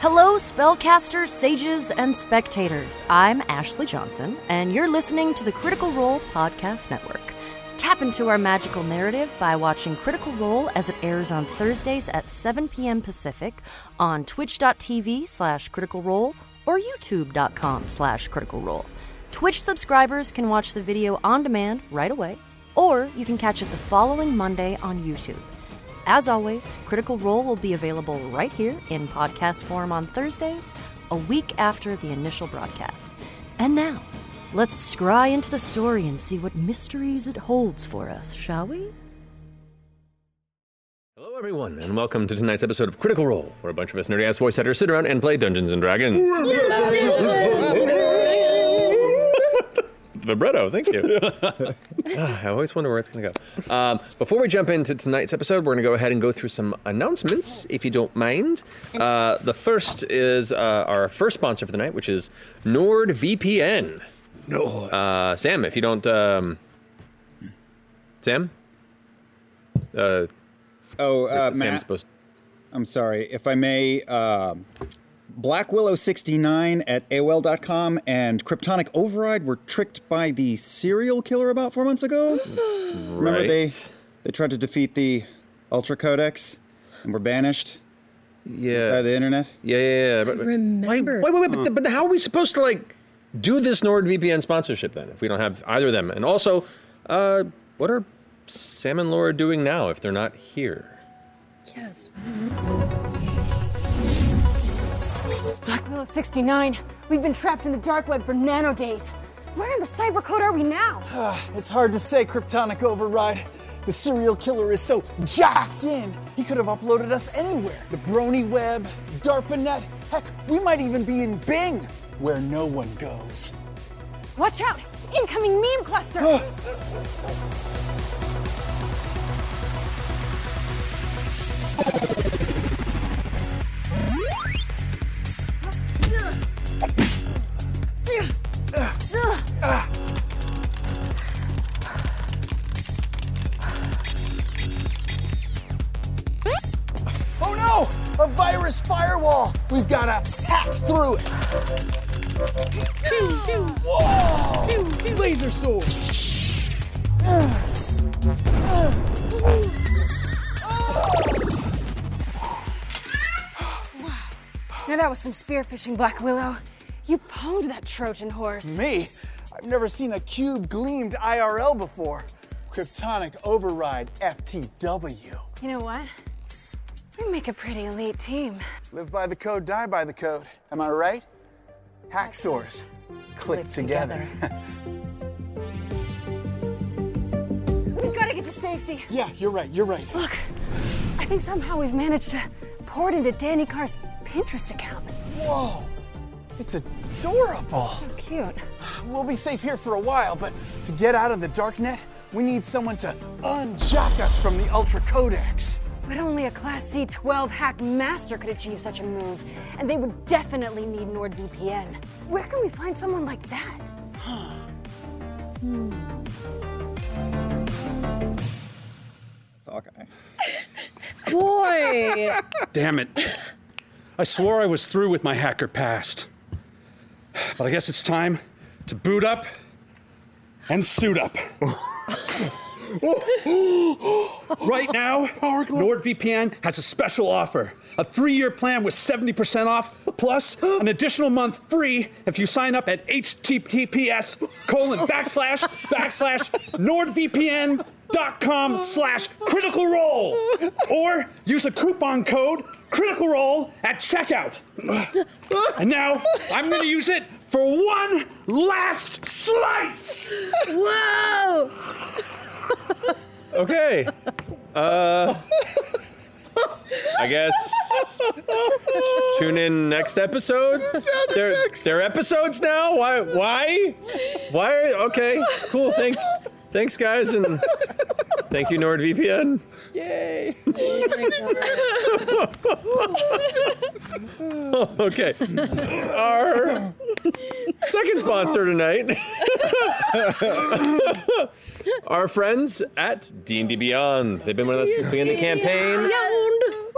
Hello, spellcasters, sages, and spectators. I'm Ashley Johnson, and you're listening to the Critical Role Podcast Network. Tap into our magical narrative by watching Critical Role as it airs on Thursdays at 7 p.m. Pacific on twitch.tv slash critical role or youtube.com slash critical role. Twitch subscribers can watch the video on demand right away, or you can catch it the following Monday on YouTube. As always, Critical Role will be available right here in podcast form on Thursdays, a week after the initial broadcast. And now, let's scry into the story and see what mysteries it holds for us, shall we? Hello, everyone, and welcome to tonight's episode of Critical Role, where a bunch of us nerdy ass voice actors sit around and play Dungeons and Dragons. Vibrato, thank you. Ah, I always wonder where it's going to go. Um, before we jump into tonight's episode, we're going to go ahead and go through some announcements, if you don't mind. Uh, the first is uh, our first sponsor for the night, which is NordVPN. No. Uh, Sam, if you don't. Um, Sam? Uh, Oh, uh, Sam's Matt, supposed I'm sorry. If I may, um Black Willow69 at AOL.com and Kryptonic Override were tricked by the serial killer about four months ago. Remember Right. they they tried to defeat the Ultra Codex and were banished by Yeah. the internet? Yeah, yeah, yeah. But, remember. Wait, wait, wait. But, th- but how are we supposed to like do this NordVPN sponsorship then if we don't have either of them? And also, uh, what are Sam and Laura doing now if they're not here? Yes. Black Willow 69, we've been trapped in the dark web for nano days. Where in the cyber code are we now? It's hard to say, Kryptonic Override. The serial killer is so jacked in, he could have uploaded us anywhere. The Brony Web, DARPANET, heck, we might even be in Bing, where no one goes. Watch out! Incoming meme cluster! Oh no! A virus firewall! We've gotta hack through it! Whoa! Laser sword! Ugh. Ugh. now that was some spearfishing, Black Willow. You pwned that Trojan horse. Me? I've never seen a cube gleamed IRL before. Kryptonic Override FTW. You know what? We make a pretty elite team. Live by the code, die by the code. Am I right? Hack source. Click together. We've gotta get to safety. yeah, you're right, you're right. Look, I think somehow we've managed to port into Danny Carr's Pinterest account. Whoa! It's adorable. So cute. We'll be safe here for a while, but to get out of the darknet, we need someone to unjack us from the Ultra Codex. But only a Class C-12 hack master could achieve such a move, and they would definitely need NordVPN. Where can we find someone like that? Sockeye. Boy. Damn it. I swore I was through with my hacker past. But I guess it's time to boot up and suit up. right now, NordVPN has a special offer a three year plan with 70% off, plus an additional month free if you sign up at https colon backslash backslash nordvpn.com slash critical role or use a coupon code critical role at checkout and now i'm going to use it for one last slice Whoa. Okay. Uh, I guess tune in next episode. They're, they're episodes now. Why? Why? Why? Are, okay. Cool. Thank, thanks, guys, and thank you, NordVPN. Yay! Okay. Our second sponsor tonight. Our friends at D&D Beyond. They've been with us since we ended the campaign.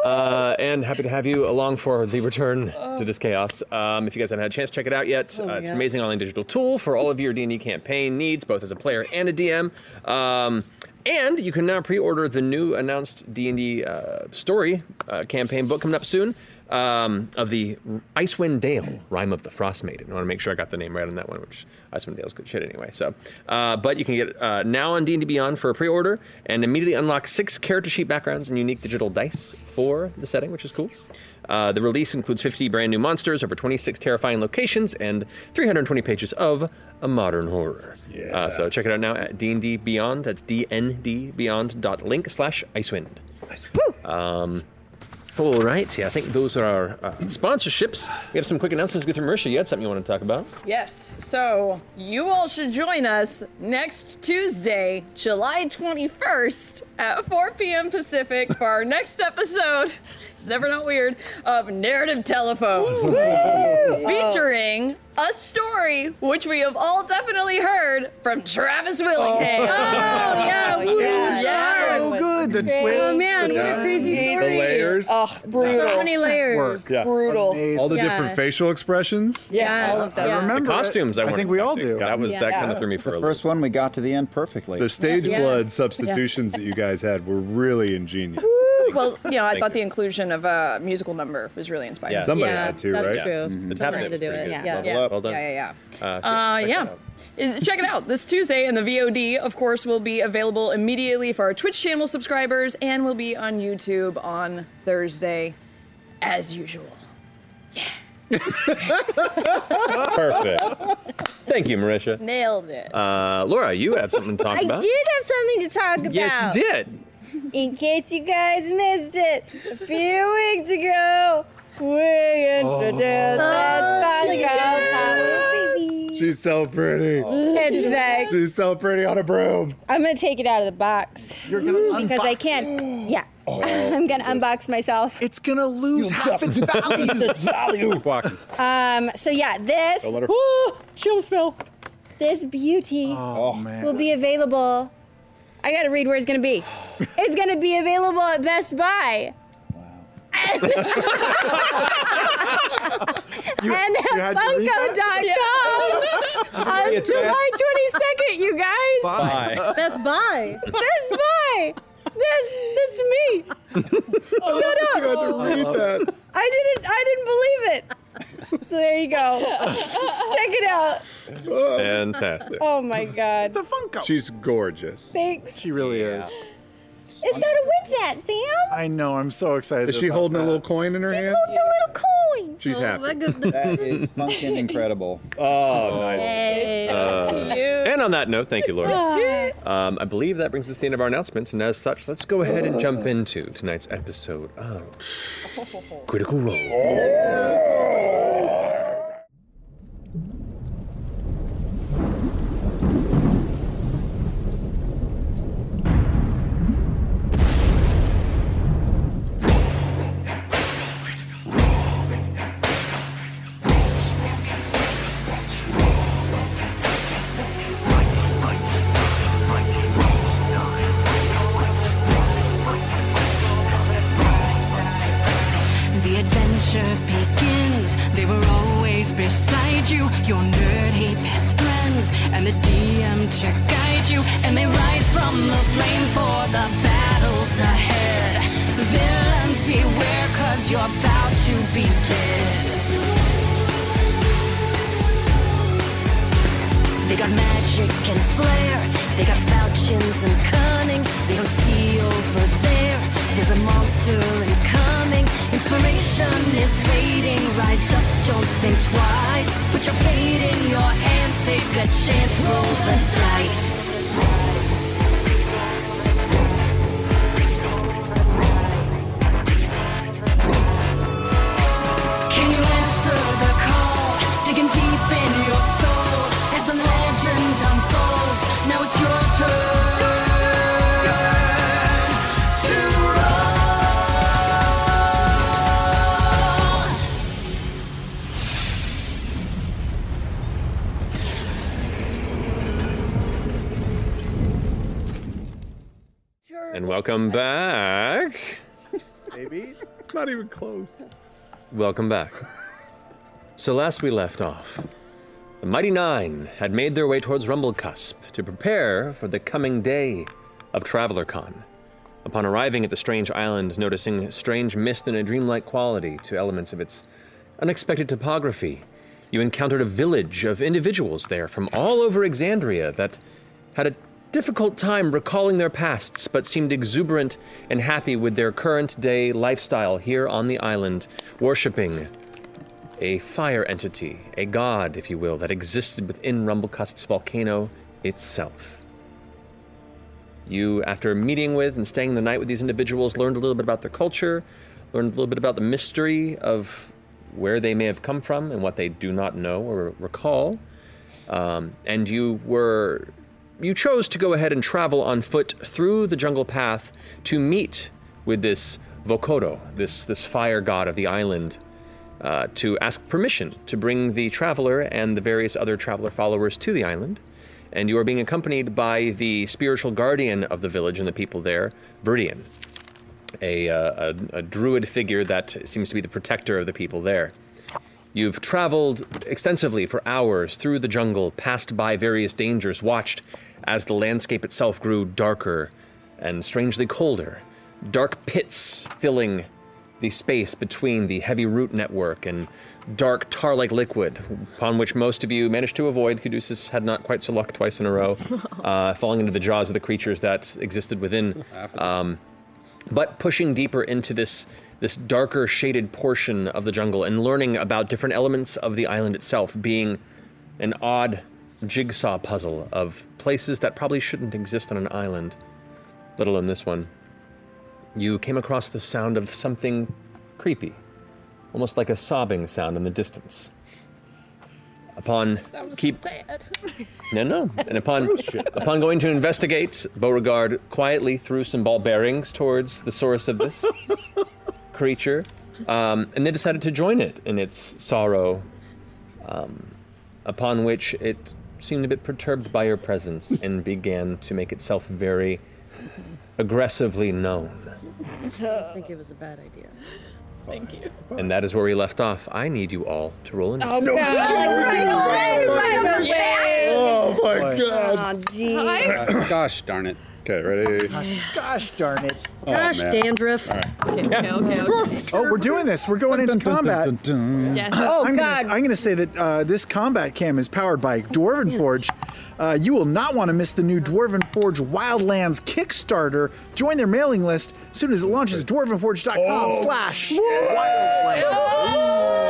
Uh, and happy to have you along for the return to this chaos. Um, if you guys haven't had a chance, check it out yet. uh, it's an yeah. amazing online digital tool for all of your D&D campaign needs, both as a player and a DM. Um, and you can now pre-order the new announced D&D uh, story uh, campaign book coming up soon um, of the Icewind Dale, Rhyme of the Frost Maiden. I want to make sure I got the name right on that one, which Icewind Dale's good shit anyway. So, uh, but you can get it uh, now on D&D Beyond for a pre-order and immediately unlock six character sheet backgrounds and unique digital dice for the setting, which is cool. Uh, the release includes 50 brand new monsters, over 26 terrifying locations, and 320 pages of a modern horror. Yeah. Uh, so check it out now at D&D Beyond. That's dndbeyond.link slash Icewind. Um, all right. Yeah, I think those are our uh, sponsorships. We have some quick announcements. Go through Marisha. You had something you want to talk about? Yes, so you all should join us next Tuesday, July 21st at 4 p.m. Pacific for our next episode, it's never not weird, of Narrative Telephone. Woo! Featuring a story which we have all definitely heard from Travis Willingham. Oh. Oh, yeah. So good, the twists, Oh man, the what a turns, crazy the story. layers. Oh, brutal. So many layers. Yeah. Brutal. All the different facial expressions. Yeah, all of them. I remember The costumes. I, I weren't think we all expecting. do. That was Yeah. that kind of threw me for a The loop. first one we got to the end perfectly. The stage Yeah. blood substitutions that you guys had were really ingenious. Well, you know, I Thank thought the inclusion of a musical number was really inspiring. Yeah. Somebody Yeah, had to, that's right? true. Mhm. Someone It's happening. had to It's do pretty it, good. yeah. Well, Yeah. well, well done. Yeah, yeah, yeah. Uh, Uh, check yeah. that Is, check it out this Tuesday, and the VOD, of course, will be available immediately for our Twitch channel subscribers, and will be on YouTube on Thursday, as usual. out. Perfect. Uh, Thank you, Marisha. Nailed it. Uh, Laura, you had something to talk I did about. have something to talk about. Yes, you did. In case you guys missed it, a few weeks ago, we Oh, introduced this podcast. She's so pretty. It's back. She's so pretty on a broom. I'm gonna take it out of the box. You're gonna because I can't. Yeah. Oh. I'm gonna unbox myself. It's gonna lose half its value. Walking. Um. So yeah, this Don't let her- Ooh, chill spell. This beauty oh man. will be available. I gotta read where it's gonna be. It's gonna be available at Best Buy. You- and at you had to read that? Funko.com on July 22nd, you guys. Bye. Best Buy. Best Buy. This, this me. Oh, Shut You up. had to read that. I didn't, I didn't believe it. So there you go. Check it out. Fantastic. Oh my God. It's a Funko. She's gorgeous. Thanks. she really is. It's not a witch hat, Sam. I know. I'm so excited. Is she about holding a that. little coin in her She's hand? holding a little coin. She's happy. Oh, that is fucking incredible. Oh, nice. Hey. Uh, And on that note, thank you, Laura. Um, I believe that brings us to the end of our announcements, and as such, let's go ahead and jump into tonight's episode of Critical Role. The adventure begins. They were always beside you, your nerdy best friends, and the DM to guide you. And they rise from the flames for the battles ahead. Villains beware, cause you're about to be dead. They got magic and flair. They got falchions and cunning. They don't see over there. There's a monster incoming. Inspiration is waiting. Rise up, don't think twice. Put your fate in your hands. Take a chance. Roll the dice. Can you answer the call? Digging deep in your soul as the legend unfolds. Now it's your turn to roll. And welcome back. Maybe. not even close. Welcome back. so last we left off, the Mighty Nine had made their way towards Rumblecusp to prepare for the coming day of TravelerCon. Upon arriving at the strange island, noticing strange mist and a dreamlike quality to elements of its unexpected topography, you encountered a village of individuals there from all over Exandria that had a difficult time recalling their pasts, but seemed exuberant and happy with their current day lifestyle here on the island, worshipping a fire entity, a god, if you will, that existed within Rumblecusk's volcano itself. You, after meeting with and staying the night with these individuals, learned a little bit about their culture, learned a little bit about the mystery of where they may have come from and what they do not know or recall. Um, and you were you chose to go ahead and travel on foot through the jungle path to meet with this Vokodo, this this fire god of the island, uh, to ask permission to bring the traveler and the various other traveler followers to the island. And you are being accompanied by the spiritual guardian of the village and the people there, Verdian, a, uh, a, a druid figure that seems to be the protector of the people there. You've traveled extensively for hours through the jungle, passed by various dangers, watched as the landscape itself grew darker and strangely colder, dark pits filling the space between the heavy root network and dark tar like liquid, upon which most of you managed to avoid. Caduceus had not quite so luck twice in a row, uh, falling into the jaws of the creatures that existed within. Um, but pushing deeper into this this darker shaded portion of the jungle and learning about different elements of the island itself being an odd jigsaw puzzle of places that probably shouldn't exist on an island, let alone this one. You came across the sound of something creepy, almost like a sobbing sound in the distance. Upon Sounds keep sad. no, no. And Oh, upon upon going to investigate, Beauregard quietly threw some ball bearings towards the source of this creature, um, and they decided to join it in its sorrow. Um, upon which it seemed a bit perturbed by your presence and began to make itself very aggressively known. I don't think it was a bad idea. Thank you. And that is where we left off. I need you all to roll in. Oh, No. God. Oh my Boy. god. Aw, jeez. Uh, Gosh darn it. Okay, ready? Gosh darn it. Oh, Gosh, man. dandruff. okay, okay, okay. Oh, we're doing this. We're going into combat. Yes. Oh, I'm God. Gonna, I'm going to say that uh, this combat cam is powered by Dwarven Forge. Uh, you will not want to miss the new Dwarven Forge Wildlands Kickstarter. Join their mailing list as soon as it launches. DwarvenForge.com Oh, slash shit. Wildlands.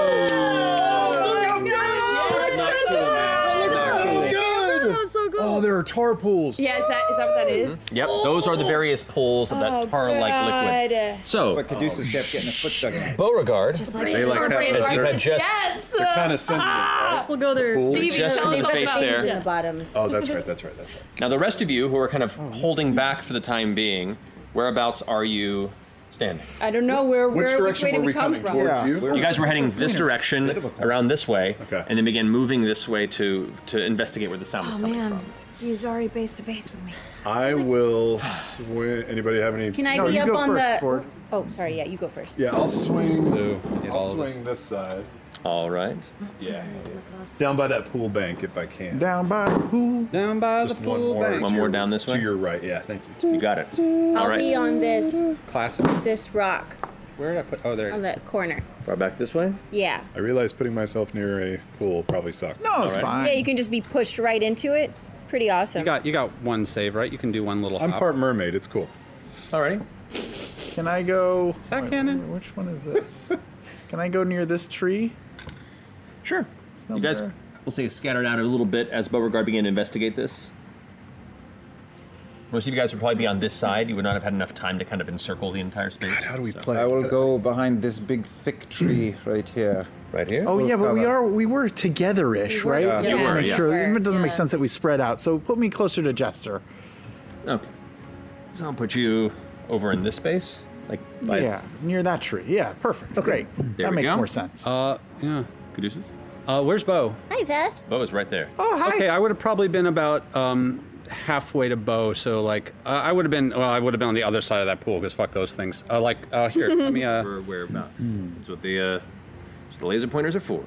Oh, there are tar pools. Yeah, is that is that what that is? Yep, those are the various pools of Oh, that Oh, tar-like liquid. God. So, But Caduceus kept getting a foot dug in. Beauregard, Just like They like as that you had reference. just Yes! They're kinda sensitive, Ah! We'll go there. Cool. Stevie, Just tell from us the about face things there. in the bottom. Oh, that's right. That's right. That's right. Now, the rest of you who are kind of holding back for the time being, whereabouts are you standing? I don't know where Which where which direction way did were we we come coming? from? Towards Yeah. you? You guys were heading this direction, around this way, and then began moving this way to to investigate where the sound was Oh coming. man, he's already base to base with me. I will swing. Anybody have any? Can I be up on the? Oh, sorry. Yeah, you go first. Yeah, I'll swing. all I'll of us. swing this side. All right. Yeah. Down by that pool bank if I can. Down by the pool. Down by Just pool one more, bank. One to more your- down this way? To your right. Yeah. Thank you. You got it. I'll All right. be on this Classic. this rock Where did I put? Oh, there. on that corner. Far back this way. Yeah. I realized putting myself near a pool probably sucked. No, it's Yeah, you can just be pushed right into it. Pretty awesome. You got you got one save, right? You can do one little. I'm hop. part mermaid. It's cool. Alrighty. Can I go? Is that cannon? Which one is this? Can I go near this tree? Sure. It's You guys, nowhere. we'll say, scattered out a little bit as Beauregard began to investigate this. Most of you guys would probably be on this side. You would not have had enough time to kind of encircle the entire space. how do we I will go behind this big thick tree right here. Right here? Oh yeah, but we are we were together-ish, We were right? together. Just to Yeah. make Yeah. sure. Yeah. It doesn't make sense that we spread out. So put me closer to Jester. Okay. So I'll put you over in this space, like by yeah, near that tree. Yeah, perfect. Great. There that we makes go. more sense. Uh, yeah. Caduceus. Uh, where's Bo? Hi, Beth. Bo is right there. Oh hi. Okay, I would have probably been about um, halfway to Bo, so like uh, I would have been. Well, I would have been on the other side of that pool because fuck those things. Uh, like uh, here, let me. Uh, Or whereabouts. That's what the, uh, that's what the laser pointers are for.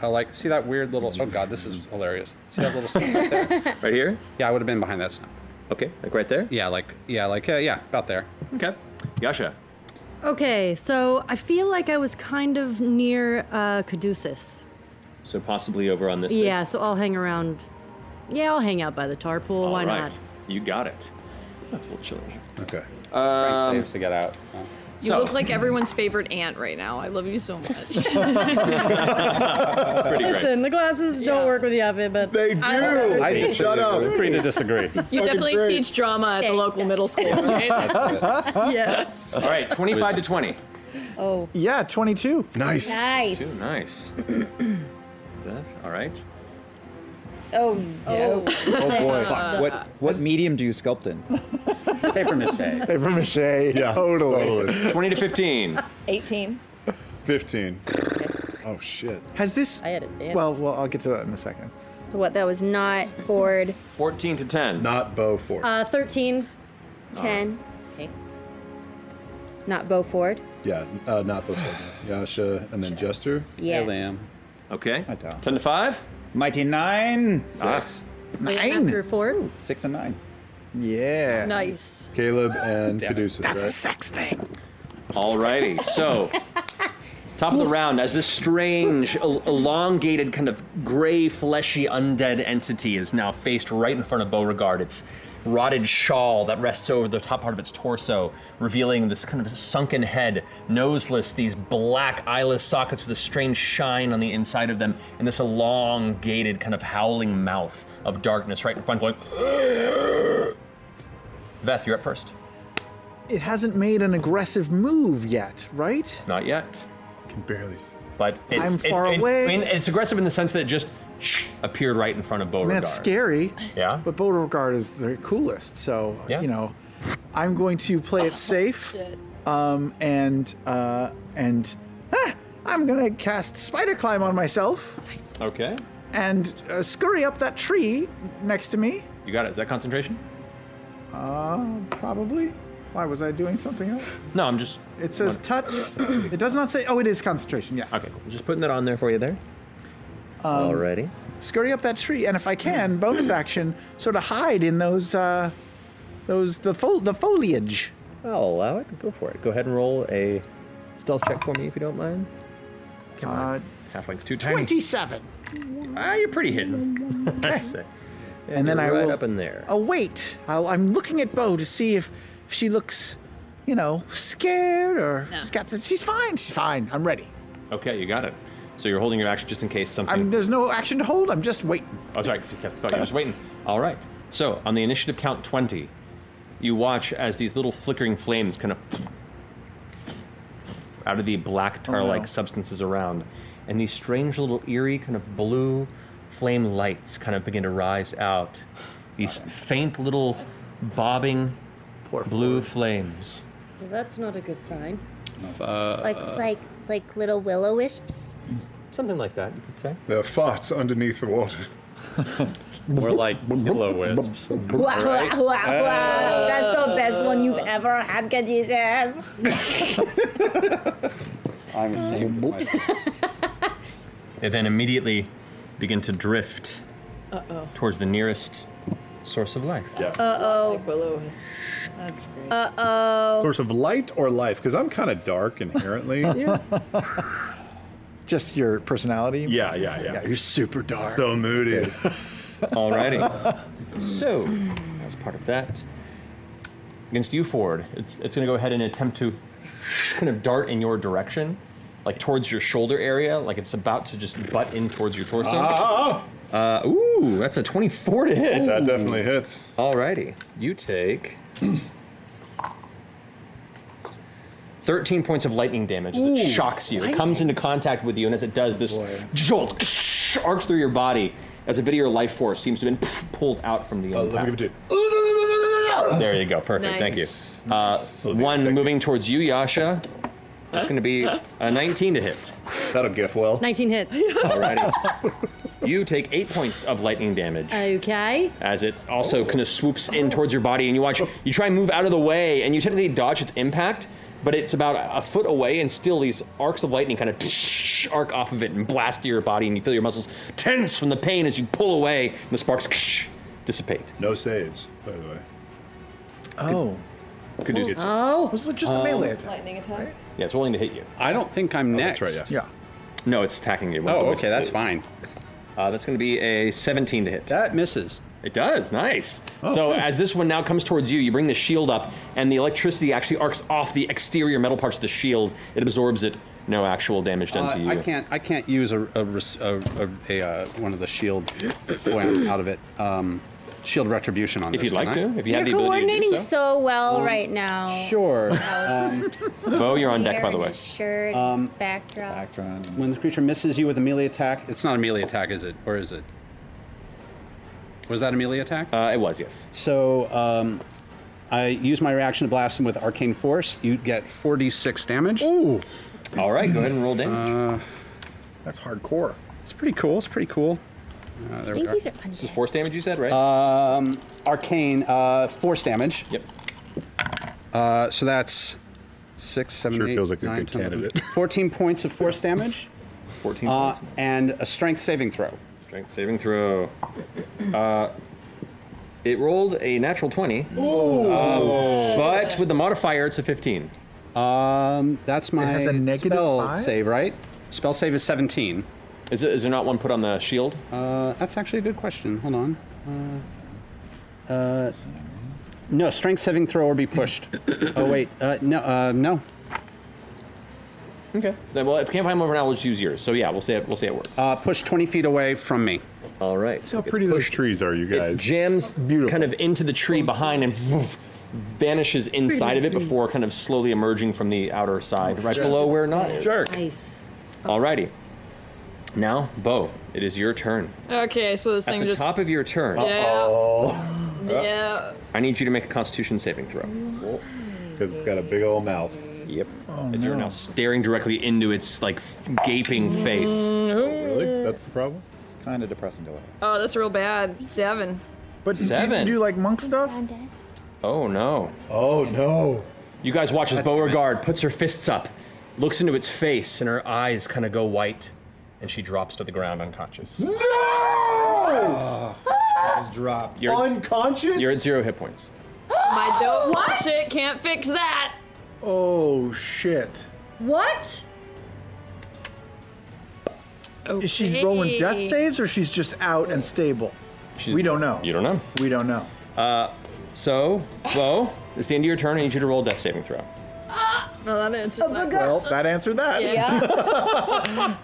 I like see that weird little. Oh god, this is hilarious. See that little stump right there? Right here? Yeah, I would have been behind that stump. Okay, like right there. Yeah, like yeah, like uh, yeah, about there. Okay, Yasha. Okay, so I feel like I was kind of near uh, Caduceus. So possibly over on this. thing. Yeah, so I'll hang around. Yeah, I'll hang out by the tar pool. All Why right. not? You got it. That's a little chilly. Okay. Um, saves to get out. You So- look like everyone's favorite aunt right now. I love you so much. Pretty great. Listen, the glasses don't work with the outfit, but they do. I disagree. Shut up. Free to disagree. You definitely teach drama at the local middle school, right? yes. All right, 25 to 20. Oh. Yeah, 22. Nice. Nice. Too nice. Beth, all right. Oh, no. Fuck, Oh, What what medium do you sculpt in? Paper mache. Paper mache. Yeah, totally. 20 to 15. 18. 15. Oh, shit. Has this. I had it, yeah. Well, well, I'll get to that in a second. So what? That was not Ford. 14 to 10. Not Bo Ford. Uh, thirteen. Ten. Okay. Not Beaufort. yeah, uh, not Bo Ford. Uh, Yasha, and then Jester. Yeah. Lamb. Okay. 10 to 5. Mighty nine. Six. Nine. After four. Six and nine. Yeah. Nice. Caleb and Caduceus. That's a right? sex thing. Alrighty, so top of the round, as this strange, el- elongated, kind of gray, fleshy, undead entity is now faced right in front of Beauregard. Its rotted shawl that rests over the top part of its torso, revealing this kind of sunken head, noseless, these black eyeless sockets with a strange shine on the inside of them, and this elongated, kind of howling mouth of darkness right in front, going. Veth, you're up first. It hasn't made an aggressive move yet, right? Not yet. Can barely see. But it's, I'm it- far it- away. I mean, it's aggressive in the sense that it just appeared right in front of I mean, Beauregard. that's scary. Yeah. But Beauregard is the coolest, so you know, I'm going to play it safe. Um, and uh, and ah, I'm gonna cast Spider Climb on myself Okay. and uh, scurry up that tree next to me. You got it. Is that concentration? Uh, probably. Why was I doing something else? No, I'm just. It says touch. it does not say. Oh, it is concentration. Yes. Okay, cool. Just putting that on there for you there. Um, Alrighty. Scurry up that tree, and if I can, bonus action, sort of hide in those, uh, those the fol- the foliage. I'll allow it. Go for it. Go ahead and roll a stealth check for me if you don't mind. Come on. Uh, Halfling's too tiny. Twenty-seven. Ah, you're pretty hidden. That's it. And then you're I right will- up in there. Oh wait, I'll, I'm looking at Bo to see if she looks, you know, scared or she's got. The, she's fine. She's fine. I'm ready. Okay, you got it. So you're holding your action just in case something. I'm, there's no action to hold. I'm just waiting. Oh, sorry, 'cause you cast the thought. You're just waiting. All right. So, on the initiative count 20, you watch as these little flickering flames kind of out of the black Oh, tar like no. substances around, and these strange little eerie kind of blue flame lights kind of begin to rise out. These faint little bobbing blue flames. Well, that's not a good sign. Uh, like like like little willow wisps. Uh. Something like that, you could say. There are farts underneath the water. More like pillow wisps. Wow, wow, wow, wow. That's the best one you've ever had, Caduceus. I'm ashamed. of myself. They then immediately begin to drift Uh oh. towards the nearest source of life. Yeah. Uh oh. Willow wisps. That's great. Uh oh. Source of light or life? Because I'm kind of dark inherently. yeah. Just your personality. yeah, yeah, yeah. You're super dark. So moody. Alrighty. so, as part of that, against you, Ford, it's, it's going to go ahead and attempt to kind of dart in your direction, like towards your shoulder area, like it's about to just butt in towards your torso. Ah! Uh, ooh, that's a 24 to hit. That definitely hits. Alrighty. You take 13 points of lightning damage as it Ooh, shocks you. It comes into contact with you, and as it does, this jolt arcs through your body as a bit of your life force seems to have been pulled out from the Uh, impact. There you go. Nice. Perfect. Thank you. Uh, one moving towards you, Yasha. That's going to be a 19 to hit. That'll gif well. 19 hit. Alrighty. You take eight points of lightning damage Okay. as it also kind of swoops in towards your body, and you watch. You try and move out of the way, and you technically dodge its impact, but it's about a- a foot away, and still these arcs of lightning kind of arc off of it and blast your body, and you feel your muscles tense from the pain as you pull away, and the sparks dissipate. No saves, by the way. Oh. Could do it. Oh. Was it just Um, a melee attack? Lightning attack. Yeah, it's willing to hit you. Oh, I don't think I'm next. right, yeah. No, it's attacking you. Oh, okay, that's fine. Uh, that's going to be a 17 to hit. That misses. It does, nice. Oh. So as this one now comes towards you, you bring the shield up, and the electricity actually arcs off the exterior metal parts of the shield. It absorbs it, no actual damage done Uh, to you. I can't. I can't use a, a, res- a, a, a, uh, one of the shield went out of it. Um, shield retribution on. If this, you'd like can I? to, if You're coordinating so. well Um, right now. Sure. Um, Bo, Oh, you're on deck, by wearing the way. a Shirt, Um, backdrop. When the creature misses you with a melee attack, it's not a melee attack, is it? Or is it? Was that a melee attack? Uh, it was, yes. So um, I use my reaction to blast him with arcane force. You get 4d6 damage. Ooh. All right, go ahead and roll damage. Uh, That's hardcore. It's pretty cool. It's pretty cool. Uh, there we go. Stinkies are punch. This is force damage, you said, right? Um, arcane uh, force damage. Yep. Uh, so that's six, seven, Sure eight, feels like a nine, good 10, candidate. 14 points of force damage. 14 uh, points. And a strength saving throw. Strength saving throw. Uh, it rolled a natural 20. Ooh. Um, but with the modifier, it's a 15. Um, that's my has a negative spell five? save, right? Spell save is 17. Is, it, is there not one put on the shield? Uh, that's actually a good question. Hold on. Uh, uh, no, strength saving throw or be pushed. oh wait, uh, no, uh, no. Okay. Then, well, if we can't find one for now, we'll just use yours. So yeah, we'll say it. We'll say it works. Uh, push 20 feet away from me. All right. So How pretty those trees are, you guys. jams kind of into the tree behind and vanishes inside of it before kind of slowly emerging from the outer side, right Jerk. below where not is. Nice. Alrighty. Now, Bo, it is your turn. Okay, so this At thing the just. top of your turn, Yeah. Yeah. I need you to make a Constitution saving throw. Because it's got a big old mouth. Yep. Oh, As you're no. now staring directly into its like gaping face. Oh, really? That's the problem? It's kind of depressing to look at. Oh, that's real bad. Seven. But you- Seven. you do, like monk stuff? Oh no. Oh no. You guys watch as Beauregard puts her fists up, looks into its face, and her eyes kind of go white, and she drops to the ground unconscious. Oh! No! dropped. Unconscious? You're at zero hit points. My don't watch it can't fix that. Oh, shit. What? Is she rolling death Okay. saves or she's just out and stable? we don't know. You don't know. We don't know. Uh, so, Bo, it's the end of your turn. I need you to roll a death saving throw. Uh, No, that answers that. Well, that answered that. Oh, Yeah.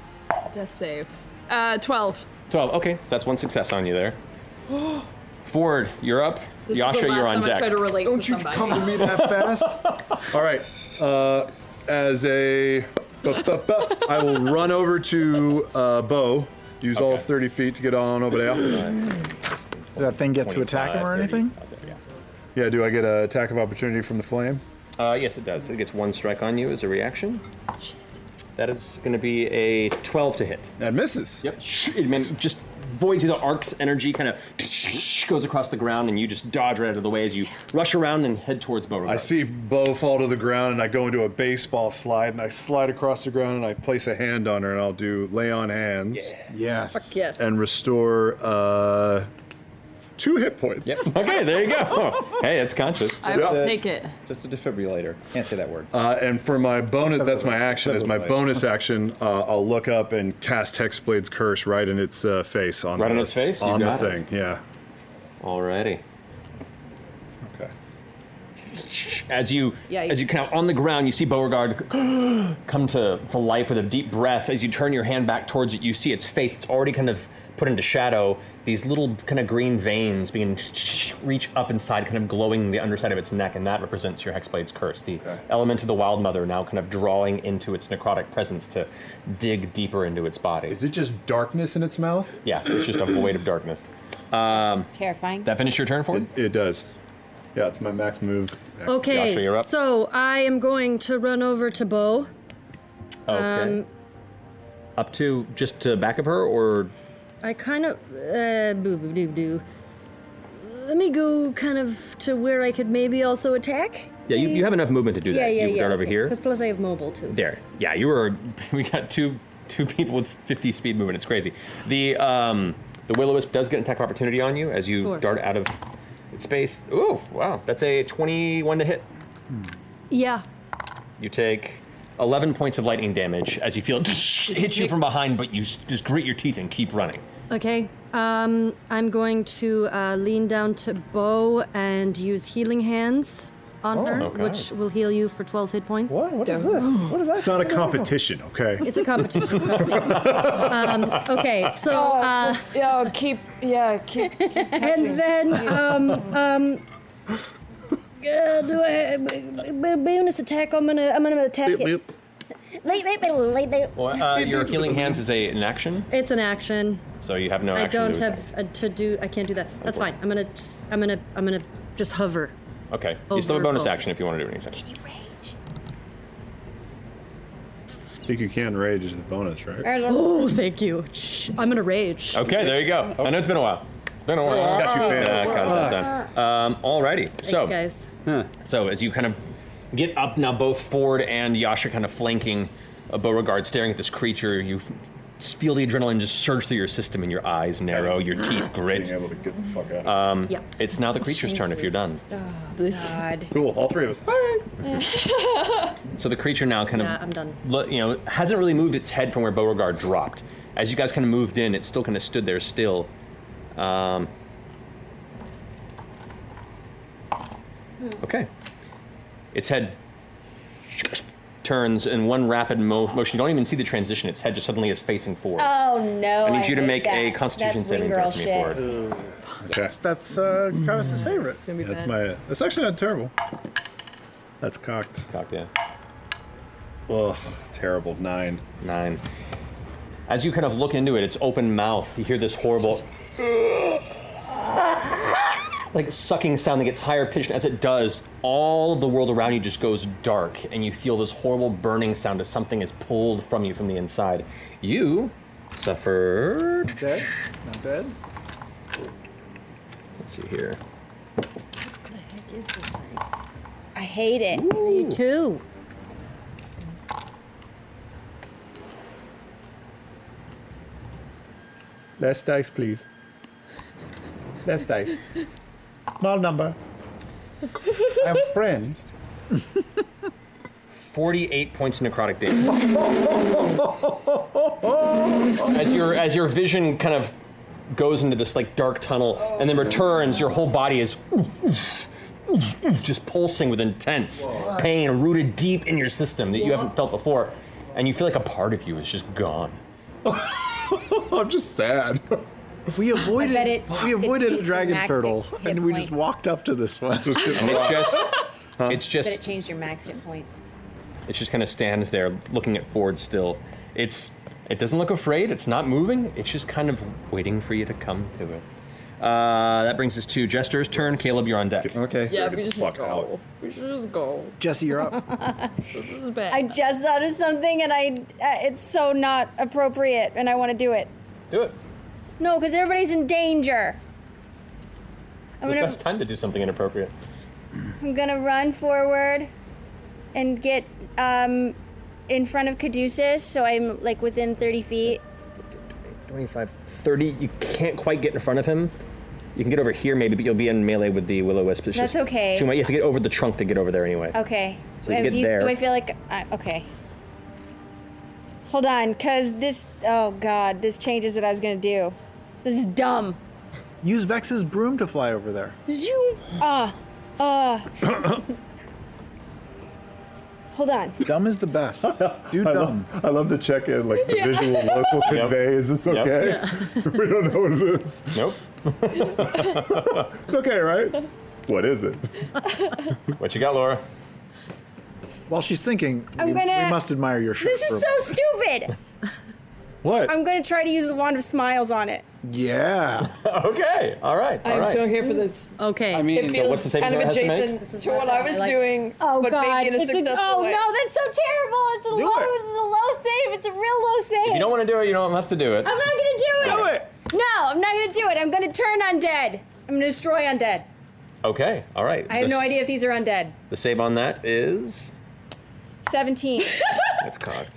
Death save. Uh, twelve. Twelve. Okay, so that's one success on you there. Ford, you're up. Yasha, you're on deck. relate Don't you come to me that fast. All right. Uh, as a, bup, bup, bup, I will run over to uh, Bo. Use all 30 feet to get on over there. Does that thing get to attack him or 25, anything? Yeah. Do I get an attack of opportunity from the flame? Uh, yes, it does. It gets one strike on you as a reaction. That is going to be a 12 to hit. That misses. Yep. It man, just voids you the arc's energy, kind of goes across the ground, and you just dodge right out of the way as you rush around and head towards Beauregard. I see Bo fall to the ground, and I go into a baseball slide, and I slide across the ground, and I place a hand on her, and I'll do lay on hands. Yes. Fuck yes. And restore uh, two hit points. Yep. Okay, there you go. hey, it's conscious. I will take it. Just a defibrillator. Can't say that word. Uh, and for my bonus, that's my action. As my bonus action, uh, I'll look up and cast Hexblade's Curse right in its uh, face. On Right the, on its face? You On the got thing, it. yeah. Alrighty. Okay. As you as you Yikes. kind of on the ground, you see Beauregard come to, to life with a deep breath. As you turn your hand back towards it, you see its face. It's already kind of put into shadow. These little kind of green veins begin to reach up inside, kind of glowing the underside of its neck, and that represents your Hexblade's curse. The element of the Wild Mother now kind of drawing into its necrotic presence to dig deeper into its body. Is it just darkness in its mouth? Yeah, it's just a void of darkness. Um, Terrifying. that finish your turn for it? It, does. Yeah, it's my max move. Okay. So I am going to run over to Bo. Okay. Um, up to just to back of her, or I kind of uh, boo boo doo doo. Let me go kind of to where I could maybe also attack. Yeah, you, you have enough movement to do yeah, that. yeah, you yeah. dart over here. Because plus I have mobile too. There. Yeah, you were. We got two two people with 50 speed movement. It's crazy. The um, the will o wisp does get an attack of opportunity on you as you Sure. dart out of its space. Ooh, wow, that's a 21 to hit. Yeah. You take 11 points of lightning damage as you feel it hit you from behind, but you s- just grit your teeth and keep running. Okay. Um, I'm going to uh, lean down to Bo and use healing hands on Oh, her, okay. which will heal you for 12 hit points. What? What is this? What is that? It's not a competition, okay? It's a competition. um, okay, so uh, yeah, Oh, keep yeah, keep. keep touching. and then um, um, uh, do I b- b- bonus attack? I'm gonna I'm gonna attack it. Late, late, late, late, late. Well, uh, your healing hands is a, an action, It's an action. so you have no I action. to don't do have uh to do. I can't do that. That's fine. I'm gonna just, I'm gonna I'm gonna just hover. that. Okay. You still have a Over bonus both. action if you want to do anything. I think you can rage as a bonus, right? Oh, thank you. Shh, I'm gonna rage. Okay, there you go. I know it's been a while. It's been a while. Got you, fan. Uh, kind of that time. Um, alrighty. so, guys. so as you kind of get up now, both Ford and Yasha kind of flanking uh, Beauregard, staring at this creature. You f- feel the adrenaline just surge through your system, and your eyes narrow, your teeth grit. Being able to get the fuck out. Um, Yeah. It's now the creature's turn if you're done. God. Cool. All three of us. So the creature now kind of Yeah, I'm done. lo- you know, hasn't really moved its head from where Beauregard dropped. As you guys kind of moved in, it still kind of stood there still. Um, okay. Its head turns in one rapid mo- motion. You don't even see the transition. Its head just suddenly is facing forward. Oh no! I need you to hate make that. a Constitution That's saving wing throw girl for me, shit. Ford. That's, that's uh, Travis's Mm. favorite. It's gonna be that's bad. my. That's actually not terrible. That's cocked. Cocked, yeah. Ugh, terrible. Nine. Nine. As you kind of look into it, its open mouth, you hear this horrible like sucking sound that gets higher pitched as it does all of the world around you just goes dark and you feel this horrible burning sound as something is pulled from you from the inside you suffer Dead? Not dead? let's see here I hate it. Me too. Less dice, please. Less dice. Small number. I'm friend. 48 points of necrotic damage as your as your vision kind of goes into this like dark tunnel and then returns your whole body is just pulsing with intense pain rooted deep in your system that you haven't felt before and you feel like a part of you is just gone I'm just sad. We avoided bet it- we it avoided a keeps dragon your max turtle hit- hit and we just points. walked up to this one. And it's just it's But it just changed your max hit point. it just kind of stands there looking at Ford still it's it doesn't look afraid it's not moving it's just kind of waiting for you to come to it uh, that brings us to Jester's turn Caleb you're on deck okay Yeah, we just go. We should just go. Jesse you're up This is bad. I just thought of something and I uh, it's so not appropriate and I want to do it. do it No, because everybody's in danger. It's I'm the gonna best time to do something inappropriate. I'm gonna run forward and get um in front of Caduceus, so I'm like within 30 feet. 25, 30. You can't quite get in front of him. You can get over here maybe, but you'll be in melee with the willow wisp. It's That's just okay. Too much. You have to get over the trunk to get over there anyway. Okay. So you Uh, get do, you, there. do I feel like I, okay? Hold on, cause this. Oh God, this changes what I was gonna do. This is dumb. Use Vex's broom to fly over there. Zoom. Ah. Ah. Hold on. Dumb is the best. Do I dumb. love, I love the check in, like the Yeah. visual look will Yep. convey. Is this Yep. okay? we don't know what it is. Nope. it's okay, right? What is it? what you got, Laura? While she's thinking, I'm we, gonna- we must admire your shirt. This is so stupid. What? I'm gonna try to use the wand of smiles on it. yeah. okay. All right. I'm so here for this. Okay. I mean, it so feels what's the saving kind of throw it has to make? adjacent This is to what what I I was like. doing, Oh but God! maybe in a It's a- successful oh way. no, that's so terrible. It's a Do low. it. It's a low save. It's a real low save. If you don't want to do it, you don't have to do it. I'm not gonna do it. Do No, not gonna do it. I'm gonna turn undead. I'm gonna destroy undead. Okay, all right. I have no The- idea if these are undead. The save on that is 17. that's cocked.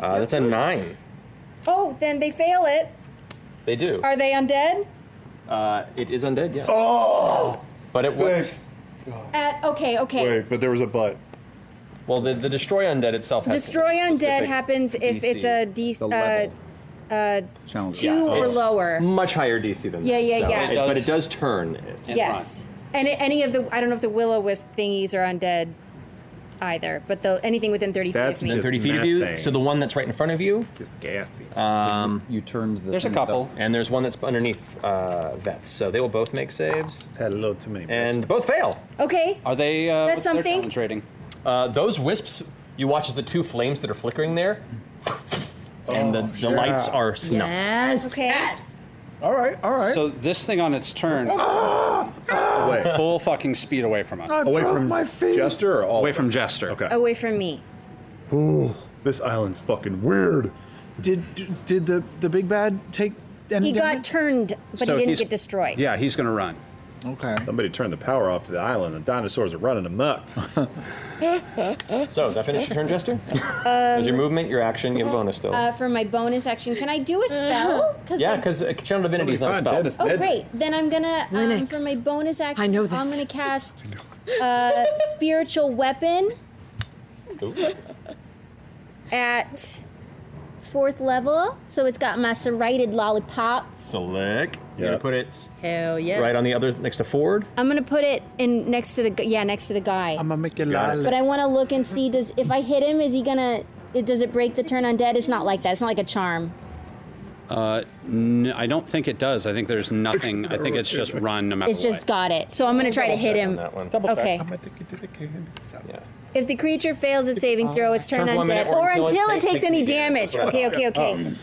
Uh, that's a nine. oh, then they fail it. They do. Are they undead? Uh, it is undead. Yeah. Oh. But it was. At okay, okay. but there was a but. Well, the, the destroy undead itself has Destroy undead specific happens if DC. it's a D The uh, level. uh, Challenge. two or it's lower. Much higher DC than Yeah, that. yeah, so yeah. it- but it does turn. It. yes. And a- any of the I don't know if the will o wisp thingies are undead either, but the anything within thirty feet of me. within 30 feet of you. So the one that's right in front of you. Just gassy. Um, you turned the. There's a things up. couple, and there's one that's underneath uh, Veth. So they will both make saves. Hello to me. And both fail. Okay. Are they? Uh, That's what's their something. challenge rating? Uh, those wisps. You watch as the two flames that are flickering there, and the, the Oh, yeah. lights are snuffed. Yes. Okay. All right, all right. Ah! So this thing on its turn, away. full fucking speed away from us. I Away broke from my feet. Jester or all away from Jester? Okay. Away from me. Ooh, this island's fucking weird. Did d- did the the big bad take any He damage? got turned, but So he didn't he's- get destroyed. Yeah, he's gonna run. Okay. Somebody turn the power off to the island. The dinosaurs are running amok. so that finishes your turn, Jester. There's your Um, movement, your action, you have a bonus still. uh, for my bonus action, can I do a spell? yeah, because uh, channel divinity is not a spell. Oh, great. Then I'm gonna, um, Linux. for my bonus action, I know I'm this. gonna cast uh, Spiritual Weapon at fourth level. So it's got my serrated lollipop. Select. You're gonna put it Hell yeah. right on the other next to Ford. I'm gonna put it in next to the gu- yeah next to the guy. I'm gonna make Got it. But I want to look and see does if I hit him is he gonna it, does it break the turn undead? It's not like that. It's not like a charm. Uh, n- I don't think it does. I think there's nothing. I think it's just run no matter it's just got it. So I'm gonna try to hit him. okay. Yeah. If the creature fails its saving throw, it's turned Turn one undead, minute or until it takes any damage. That's what I Okay, okay, thought. okay.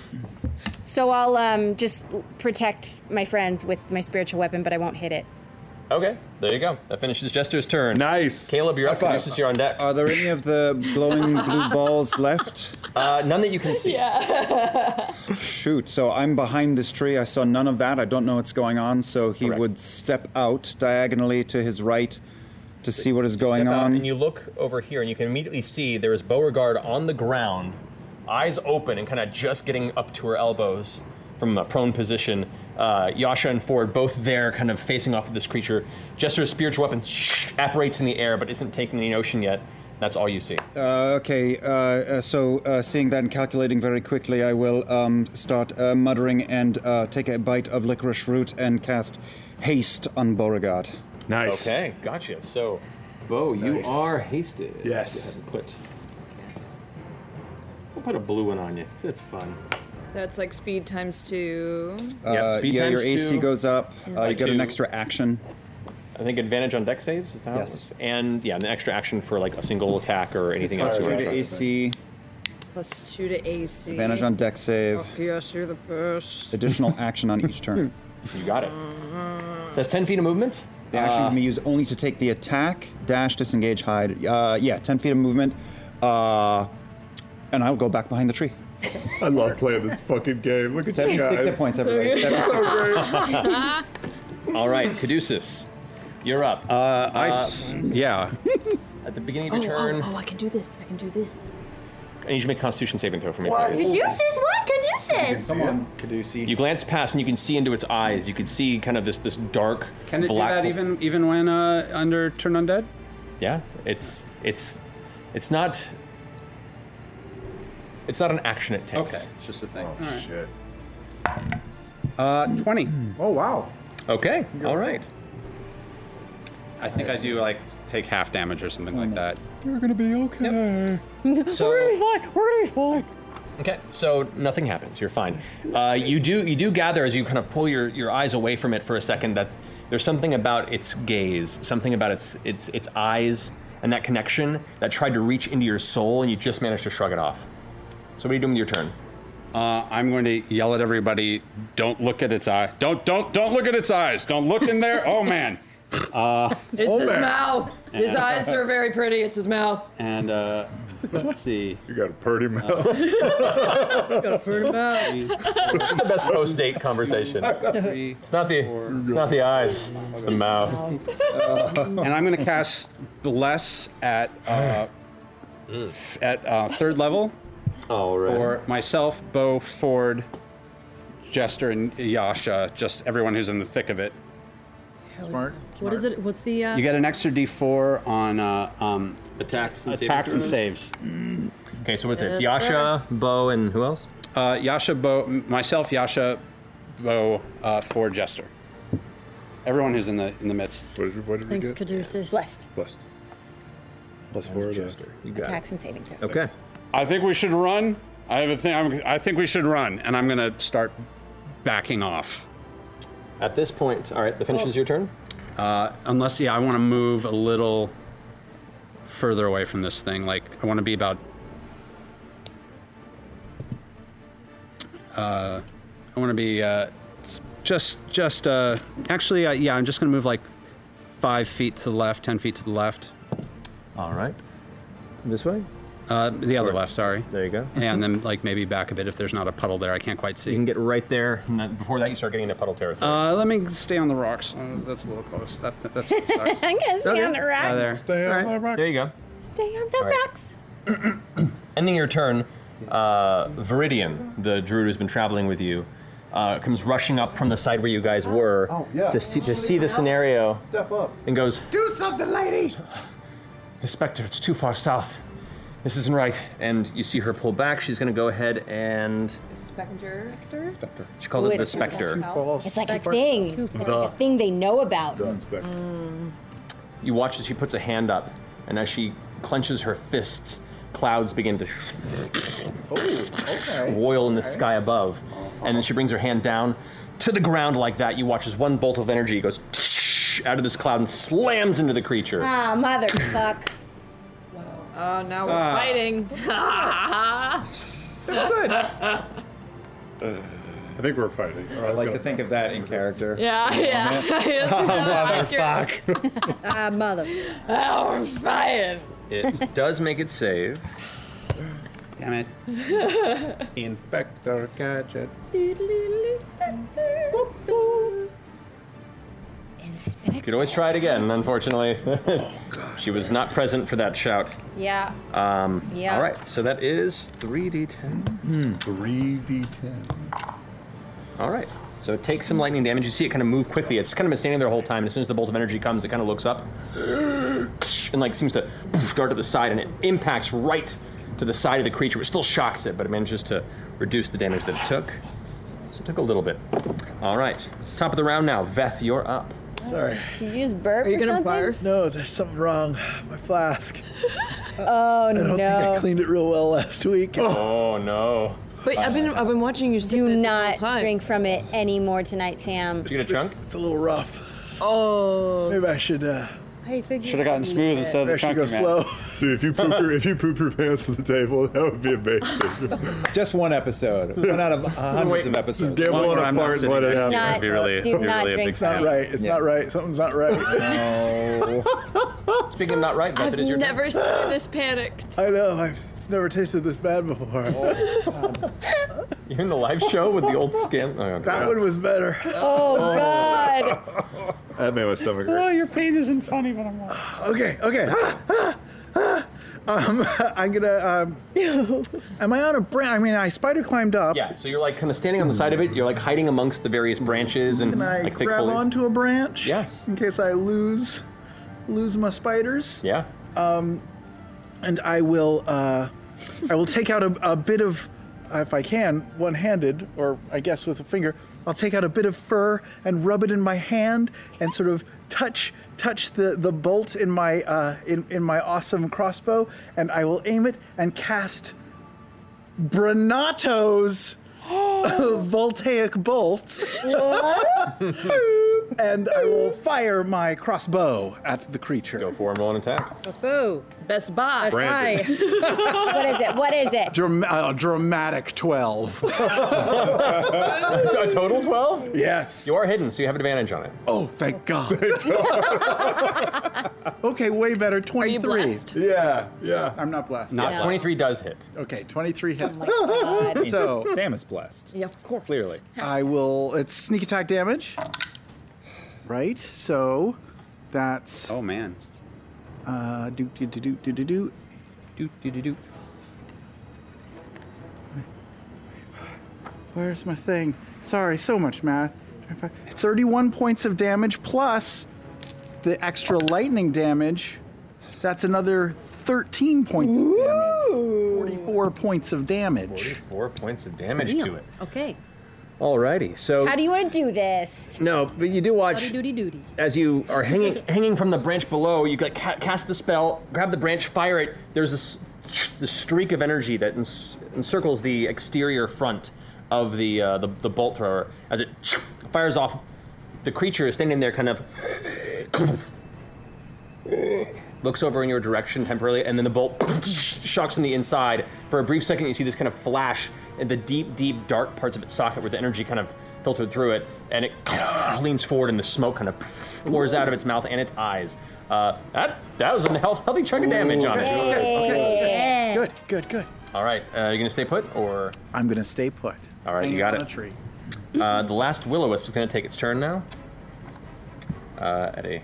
So I'll um, just protect my friends with my spiritual weapon, but I won't hit it. Okay, there you go. That finishes Jester's turn. Nice. Caleb, you're up. High five. Caduceus, you're on deck. Are there any of the glowing blue balls left? Uh, none that you can see. Yeah. Shoot, so I'm behind this tree. I saw none of that. I don't know what's going on, so he would step out diagonally to his right to see what is going Step out, on. And you look over here, and you can immediately see there is Beauregard on the ground, eyes open and kind of just getting up to her elbows from a prone position. Uh, Yasha and Ford both there, kind of facing off with this creature. Jester's spiritual weapon apparates in the air, but isn't taking any notion yet. That's all you see. Uh, okay, uh, uh, so uh, seeing that and calculating very quickly, I will um, start uh, muttering and uh, take a bite of licorice root and cast haste on Beauregard. Okay, gotcha. So, Bo, Nice. you are hasted. Yes. You haven't put. We'll put a blue one on you. That's fun. That's like speed times two. Uh, speed yeah, your times AC two. goes up. Uh, By you get an two. extra action. I think advantage on deck saves is that how it Yes. works? And yeah, an extra action for like a single attack or anything Plus else. you two wanna to try. AC, Plus two to AC. advantage on deck save, Fuck yes, you're the best. Mm. additional action on each turn. You got it. So that's 10 feet of movement. The action Uh, can be used only to take the attack, dash, disengage, hide. Uh, yeah, 10 feet of movement. Uh, and I'll go back behind the tree. I love playing this fucking game. Look at 76 you guys. hit points, everybody. All right, Caduceus, you're up. Uh, I s- yeah. At the beginning of Oh, your turn, Oh, I can do this. I can do this. I need you to make a Constitution saving throw for me. please. Caduceus, what? oh, Caduceus! Caduceus. You glance past and you can see into its eyes. You can see kind of this this dark Can it black do that hole- even even when uh, under turn undead? Oh, Yeah, it's it's it's not it's not an action it takes. Okay, it's just a thing. Oh, shit. Uh, twenty. Oh wow. Okay. All right. I think I do like take half damage or something like that. You're gonna be okay. So- We're gonna be fine. We're gonna be fine. Okay, so nothing happens. You're fine. Uh, you do you do gather as you kind of pull your, your eyes away from it for a second that there's something about its gaze, something about its its its eyes and that connection that tried to reach into your soul, and you just managed to shrug it off. So what are you doing with your turn? Uh, I'm going to yell at everybody. Don't look at its eye. Don't don't don't look at its eyes. Don't look in there. Oh man. Uh, It's his mouth. His eyes are very pretty. It's his mouth. And uh, Let's see. Uh, You got a purty mouth. That's the best post date conversation. It's not the it's not the eyes, it's the mouth. Uh, and I'm going to cast bless at uh, f- at uh, third level. Mm. All right. For myself, Bo, Ford, Jester, and Yasha, just everyone who's in the thick of it. Smart. What is it? What's the? Uh, You get an extra D4 on uh, um, attacks and saving attacks and throws? saves. Mm. Okay, so what's it? It's Yasha, Bo, and who else? Uh, Yasha, Bo, m- myself, Yasha, Bo, uh, for Jester. Everyone who's in the in the midst. What did, what Thanks, Caduceus. Blessed. Blessed. Plus four Jester. You Attacks and saving throws. I think we should run. I have a thing. I'm, I think we should run, and I'm gonna start backing off. At this point, all right. The Oh. finish is your turn. Uh, unless, yeah, I want to move a little further away from this thing. Like, I want to be about. Uh, I want to be uh, s- just, just. Uh, actually, uh, yeah, I'm just gonna move like five feet to the left, ten feet to the left. All right. This way. Uh, the other left. Sorry. There you go. And then, like, maybe back a bit if there's not a puddle there. I can't quite see. You can get right there. and then Before that, you start getting into puddle territory. Uh, let me stay on the rocks. Uh, that's a little close. That, that- that's. sorry. I'm gonna stay on the rock. Uh, there. All right. There you go. Stay on the All right. rocks. Ending your turn, uh, Viridian, the druid who's been traveling with you, uh, comes rushing up from the side where you guys were Oh, yeah. to see to see the scenario, Step up. and goes, Do something, ladies. "Inspector, it's too far south. This isn't right." And you see her pull back. She's going to go ahead and Spectre. Spectre. She calls it the Spectre. It's like a thing. It's like a thing they know about. Mm. You watch as she puts a hand up, and as she clenches her fist, clouds begin to Oh, okay. roil in the sky above. And then she brings her hand down to the ground like that. You watch as one bolt of energy goes out of this cloud and slams into the creature. Ah, motherfuck. Oh, now we're Ah. fighting. Uh, I think we're fighting. I like to think of that in character. Yeah, yeah. It's Oh, not accurate. Ah, Uh, mother. Oh, we're fighting. It does make it save. Damn it. Inspector Gadget. You could always try it again, unfortunately. she was not present for that shout. Yeah. Um, Yeah. All right, so that is 3d10. 3d10. All right. So it takes some lightning damage. You see it kind of move quickly. It's kind of been standing there the whole time. As soon as the bolt of energy comes, it kind of looks up and like seems to dart to the side, and it impacts right to the side of the creature, which still shocks it, but it manages to reduce the damage that it took. So it took a little bit. All right. Top of the round now. Veth, you're up. Sorry. Did you just burp? Are you or gonna something? No, there's something wrong. My flask. Oh I don't think I no. cleaned it real well last week. Oh no. But I've been I've been watching you. Do not drink from it anymore tonight, Sam. you get a chunk? It's a little rough. Oh. Maybe I should. Uh, I think Should've gotten smooth instead of the Maybe I should chunky go man. slow. Dude, if you poop your, if you poop your pants on the table, that would be amazing. Just one episode. One out of hundreds Wait, of episodes. just get One one where I'm not apart and sitting let it next to you. happen. It'd be really- Do it'd be not really a big It's not fan. right. It's not right. Something's not right. No. Speaking of not right, Veth, I've it is your turn. never seen this panic. I know. I've it's never tasted this bad before. Oh, You're in the live show with the old skin. Oh, okay. that one was better. Oh Oh, God. That made my stomach hurt. Oh, your pain isn't funny, but I'm not. Okay. Okay. Ah, ah, ah. Um, I'm gonna. Um, am I on a branch? I mean, I spider climbed up. Yeah, so you're like kind of standing on the side of it. You're like hiding amongst the various branches and Can I like thick grab foliage. onto a branch? Yeah. In case I lose, lose my spiders. Yeah. Um, and I will, uh, I will take out a, a bit of, uh, if I can, one-handed, or I guess with a finger, I'll take out a bit of fur and rub it in my hand and sort of touch, touch the the bolt in my uh, in in my awesome crossbow, and I will aim it and cast Brenato's voltaic bolt. What? and I will fire my crossbow at the creature. Go for him, roll an attack. Boo. Best buy. Best Brandon. what is it? What is it? Dram- uh, dramatic 12. a total 12? Yes. You are hidden, so you have advantage on it. Oh, thank God. okay, way better. 23. Are you blessed? Yeah, yeah. I'm not blessed. Not Yeah. Oh 23 does hit. Okay, 23 hits. God. so Sam is blessed. Yeah, of course. Clearly. I will. It's sneak attack damage. Right? So that's. Oh, man. Uh, do, do, do, do, do, do, do. Do, do, do, do. Where's my thing? Sorry, so much math. 25 31 points of damage plus the extra lightning damage. That's another 13 points of damage. 44 points of damage. 44 points of damage Damn. to it. Okay. Alrighty, so. How do you want to do this? No, but you do watch. Howdy doody doody. As you are hanging hanging from the branch below, you like, ca- cast the spell, grab the branch, fire it. There's this the streak of energy that ens- encircles the exterior front of the, uh, the the bolt thrower. As it fires off, the creature is standing there, kind of looks over in your direction temporarily, and then the bolt shocks from the inside. For a brief second, you see this kind of flash in the deep, deep, dark parts of its socket where the energy kind of filtered through it, and it leans forward, and the smoke kind of pours out of its mouth and its eyes. Uh, that, that was a health, healthy chunk of damage on it. Okay, Good, good, good. All right, uh, you gonna stay put, or I'm gonna stay put. All right, you Hanging got on it. a tree. Uh, the last will o wisp is gonna take its turn now. Uh, at a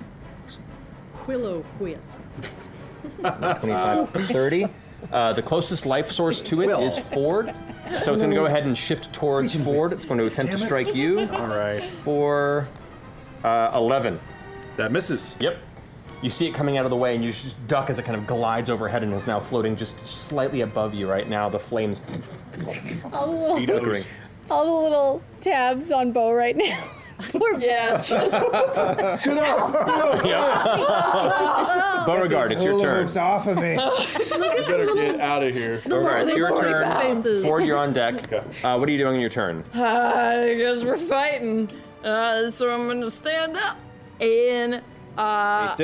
Willow wisp. 25, 30. Uh, the closest life source to it is Will. Ford. So it's going to go ahead and shift towards Ford. It's going to attempt to Damn it. strike you. All right. For uh, 11. That misses. Yep. You see it coming out of the way, and you just duck as it kind of glides overhead and is now floating just slightly above you right now. The flames All the flickering. little, all the little tabs on Bo right now. Poor yeah. Get Beauregard, it's your turn. off of me. Look at Better get out of here. The little- the your little turn. faces. Ford, you're on deck. Uh, what are you doing in your turn? I guess we're fighting. Uh, so I'm gonna stand up and uh,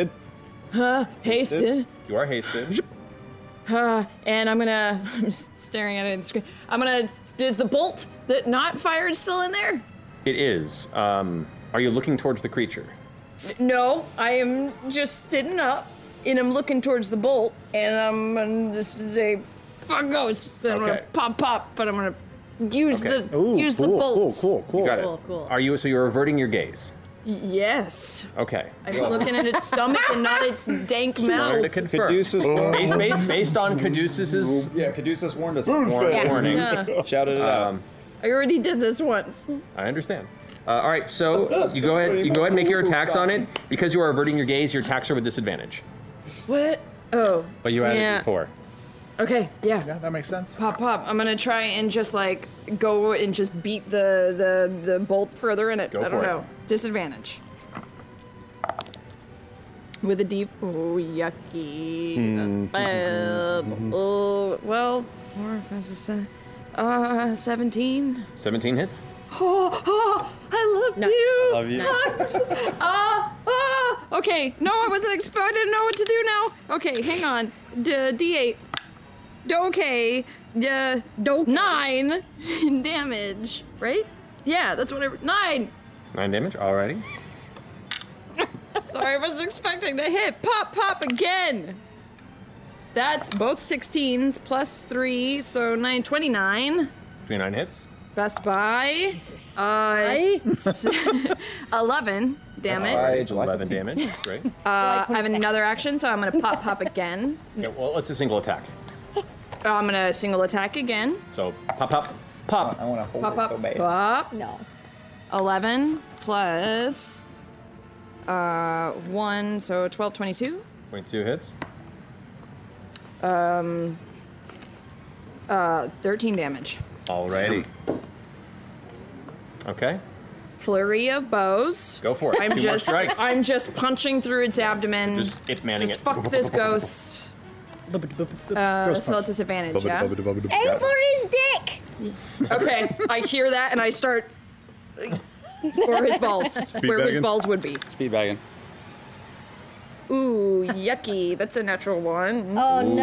huh, hasted. You are hasted. Uh, and I'm gonna. I'm s- staring at it in the screen. I'm gonna. Is the bolt that not fired still in there? It is. Um, are you looking towards the creature? No, I am just sitting up and I'm looking towards the bolt and I'm gonna just say, fuck ghosts. And I'm Okay. gonna pop, pop, but I'm gonna use Okay. the use the bolt. cool, cool. You got Cool, it. cool. Are you so you're averting your gaze? Y- Yes. Okay. I'm looking at its stomach and not its dank Just wanted mouth. to confirm. Caduceus- based, based, based on Caduceus's Yeah, Caduceus warned us. Spoon warn- fed. warning, Yeah. Shouted it out. I already did this once. I understand. Uh, all right, so you go ahead. You go ahead and make your attacks on it because you are averting your gaze. Your attacks are with disadvantage, What? Oh. but you added Yeah. before. Okay, yeah. Yeah, that makes sense. Pop pop. I'm gonna try and just like go and just beat the the, the bolt further in it. Go I don't for it. know. Disadvantage. With a deep oh yucky. Mm-hmm. Hmm. That's bad. Oh well, four, five, six, seven. Uh seventeen. Seventeen hits. Oh, oh, I love you. Love you. Ah, ah, okay. No, I wasn't expo- I didn't know what to do now. Okay, hang on. D D8. Okay. D- Nine damage, right? Yeah, that's what I. Nine. Nine damage. Alrighty. Sorry, I was expecting to hit. Pop, pop again. That's both 16s plus three, so nine, 29. Twenty nine hits. Best Buy. Uh, 11 damage. Alright, Eleven damage. Great. Uh, I have another action, so I'm gonna pop pop again. Uh, Okay, well, it's a single attack. I'm gonna single attack again. So pop, pop, pop. I want to Pop pop pop. No. Eleven plus uh one, so 12, 22. Twenty-two hits. Um, uh, 13 damage. Alrighty. Okay. Flurry of bows. Go for it. I'm Two more just strikes. I'm just punching through its abdomen. Just it's manning Just it. fuck this ghost. Uh, Ghost so punch. it's disadvantage, yeah? Got it. his dick! Okay, I hear that and I start Or his balls. Speed where his bagging. balls would be. Speedbagging. Ooh, yucky. That's a natural one. Oh,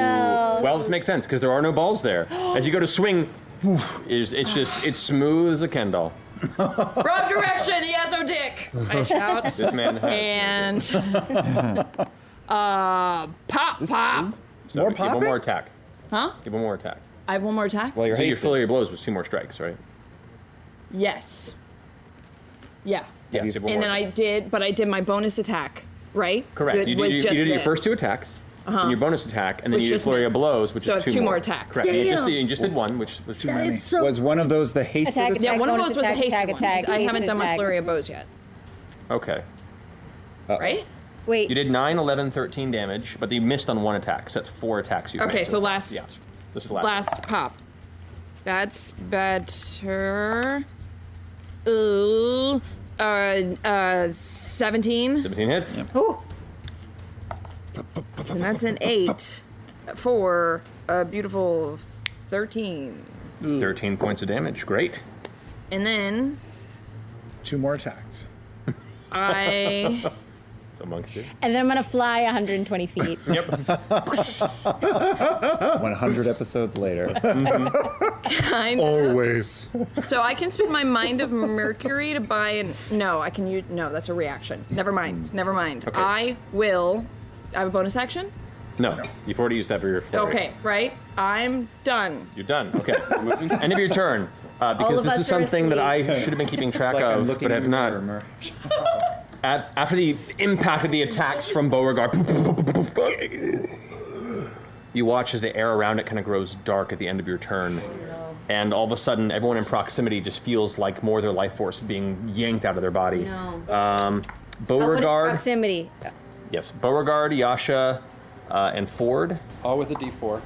Well, this makes sense because there are no balls there. As you go to swing, woof, it's, it's just it's smooth as a Ken doll. Wrong direction. He has no dick. I shout. This man has no dick. And uh, pop, pop. So more Give one more attack. Huh? Give one more attack. I have one more attack. Well, so your fill of your blows was two more strikes, right? Yes. Yeah. Yeah. so one and more then I did, but I did my bonus attack, right? Correct. It You was did, you, just you did your this. first two attacks, Uh-huh. and your bonus attack, and then Which you did just flurry of missed. blows, which So is two, two more attacks. Correct. And You just, Damn. you just did one, which was too That many. is so- Was one of those the hasted yeah, attack? one of bonus those was a attack, hasted attack, one. attack, I haven't hasted done my attack. flurry of bows yet. Okay. Right? Wait. You did 9, 11, 13 damage, but you missed on one attack, so that's four attacks you Okay, made. so last- Yeah. This is the last. Last, pop. That's better. Ooh, uh, uh, seventeen. 17 hits. Ooh. And that's an eight for a beautiful thirteen. 13 points of damage. Great. And then Two more attacks. I So monks do. And then I'm gonna fly 120 feet. Yep. 100 episodes later. kind Always. So I can spend my mind of Mercury to buy an. No, I can use. No, that's a reaction. Never mind. Never mind. Okay. I will. I have a bonus action? No, you've already used that for your flurry. Okay, right? I'm done. You're done. Okay. End of your turn. Uh, All because of this us is are something that I asleep. should have been keeping track Like I'm of, looking but have in the not. At, after the impact of the attacks from Beauregard, you watch as the air around it kind of grows dark at the end of your turn. And all of a sudden, everyone in proximity just feels like more of their life force being yanked out of their body. No. Um, Oh, what is Beauregard. proximity? Yes, Beauregard, Yasha, uh, and Ford. All with a D4. Uh,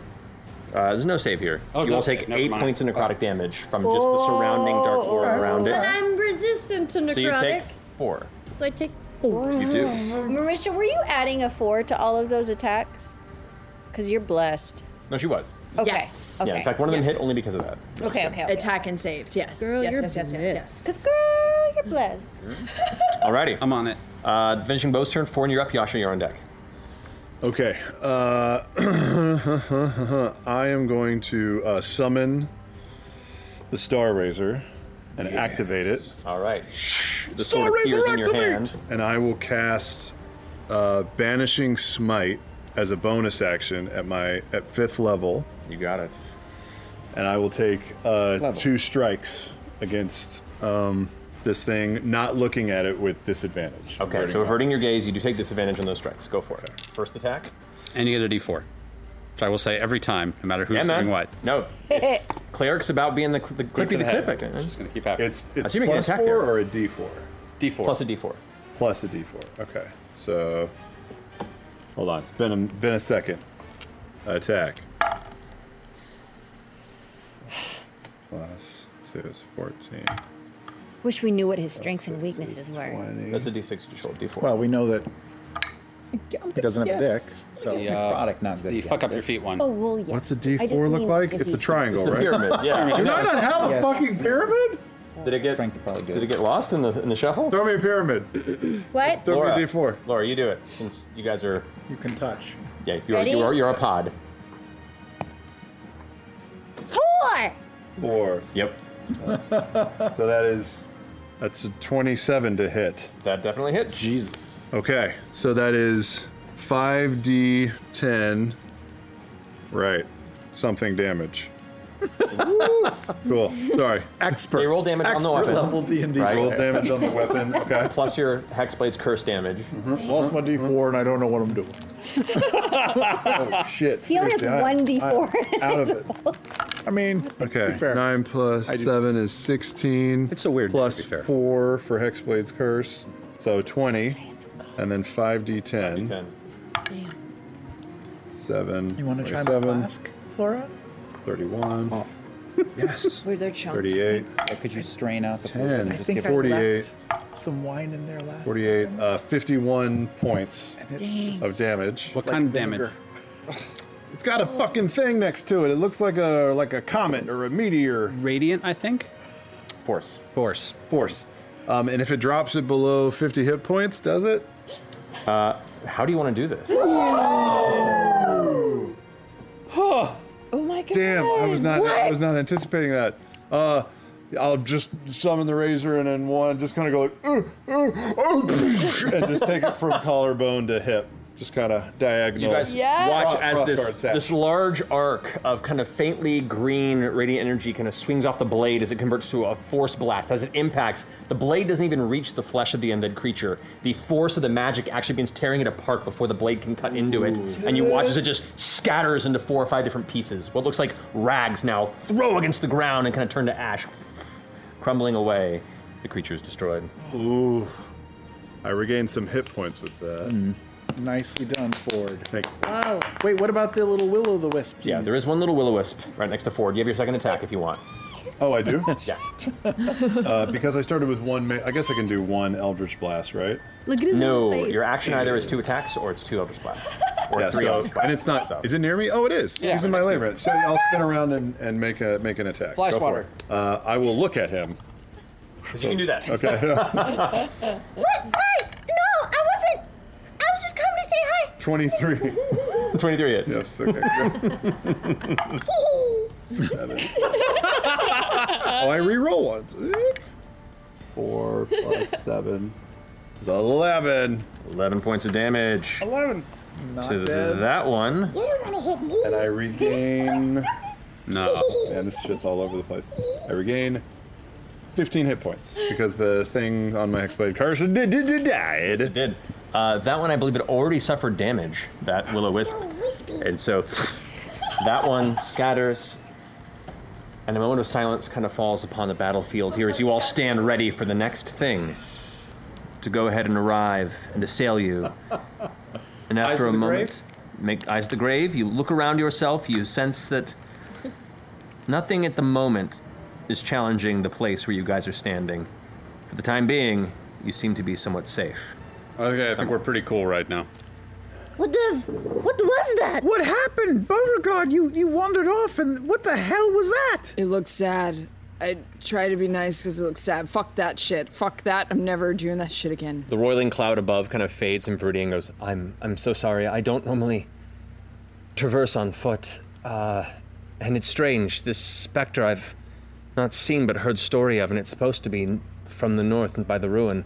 there's no save here. you no will save. take Never eight mind. points of necrotic damage from just the surrounding dark Oh. aura around But it. I'm resistant to Oh, necrotic. So you take four. So I take four. You do. Marisha, were you adding a four to all of those attacks? Because you're blessed. No, she was. Okay. Yes. Okay. Yeah, in fact, one of them hit only because of that. Okay, okay. Attack and saves, yes. Girl, yes, you're yes, yes, yes, yes. Because, girl, you're blessed. Alrighty. I'm on it. Uh, the finishing bow's turn. Four and you're up. Yasha, you're on deck. Okay. Uh, I am going to uh, summon the Star Razor and activate it. All right. The sword appears in your hand. And I will cast uh, Banishing Smite as a bonus action at my at fifth level. You got it. And I will take uh, two strikes against um, this thing, not looking at it with disadvantage. Okay, so averting your gaze, you do take disadvantage on those strikes. Go for it. First attack. And you get a D4. Which I will say every time, no matter who's doing what. No. It's, cleric's about being the, cl- the clippy to the the clip. head. I think. It's just gonna keep happening. It's- It's I assume you can plus attack four there. or a D4? D4. Plus a D4. Plus a D4. Okay. So, hold on. Been a, been a second. Attack. Plus two is 14. Wish we knew what his strengths and weaknesses were. That's a D6 you just rolled. D4. Well, we know that he doesn't have a dick, Yes. so The, uh, product not it's good. the fuck up your feet one. Oh, well, yeah. What's a I just D4 look mean like? if It's he- a triangle, It's the right? pyramid, yeah. Do I not have a Yeah. fucking pyramid? Did it get? Did it get lost in the in the shuffle? Throw me a pyramid. What? Throw me a Laura, D4. Laura, you do it since you guys are. You can touch. Yeah, you are. Ready? You are. You're a pod. Four! Four. Yep. so that is. That's a 27 to hit. That definitely hits. Jesus. Okay, so that is 5d10. Right. Something damage. cool. Sorry. Expert. roll damage Expert on the weapon. level D&D. Roll damage on the weapon. Okay. Mm-hmm. Plus your hexblade's curse damage. Lost my D4 and I don't know what I'm doing. oh, shit. He only has seriously, I- one D4. I'm out of it. I mean, okay. Nine plus seven is sixteen. It's a weird. Plus four for Hexblade's curse, so twenty, and then five d ten. Seven. You want to try my seven? flask, Laura? Thirty-one. Yes. Were there chunks? Thirty-eight. Oh. could you strain out the Ten. I think I Forty-eight. left some wine in there last. Forty-eight. Uh, Fifty-one points And it's Dang. just- of damage. What kind of damage? It's got a fucking thing next to it. It looks like a like a comet or a meteor. Radiant, I think. Force. Force. Force. Um, and if it drops it below 50 hit points, does it? Uh, how do you want to do this? oh my god! Damn, I was not I was not anticipating that. Uh, I'll just summon the razor and then one just kind of go like, "Ugh, ugh, oh," and just take it from collarbone to hip, just kind of diagonal. You guys watch as this this large arc of kind of faintly green radiant energy kind of swings off the blade as it converts to a force blast. As it impacts, the blade doesn't even reach the flesh of the undead creature. The force of the magic actually begins tearing it apart before the blade can cut into it. And you watch as it just scatters into four or five different pieces. What looks like rags now throw against the ground and kind of turn to ash, crumbling away. The creature is destroyed. Ooh, I regained some hit points with that. Hmm. Nicely done, Ford. Thank Wow. Wait, what about the little will o' the wisp? Yeah, there is one little will o wisp right next to Ford. You have your second attack if you want. Oh, I do. yeah. Uh, because I started with one, ma- I guess I can do one Eldritch Blast, right? Look at his No, little face. your action either is two attacks or it's two Eldritch Blasts. Or yeah, three so- Eldritch Blasts, And it's not. so. Is it near me? Oh, it is. Yeah. He's in my lane range. So I'll spin around and, and make a make an attack. Flash Go for water. it. Uh, I will look at him. 'Cause you can do that. Okay. What? I no, I wasn't. I was just coming to say hi. Twenty-three. Twenty-three hits. Yes. Okay. Seven. oh, I re-roll once. Four plus seven is eleven. Eleven points of damage. Eleven. Not to bad. that one. You don't want to hit me. And I regain. No. And this shit's all over the place. I regain 15 hit points because the thing on my hexblade Carson did, did, did died. it did. Uh, that one, I believe, it already suffered damage. That will o wisp. And so that one scatters, and a moment of silence kind of falls upon the battlefield here as you all stand ready for the next thing to go ahead and arrive and assail you. And Eyes after of a the moment, make eyes of the grave. You look around yourself. You sense that nothing at the moment is challenging the place where you guys are standing. For the time being, you seem to be somewhat safe. Okay, I think we're pretty cool right now. What the? What was that? What happened, Beauregard? You you wandered off, and what the hell was that? It looks sad. I try to be nice because it looks sad. Fuck that shit. Fuck that. I'm never doing that shit again. The roiling cloud above kind of fades and Viridian goes, I'm I'm so sorry. I don't normally traverse on foot. Uh, and it's strange. This specter I've not seen but heard story of, and it's supposed to be n- from the north and by the ruin.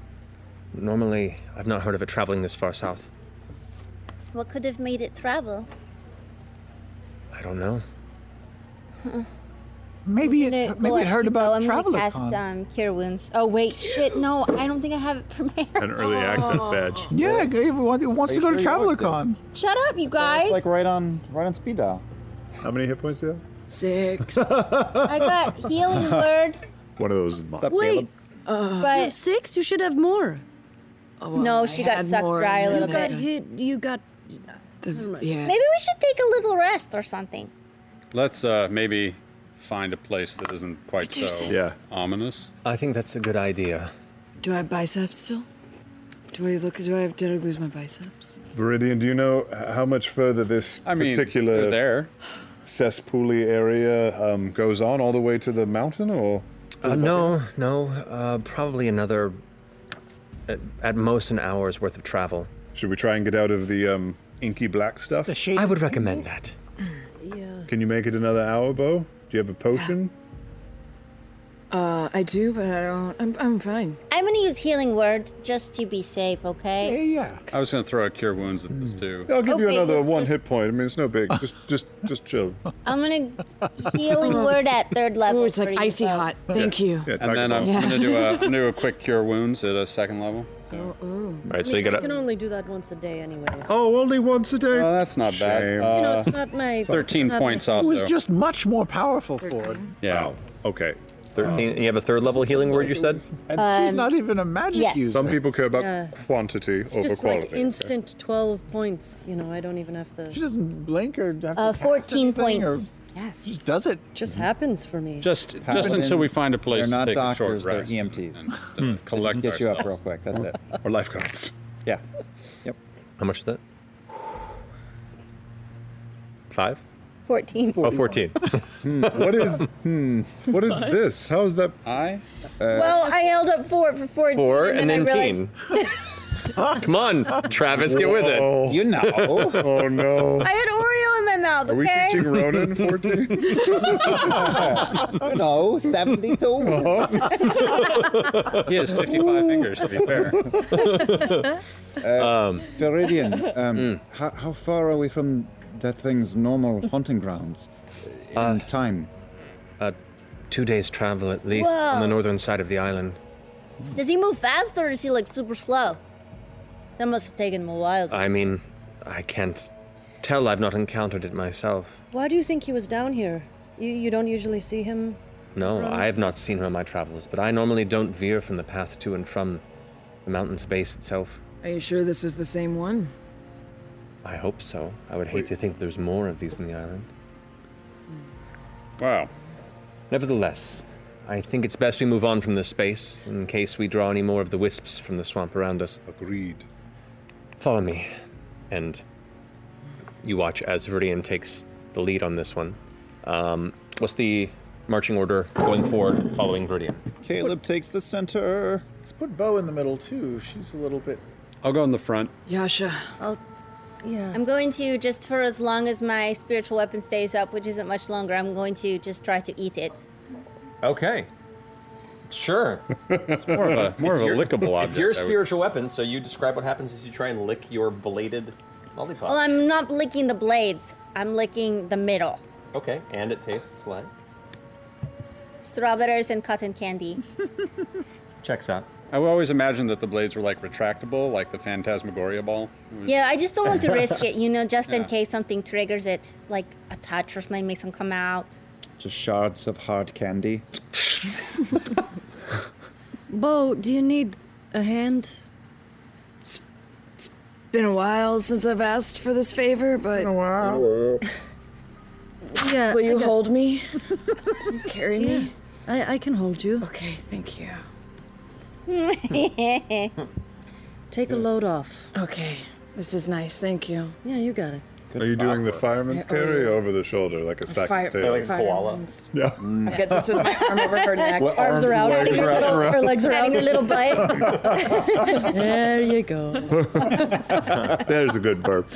Normally, I've not heard of it traveling this far south. What could have made it travel? I don't know. Maybe it, maybe it heard about Oh, I'm Traveler gonna cast Con. um, Cure Wounds. Oh wait, shit, no, I don't think I have it prepared. An early access Oh. badge. Yeah, it wants it wants Are you to go sure to you Traveler want to? Con. Shut up, you guys. right on right on speed dial. How many hit points do you have? Six. I got healing word, One of those is mine. Wait. Uh, but you have six. You should have more. Oh, no, she got sucked dry a you little got bit. hit. You got. Maybe we should take a little rest or something. Let's uh, maybe find a place that isn't quite so Caduceus. Yeah. ominous. I think that's a good idea. Do I have biceps still? Do I look? Do I have? Did I lose my biceps? Viridian, do you know h- how much further this I mean, particular they're there. cesspooly area um, goes on, all the way to the mountain, or? Uh, no, no. Uh, probably another, at, at most, an hour's worth of travel. Should we try and get out of the um, inky black stuff? The shade. I would recommend that. Can you make it another hour, Bo? Do you have a potion? Uh, I do, but I don't. I'm, I'm fine. I'm gonna use healing word just to be safe, okay? Yeah, yeah. I was going to throw a cure wounds at this too. I'll give you Okay, another let's- one hit point. I mean, it's no big. Just, just, just chill. I'm gonna healing word at third level. it's like icy hot. Thank you. and then I'm Yeah. going to do a, I'm gonna do a quick cure wounds at a second level. Right, I mean, I can only do that once a day, anyways. Oh, only once a day. Oh, that's not bad. You know, Uh, it's not my. Thirteen not my- points It also. was just much more powerful, Ford. Um, yeah. Okay. Thirteen. and you have a third level healing word. You said. And she's Um, not even a magic yes. user. Some people care about Yeah. quantity It's over just quality. like instant 12 points. You know, I don't even have to. She doesn't blink or have uh, 14 points. yes. Just does it. Just happens for me. Just, just until we find a place They're to not take doctors, a short they're E rest. EMTs. and, uh, collect Hmm. Get you up ourselves. real quick. That's it. Or lifeguards. Yeah. Yep. How much is that? Five. 14. Oh, 14. Hmm, what is hmm, what is Five. this? How is that? I. Uh, uh, well, I held up four for 14. Four and then I realized- teen. Come on, Travis, get with Whoa. it. You know. Oh no. I had Oreo in my mouth, Are we okay? teaching Ronan 14? no, 72. he has 55 fingers, to be fair. um, Viridian, um, how, how far are we from that thing's normal hunting grounds in time? Uh, two days travel at least on the Whoa. northern side of the island. Does he move faster or is he like super slow? That must have taken him a while. I mean, I can't tell. I've not encountered it myself. Why do you think he was down here? You, you don't usually see him. No, Right. I have not seen her on my travels, but I normally don't veer from the path to and from the mountain's base itself. Are you sure this is the same one? I hope so. I would hate to think there's more of these in the island. Wow. Nevertheless, I think it's best we move on from this space in case we draw any more of the wisps from the swamp around us. Agreed. Follow me. And you watch as Viridian takes the lead on this one. Um, what's the marching order going forward following Viridian? Caleb takes the center. Let's put Bo in the middle too. She's a little bit. I'll go in the front. Yasha. I'll, yeah. I'm going to just for as long as my spiritual weapon stays up, which isn't much longer. I'm going to just try to eat it. Okay. Sure. It's more of a- more of a your- lickable object, It's your I would- spiritual weapon, so you describe what happens as you try and lick your bladed lollipop. Well, I'm not licking the blades. I'm licking the middle. Okay, and it tastes like. Strawberries and cotton candy. Checks out. I always imagined that the blades were like retractable, like the Phantasmagoria ball. It was- yeah, I just don't want to risk it, you know, just in Yeah. case something triggers it, like a touch or something makes them come out. Just shards of hard candy. Bo, do you need a hand? Been a while since I've asked for this favor, but. Been a while. Yeah. Will you I got- hold me? Carry me? I, I can hold you. Okay, thank you. Take a load off. Okay, this is nice. Thank you. Yeah, you got it. Are you doing the fireman's Yeah, carry or- or over the shoulder like a sack fire- of potatoes? Like a koala. Yeah. Mm. I've got this is my arm over her neck. What, arms and legs Patting her wrapped little- around? her legs around. Patting her little butt. There you go. There's a good burp.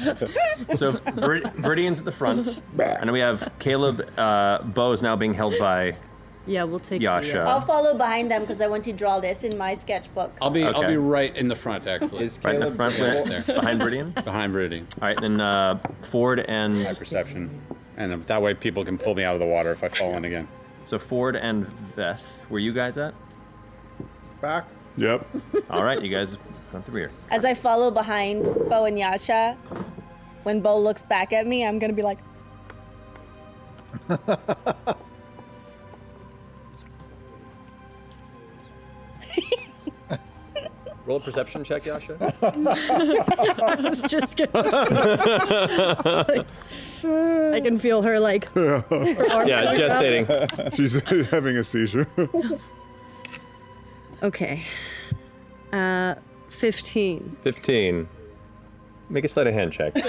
So Vir- Viridian's at the front, and we have Caleb. Uh, Bo is now being held by. Yeah, we'll take uh, the- Yasha. I'll follow behind them because I want to draw this in my sketchbook. I'll be I'll Okay. be right in the front actually. Is Right in the front, with- behind Viridian. Behind Viridian. All right, then uh, Ford and my perception, and um, that way people can pull me out of the water if I fall in again. So Ford and Beth, were you guys at? Back. Yep. All right, you guys at the rear. As I follow behind Bo and Yasha, when Bo looks back at me, I'm gonna be like, Roll a perception check, Yasha. I was just gonna. I can feel her like. yeah, gestating. She's having a seizure. Okay. Uh, 15. Fifteen. Make a sleight of hand check. I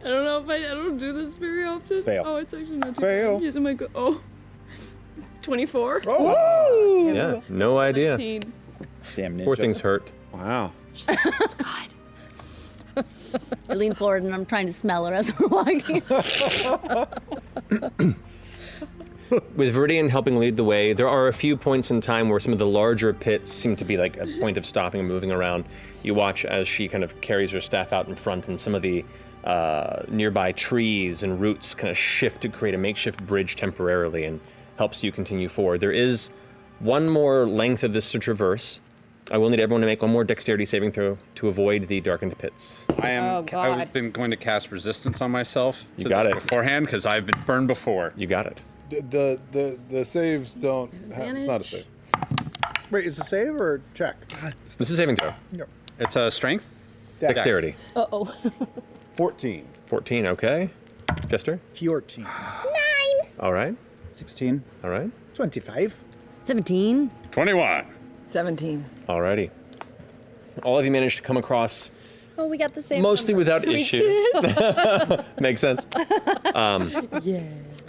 don't know if I, I don't do this very often. Fail. Oh, it's actually not too Fail. bad. I'm using my go- oh. 24. Oh. Woo! Yeah, no idea. 19. Damn Poor thing's hurt. Wow. "Oh, I lean forward and I'm trying to smell her as we're walking. With Viridian helping lead the way, there are a few points in time where some of the larger pits seem to be like a point of stopping and moving around. You watch as she kind of carries her staff out in front, and some of the uh, nearby trees and roots kind of shift to create a makeshift bridge temporarily and helps you continue forward. There is one more length of this to traverse. I will need everyone to make one more dexterity saving throw to avoid the darkened pits. I am. Oh, God. I've been going to cast resistance on myself. You to got this it. beforehand because I've been burned before. You got it. D- The the the saves don't. Ha- it's not a Advantage. save. Wait, is it save or check? This is saving throw. Yep. It's uh, a strength? Dex. Dexterity. Uh oh. 14. 14, okay. Jester? 14. All right. 16. All right. 25. 17. 21. 17. Alrighty. All of you managed to come across Oh, we got the same. Mostly without issue. Makes sense. Um, yeah.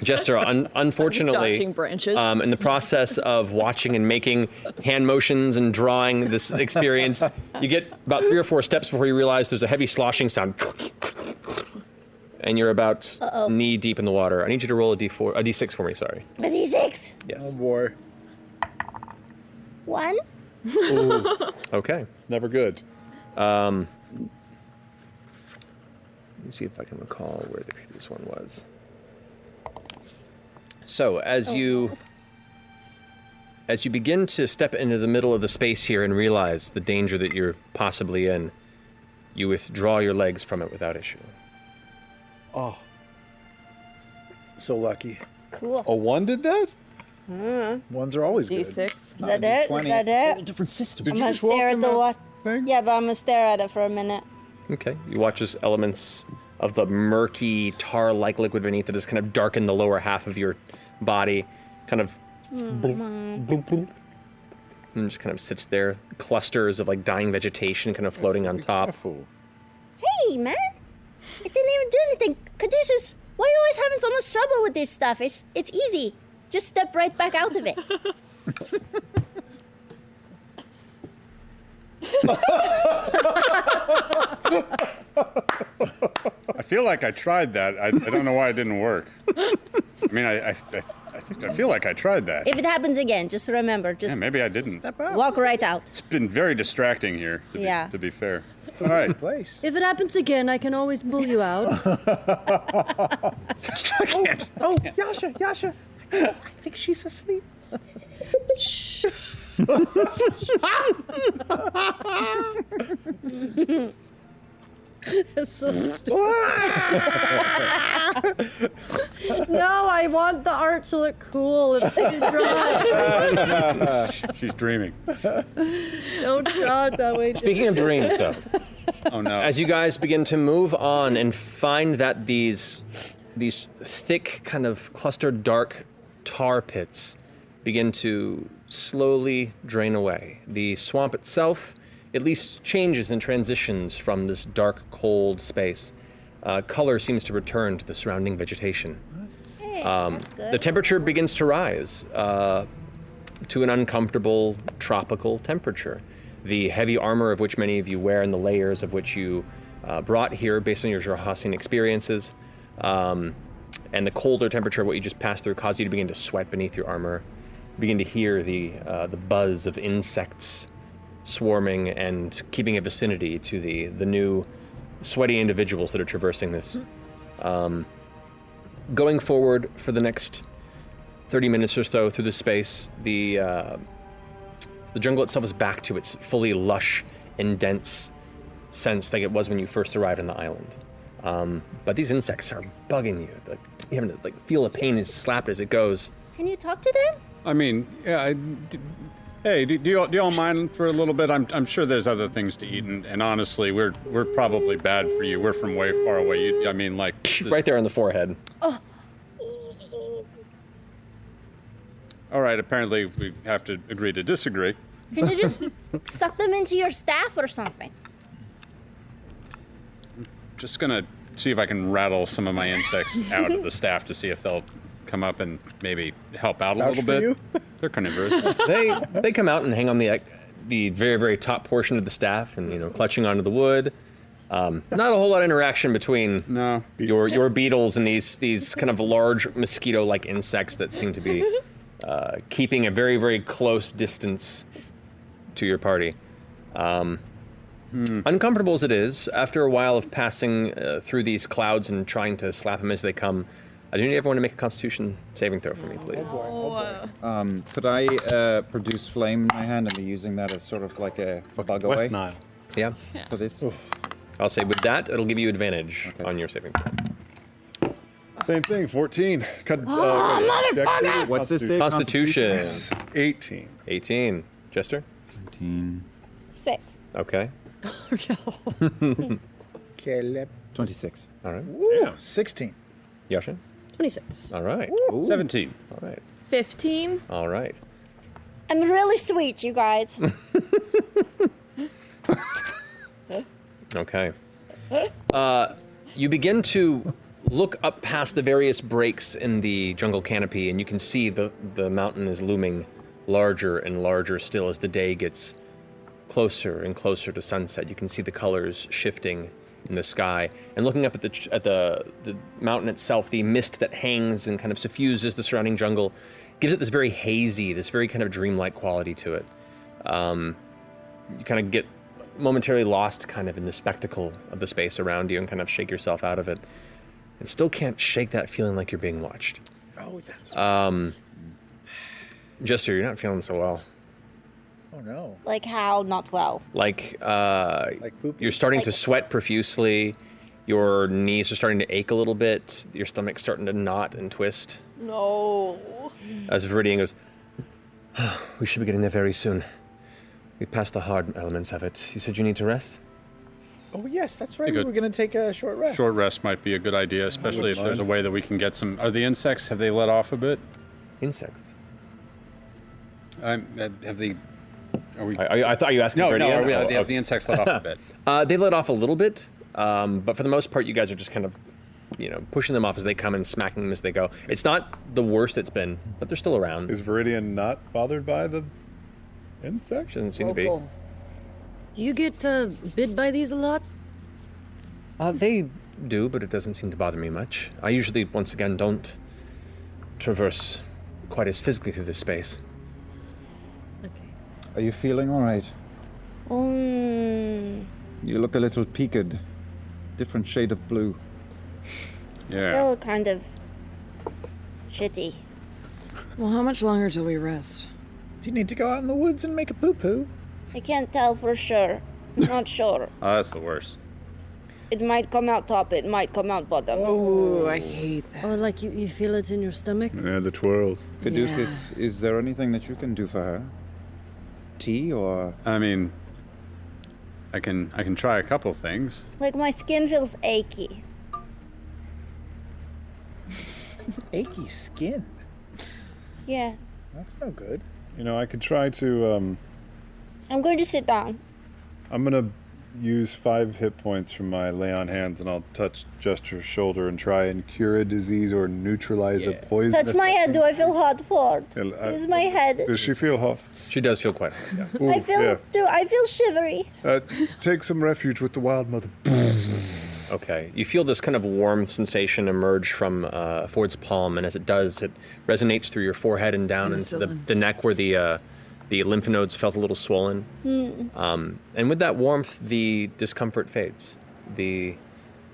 Jester, un- unfortunately, dodging branches. Um, in the process of watching and making hand motions and drawing this experience, you get about three or four steps before you realize there's a heavy sloshing sound, and you're about Uh-oh. knee deep in the water. I need you to roll a d4, a d6 for me. Sorry. A D6. Yes. Oh boy. One. Okay. It's never good. Um, let me see if I can recall where the previous one was. So as you as you begin to step into the middle of the space here and realize the danger that you're possibly in, you withdraw your legs from it without issue. Oh. So lucky. Cool. Oh. A one did that? Hmm. Mm. Ones are always good. D6. Is that it? Is that it? different system. I'm gonna stare at the water. Yeah, but I'm gonna stare at it for a minute. Okay. You watch as elements of the murky, tar like liquid beneath it has kind of darkened the lower half of your body, kind of bloop, bloop, bloop, and just kind of sits there, clusters of like dying vegetation kind of floating on top. Hey, man! It didn't even do anything. Caduceus, why are you always having so much trouble with this stuff? It's it's easy. Just step right back out of it. I feel like I tried that. I, I don't know why it didn't work. I mean, I, I, I, I think I feel like I tried that. If it happens again, just remember, Yeah, just maybe I didn't. walk right out. It's been very distracting here. To Yeah. Be, to be fair. All right. Place. If it happens again, I can always pull you out. Oh, Yasha, Yasha. I think she's asleep. That's so stupid. no, I want the art to look cool and Sh- She's dreaming. Don't draw it that way. Speaking of dreams, though. Oh no. As you guys begin to move on and find that these these thick, kind of clustered, dark tar pits begin to slowly drain away. The swamp itself, at least, changes and transitions from this dark, cold space. Uh, color seems to return to the surrounding vegetation. Um, the temperature begins to rise uh, to an uncomfortable tropical temperature. The heavy armor of which many of you wear and the layers of which you uh, brought here based on your Jorhassian experiences, um, and the colder temperature of what you just passed through cause you to begin to sweat beneath your armor, begin to hear the, uh, the buzz of insects swarming and keeping a vicinity to the, the new sweaty individuals that are traversing this. Um, going forward for the next 30 minutes or so through the space, the uh, the jungle itself is back to its fully lush and dense sense like it was when you first arrived on the island. Um, but these insects are bugging you, like you having to like feel a pain and slap it as it goes. Can you talk to them? I mean, yeah. I, d- hey, do, do, you, do you all mind for a little bit? I'm, I'm sure there's other things to eat, and, and honestly, we're we're probably bad for you. We're from way far away. You, I mean, like right there on the forehead. All right. Apparently, we have to agree to disagree. Can you just suck them into your staff or something? Just gonna see if I can rattle some of my insects out of the staff to see if they'll come up and maybe help out a Vouch little for bit. you? They're carnivorous. they they come out and hang on the like, the very very top portion of the staff, and you know, clutching onto the wood. Um, not a whole lot of interaction between your your beetles and these these kind of large mosquito like insects that seem to be uh, keeping a very very close distance to your party. Um, Hmm. Uncomfortable as it is, after a while of passing uh, through these clouds and trying to slap them as they come, I do need everyone to make a Constitution saving throw for me, please. Oh, Um, could I uh, produce flame in my hand and be using that as sort of like a bug away? West Nile. Yeah. For this. I'll say with that, it'll give you advantage on your saving throw. Same thing, 14. Cut, uh, Ah, Oh, wait, deck motherfucker! three, What's this save? Constitution. Yes, 18. 18. Jester? 19. Six. Okay. Caleb. 26. All right. Ooh, 16. Yasha? 26. All right. Ooh. 17. All right. 15. All right. I'm really sweet, you guys. Okay. Uh, you begin to look up past the various breaks in the jungle canopy, and you can see the, the mountain is looming larger and larger still as the day gets closer and closer to sunset. You can see the colors shifting in the sky, and looking up at the ch- at the the mountain itself, the mist that hangs and kind of suffuses the surrounding jungle gives it this very hazy, this very kind of dreamlike quality to it. Um, you kind of get momentarily lost kind of in the spectacle of the space around you and kind of shake yourself out of it and still can't shake that feeling like you're being watched Oh, that's. um jester you're not feeling so well Oh no. Like how not well. like uh you're starting to sweat profusely your knees are starting to ache a little bit your stomach's starting to knot and twist No. as Viridian goes we should be getting there very soon we passed the hard elements of it you said you need to rest Oh yes, that's right. Hey, We good. were gonna take a short rest. Short rest might be a good idea, especially if there's a mind. way that we can get some. Are the insects? Have they let off a bit? Insects. I'm. uh, Have they? Are we? I, I thought you asked. No, no. Are we, have the insects let off a bit? Oh, uh, they let off a little bit, um, but for the most part, you guys are just kind of, you know, pushing them off as they come and smacking them as they go. It's not the worst it's been, but they're still around. Is Viridian not bothered by the insect? Doesn't seem to be. Do you get uh, bid by these a lot? Uh, they do, but it doesn't seem to bother me much. I usually, once again, don't traverse quite as physically through this space. Are you feeling all right? Mm. Um, You look a little peaked. Different shade of blue. Still kind of shitty. Well, how much longer till we rest? Do you need to go out in the woods and make a poo poo? I can't tell for sure. Not sure. Oh, that's the worst. It might come out top. It might come out bottom. Oh, I hate that. Or like you, you feel it in your stomach? Yeah, the twirls. Caduceus, Yeah. is there anything that you can do for her? Tea or? I mean, I can. I can try a couple things. Like my skin feels achy. Achy skin. Yeah. That's no good. You know, I could try to. Um, I'm going to sit down. I'm gonna use five hit points from my lay on hands, and I'll touch Jester's shoulder and try and cure a disease or neutralize a poison. Touch my head. Do I feel hot for it? And I- Use my head. Does she feel hot? She does feel quite hot. Yeah. I feel yeah. do I feel shivery. Uh, take some refuge with the wild mother. Okay. You feel this kind of warm sensation emerge from uh, Ford's palm, and as it does, it resonates through your forehead and down into the, Penicillin. the neck where the uh, the lymph nodes felt a little swollen. Hmm. Um, and with that warmth, the discomfort fades. The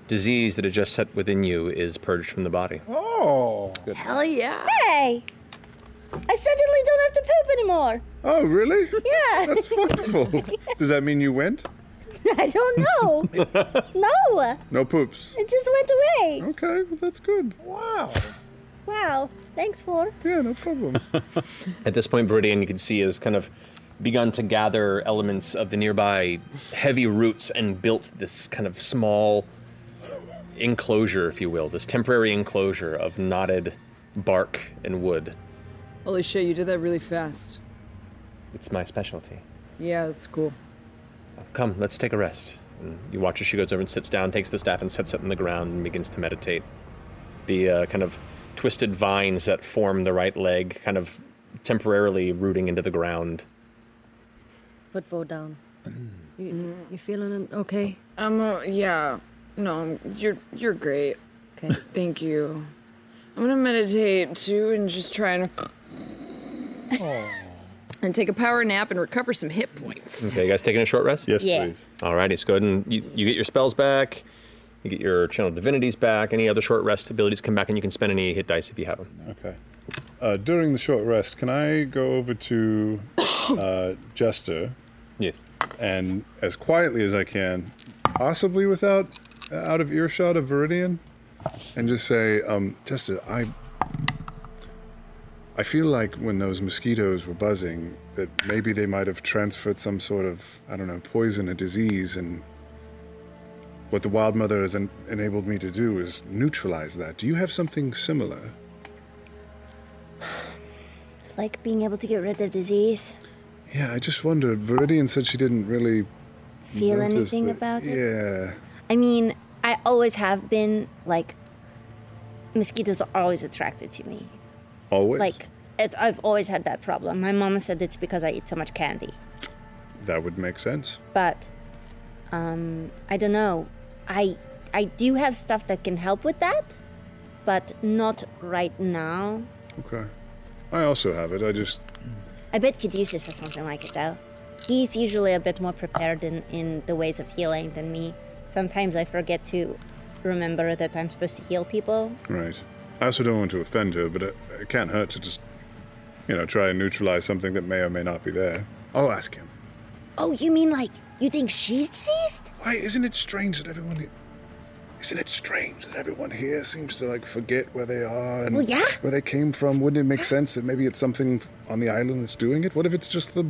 disease that had just set within you is purged from the body. Oh. Good. Hell yeah. Hey! I suddenly don't have to poop anymore. Oh, really? Yeah. That's wonderful. Does that mean you went? I don't know. no. No poops. It just went away. Okay, well, that's good. Wow. Wow. Thanks, Ford. Yeah, no problem. At this point, Viridian, you can see, has kind of begun to gather elements of the nearby heavy roots and built this kind of small enclosure, if you will, this temporary enclosure of knotted bark and wood. Holy shit, you did that really fast. It's my specialty. Yeah, that's cool. Come, let's take a rest. And you watch as she goes over and sits down, takes the staff and sets it on the ground and begins to meditate. The uh, kind of twisted vines that form the right leg kind of temporarily rooting into the ground. Put bow down. you, you feeling okay? I'm uh, yeah. No, I'm- you're you're great. Okay. Thank you. I'm gonna meditate too and just try and and take a power nap and recover some hit points. Okay, you guys taking a short rest? Yes, Yeah. please. Alrighty, so go ahead and you, you get your spells back, you get your channel divinities back, any other short rest abilities come back, and you can spend any hit dice if you have them. Okay. Uh, during the short rest, can I go over to uh, Jester? Yes. And as quietly as I can, possibly without uh, out of earshot of Viridian, and just say, um, Jester, I I feel like when those mosquitoes were buzzing, that maybe they might have transferred some sort of, I don't know, poison or disease. And what the Wild Mother has en- enabled me to do is neutralize that. Do you have something similar? It's like being able to get rid of disease. Yeah, I just wondered. Viridian said she didn't really feel Notice anything that- about it? Yeah. I mean, I always have been like mosquitoes are always attracted to me. Always. Like it's I've always had that problem. My mama said it's because I eat so much candy. that would make sense. But um I don't know. I I do have stuff that can help with that, but not right now. Okay. I also have it. I just I bet Caduceus has something like it though. He's usually a bit more prepared in, in the ways of healing than me. Sometimes I forget to remember that I'm supposed to heal people. right. I also don't want to offend her, but it, it can't hurt to just, you know, try and neutralize something that may or may not be there. I'll ask him. Oh, you mean like you think she's diseased? Why isn't it strange that everyone? Isn't it strange that everyone here seems to like forget where they are and Well, yeah. where they came from? Wouldn't it make sense that maybe it's something on the island that's doing it? What if it's just the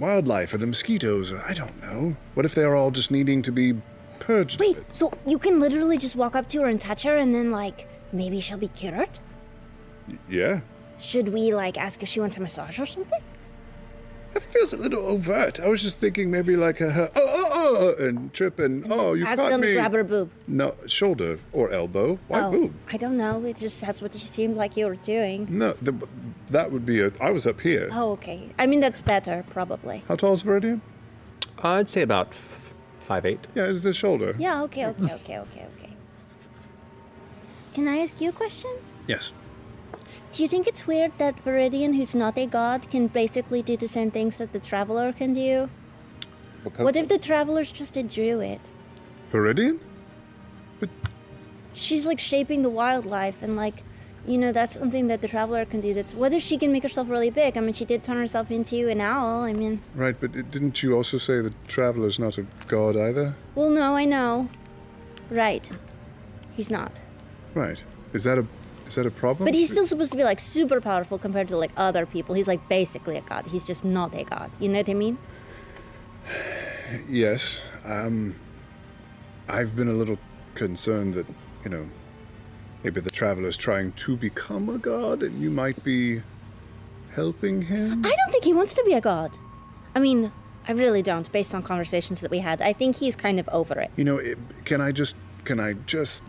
wildlife or the mosquitoes or I don't know? What if they are all just needing to be purged? Wait, so you can literally just walk up to her and touch her and then like maybe she'll be cured? Yeah. Should we like ask if she wants a massage or something? That feels a little overt. I was just thinking maybe like a, oh, oh, oh, and trip and, oh, you Mm-hmm. ask caught them me. to grab her boob. No, shoulder or elbow. Why oh, boob? I don't know. It just that's what you seemed like you were doing. No, the, that would be a, I was up here. Oh, okay. I mean that's better probably. How tall is Viridian? I'd say about f- five eight. Yeah, is the shoulder. Yeah, okay, okay, okay, okay, okay. Can I ask you a question? Yes. Do you think it's weird that Viridian, who's not a god, can basically do the same things that the traveler can do? What if the traveler's just a druid? Viridian? She's like shaping the wildlife and like, you know, that's something that the traveler can do. That's whether she can make herself really big. I mean, she did turn herself into an owl. I mean, Right, but it- didn't you also say the traveler's not a god either? well, no, I know. Right. He's not. Right. Is that a is that a problem? But he's still supposed to be like super powerful compared to like other people. He's like basically a god. He's just not a god. You know what I mean? Yes. Um I've been a little concerned that, you know, maybe the traveler's trying to become a god and you might be helping him. I don't think he wants to be a god. I mean, I really don't, based on conversations that we had. I think he's kind of over it. You know, it, can I just can I just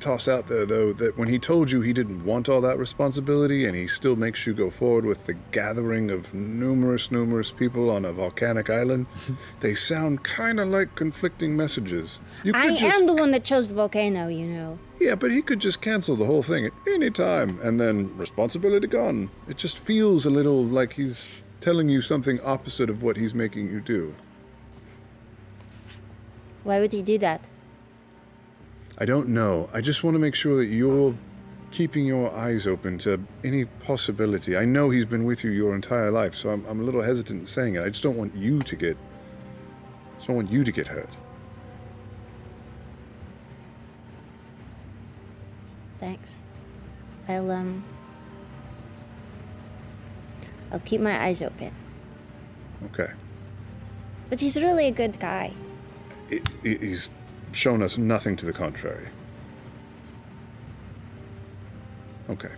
toss out there though that when he told you he didn't want all that responsibility and he still makes you go forward with the gathering of numerous numerous people on a volcanic island, they sound kind of like conflicting messages. You could I just am the one that chose the volcano, you know. yeah, but he could just cancel the whole thing at any time and then responsibility gone. It just feels a little like he's telling you something opposite of what he's making you do. Why would he do that? I don't know. I just want to make sure that you're keeping your eyes open to any possibility. I know he's been with you your entire life, so I'm, I'm a little hesitant in saying it. I just don't want you to get. I don't want you to get hurt. Thanks. I'll um I'll keep my eyes open. Okay. But he's really a good guy. It, it, he's shown us nothing to the contrary. Okay.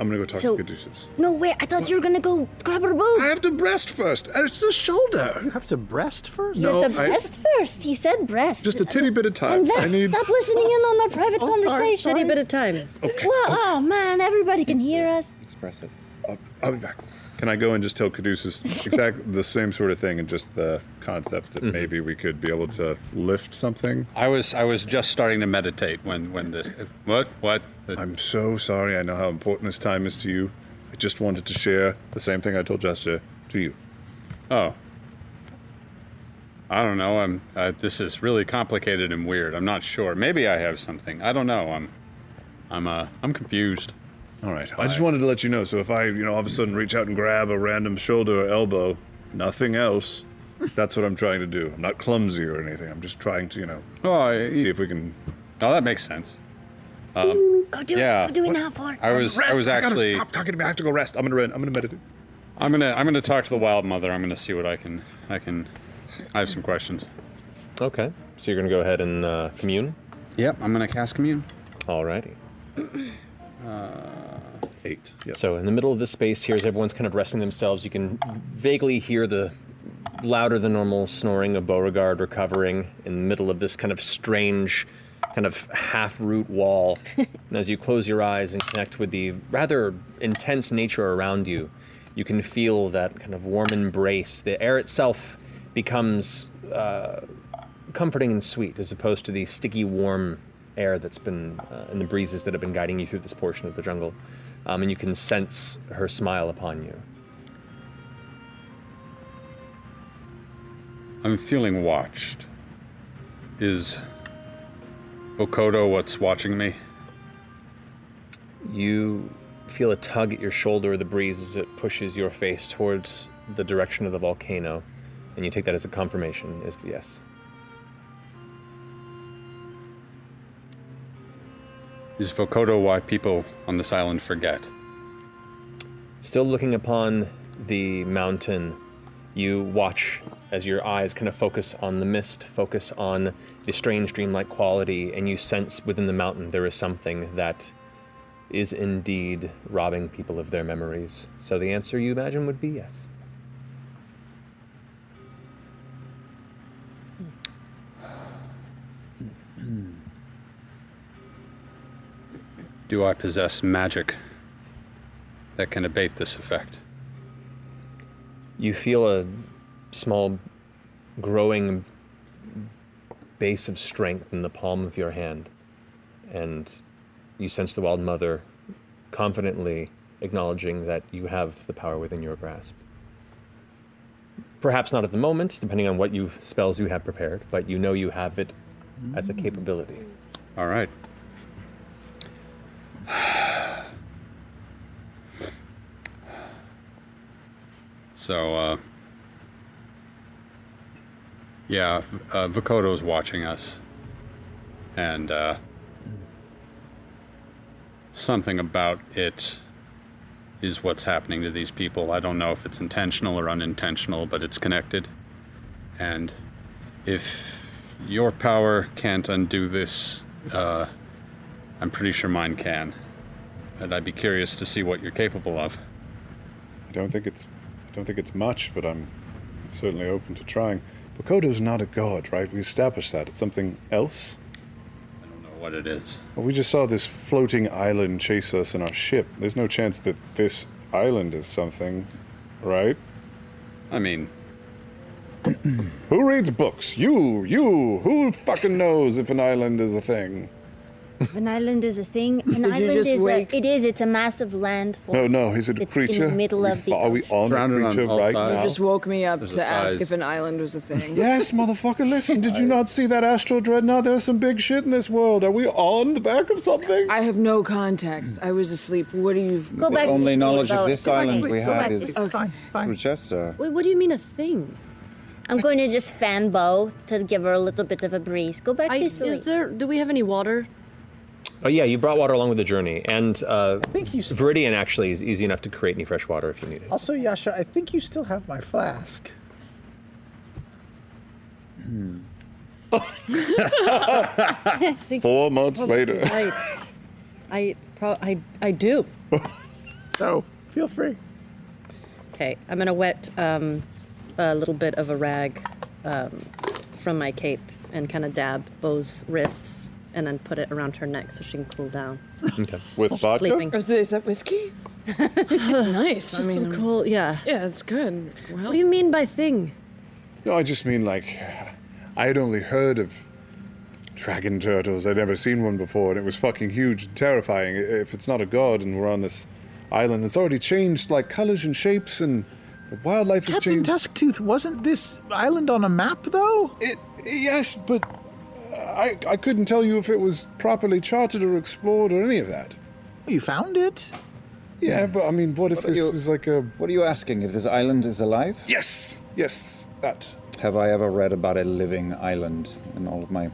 I'm gonna go talk So- to Caduceus. No way, I thought you were gonna go grab her boob. I have to breast first. It's the shoulder. You have to breast first? You have No, to I- breast first. He said breast. Just a titty bit of time. And I need. Oh, Stop listening in on our private conversation. sorry. bit of time. Okay, Well, oh man, everybody can hear us. Express it. I'll, I'll be back. Can I go and just tell Caduceus exactly the same sort of thing and just the concept that maybe we could be able to lift something? I was I was just starting to meditate when when this what what I'm so sorry. I know how important this time is to you. I just wanted to share the same thing I told Jester to you. oh I don't know I'm uh, this is really complicated and weird I'm not sure maybe I have something I don't know I'm I'm uh I'm confused. All right. I just wanted to let you know. So if I, you know, all of a sudden reach out and grab a random shoulder or elbow, nothing else. That's what I'm trying to do. I'm not clumsy or anything. I'm just trying to, you know, see if we can. Oh, that makes sense. Um, Go do it. yeah. Go do it now, Ford. I was I was actually Stop talking to me. I have to go rest. I'm gonna run. I'm gonna meditate. I'm gonna I'm gonna talk to the wild mother. I'm gonna see what I can I can. I have some questions. Okay, so you're gonna go ahead and uh, commune. Yep, I'm gonna cast commune. Alrighty. Uh, Eight. So in the middle of this space here, as everyone's kind of resting themselves, you can vaguely hear the louder than normal snoring of Beauregard recovering in the middle of this kind of strange, kind of half root wall. and as you close your eyes and connect with the rather intense nature around you, you can feel that kind of warm embrace. The air itself becomes uh, comforting and sweet as opposed to the sticky, warm air that's been, uh, and the breezes that have been guiding you through this portion of the jungle. Um, and you can sense her smile upon you. I'm feeling watched. Is Okoto what's watching me? You feel a tug at your shoulder of the breeze as it pushes your face towards the direction of the volcano, and you take that as a confirmation, as yes. Is Vokodo why people on this island forget? Still looking upon the mountain, you watch as your eyes kind of focus on the mist, focus on the strange dreamlike quality, and you sense within the mountain there is something that is indeed robbing people of their memories. So the answer you imagine would be yes. Do I possess magic that can abate this effect? You feel a small growing base of strength in the palm of your hand, and you sense the Wild Mother confidently acknowledging that you have the power within your grasp. Perhaps not at the moment, depending on what you spells you have prepared, but you know you have it as a capability. All right. So, uh, yeah, uh, Vokodo's watching us. And, uh, something about it is what's happening to these people. I don't know if it's intentional or unintentional, but it's connected. And if your power can't undo this, uh, I'm pretty sure mine can. And I'd be curious to see what you're capable of. I don't think it's, I don't think it's much, but I'm certainly open to trying. Bokodo's not a god, right? We established that. It's something else. I don't know what it is. Well, we just saw this floating island chase us in our ship. There's no chance that this island is something, right? I mean, who reads books? You, you. Who fucking knows if an island is a thing? An island is a thing. Did An you island just is a, wake- it is. It's a massive land. No, no. Is it a It's creature? In the middle We of the. fo- Are we on the Surrounded on creature all right sides. now? You Just woke me up There's to a ask size. if an island was a thing. Yes, motherfucker, listen, did you not see that astral dreadnought? There's some big shit in this world. Are we on the back of something? I have no context. I was asleep. What do you? Go The back to only sleep, knowledge though. of this Go back to island sleep. we Go back have to is sleep. Fine, through Chester. Wait, what do you mean a thing? I'm going to just fan Bo to give her a little bit of a breeze. Go back I- to is sleep. there- Do we have any water? Oh yeah, you brought water along with the journey, and uh, I think you Viridian actually is easy enough to create any fresh water if you need it. Also, Yasha, I think you still have my flask. I think- Four months Probably later. right. I, pro- I, I do. so feel free. Okay, I'm gonna wet um, a little bit of a rag um, from my cape and kind of dab Bo's wrists and then put it around her neck so she can cool down. Okay. With vodka? Sleeping. Is, is that whiskey? it's nice. Just I mean, some cool, yeah. Yeah, it's good. Well, What do you mean by thing? No, I just mean like I had only heard of dragon turtles. I'd never seen one before, and it was fucking huge and terrifying. If it's not a god and we're on this island that's already changed like colors and shapes and the wildlife has Captain changed. Tusktooth, wasn't this island on a map, though? It, yes, but I, I couldn't tell you if it was properly charted or explored or any of that. Oh, You found it? Yeah, but I mean, what if are this you- is like a. What are you asking? If this island is alive? Yes, yes, that. Have I ever read about a living island in all of my mm.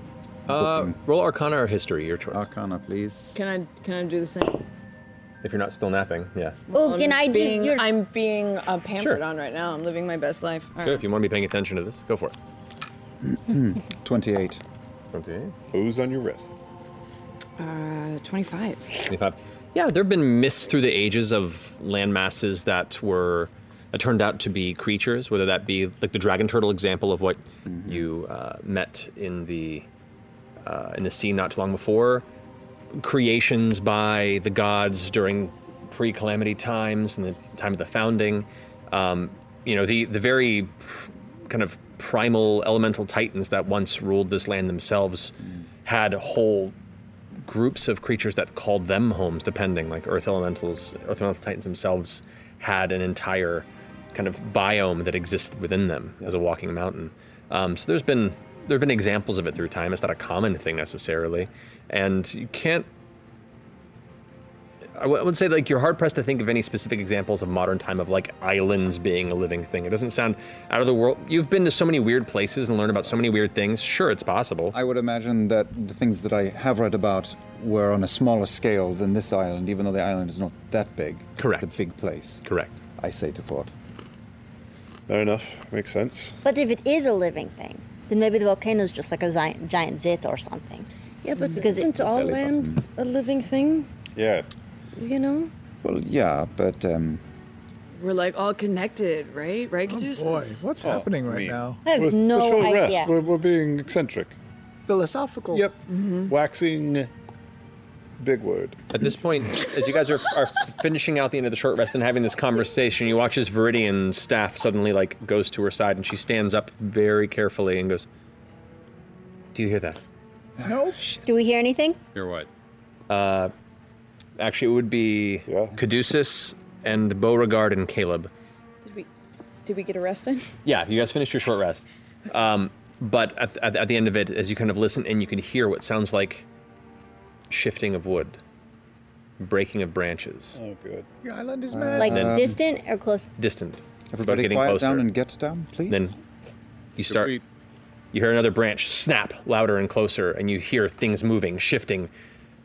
Uh, roll Arcana or History, your choice. Arcana, please. can I can I do the same? If you're not still napping, yeah. Oh, can I do being, your- I'm being uh, pampered Sure. on right now. I'm living my best life. All Sure, right. if you want to be paying attention to this, go for it. Hmm. 28. 28. Booze on your wrists. Uh, 25. 25. Yeah, there have been myths through the ages of land masses that were that turned out to be creatures, whether that be like the dragon turtle example of what you uh, met in the uh, in the sea not too long before, creations by the gods during pre-calamity times and the time of the founding. Um, you know, the the very pr- kind of primal elemental titans that once ruled this land themselves had whole groups of creatures that called them homes, depending. Like Earth Elementals, Earth Elemental Titans themselves had an entire kind of biome that existed within them as a walking mountain. Um, so there's been there have been examples of it through time. It's not a common thing necessarily, and you can't. I w- I would say like you're hard pressed to think of any specific examples of modern time of like islands being a living thing. It doesn't sound out of the world. You've been to so many weird places and learned about so many weird things. Sure, it's possible. I would imagine that the things that I have read about were on a smaller scale than this island, even though the island is not that big. Correct. It's a big place. Correct. I say to Ford. Fair enough. Makes sense. But if it is a living thing, then maybe the volcano is just like a zi- giant zit or something. Yeah, but Because it- isn't all Belly button. land a living thing? Yeah. You know? Well, yeah, but um, We're like all connected, right? Right, Caduceus? what's happening right now? I have We're- no we're showing idea. Rest. We're, we're being eccentric. Philosophical. Mm-hmm. Yep. Waxing. Big word. At this point, as you guys are, are finishing out the end of the short rest and having this conversation, you watch as Viridian's staff suddenly like goes to her side and she stands up very carefully and goes, "Do you hear that?" No. Do we hear anything? Hear what? Uh, actually, it would be Caduceus and Beauregard and Caleb. Did we did we get arrested? Yeah, you guys finished your short rest. Um, but at, at, at the end of it, as you kind of listen and you can hear what sounds like shifting of wood, breaking of branches. Oh, good. The island Uh, is mad. Like um, Then- distant or close? distant. Everybody but getting quiet closer. down and get down, please. Then you start. You hear another branch snap louder and closer, and you hear things moving, shifting,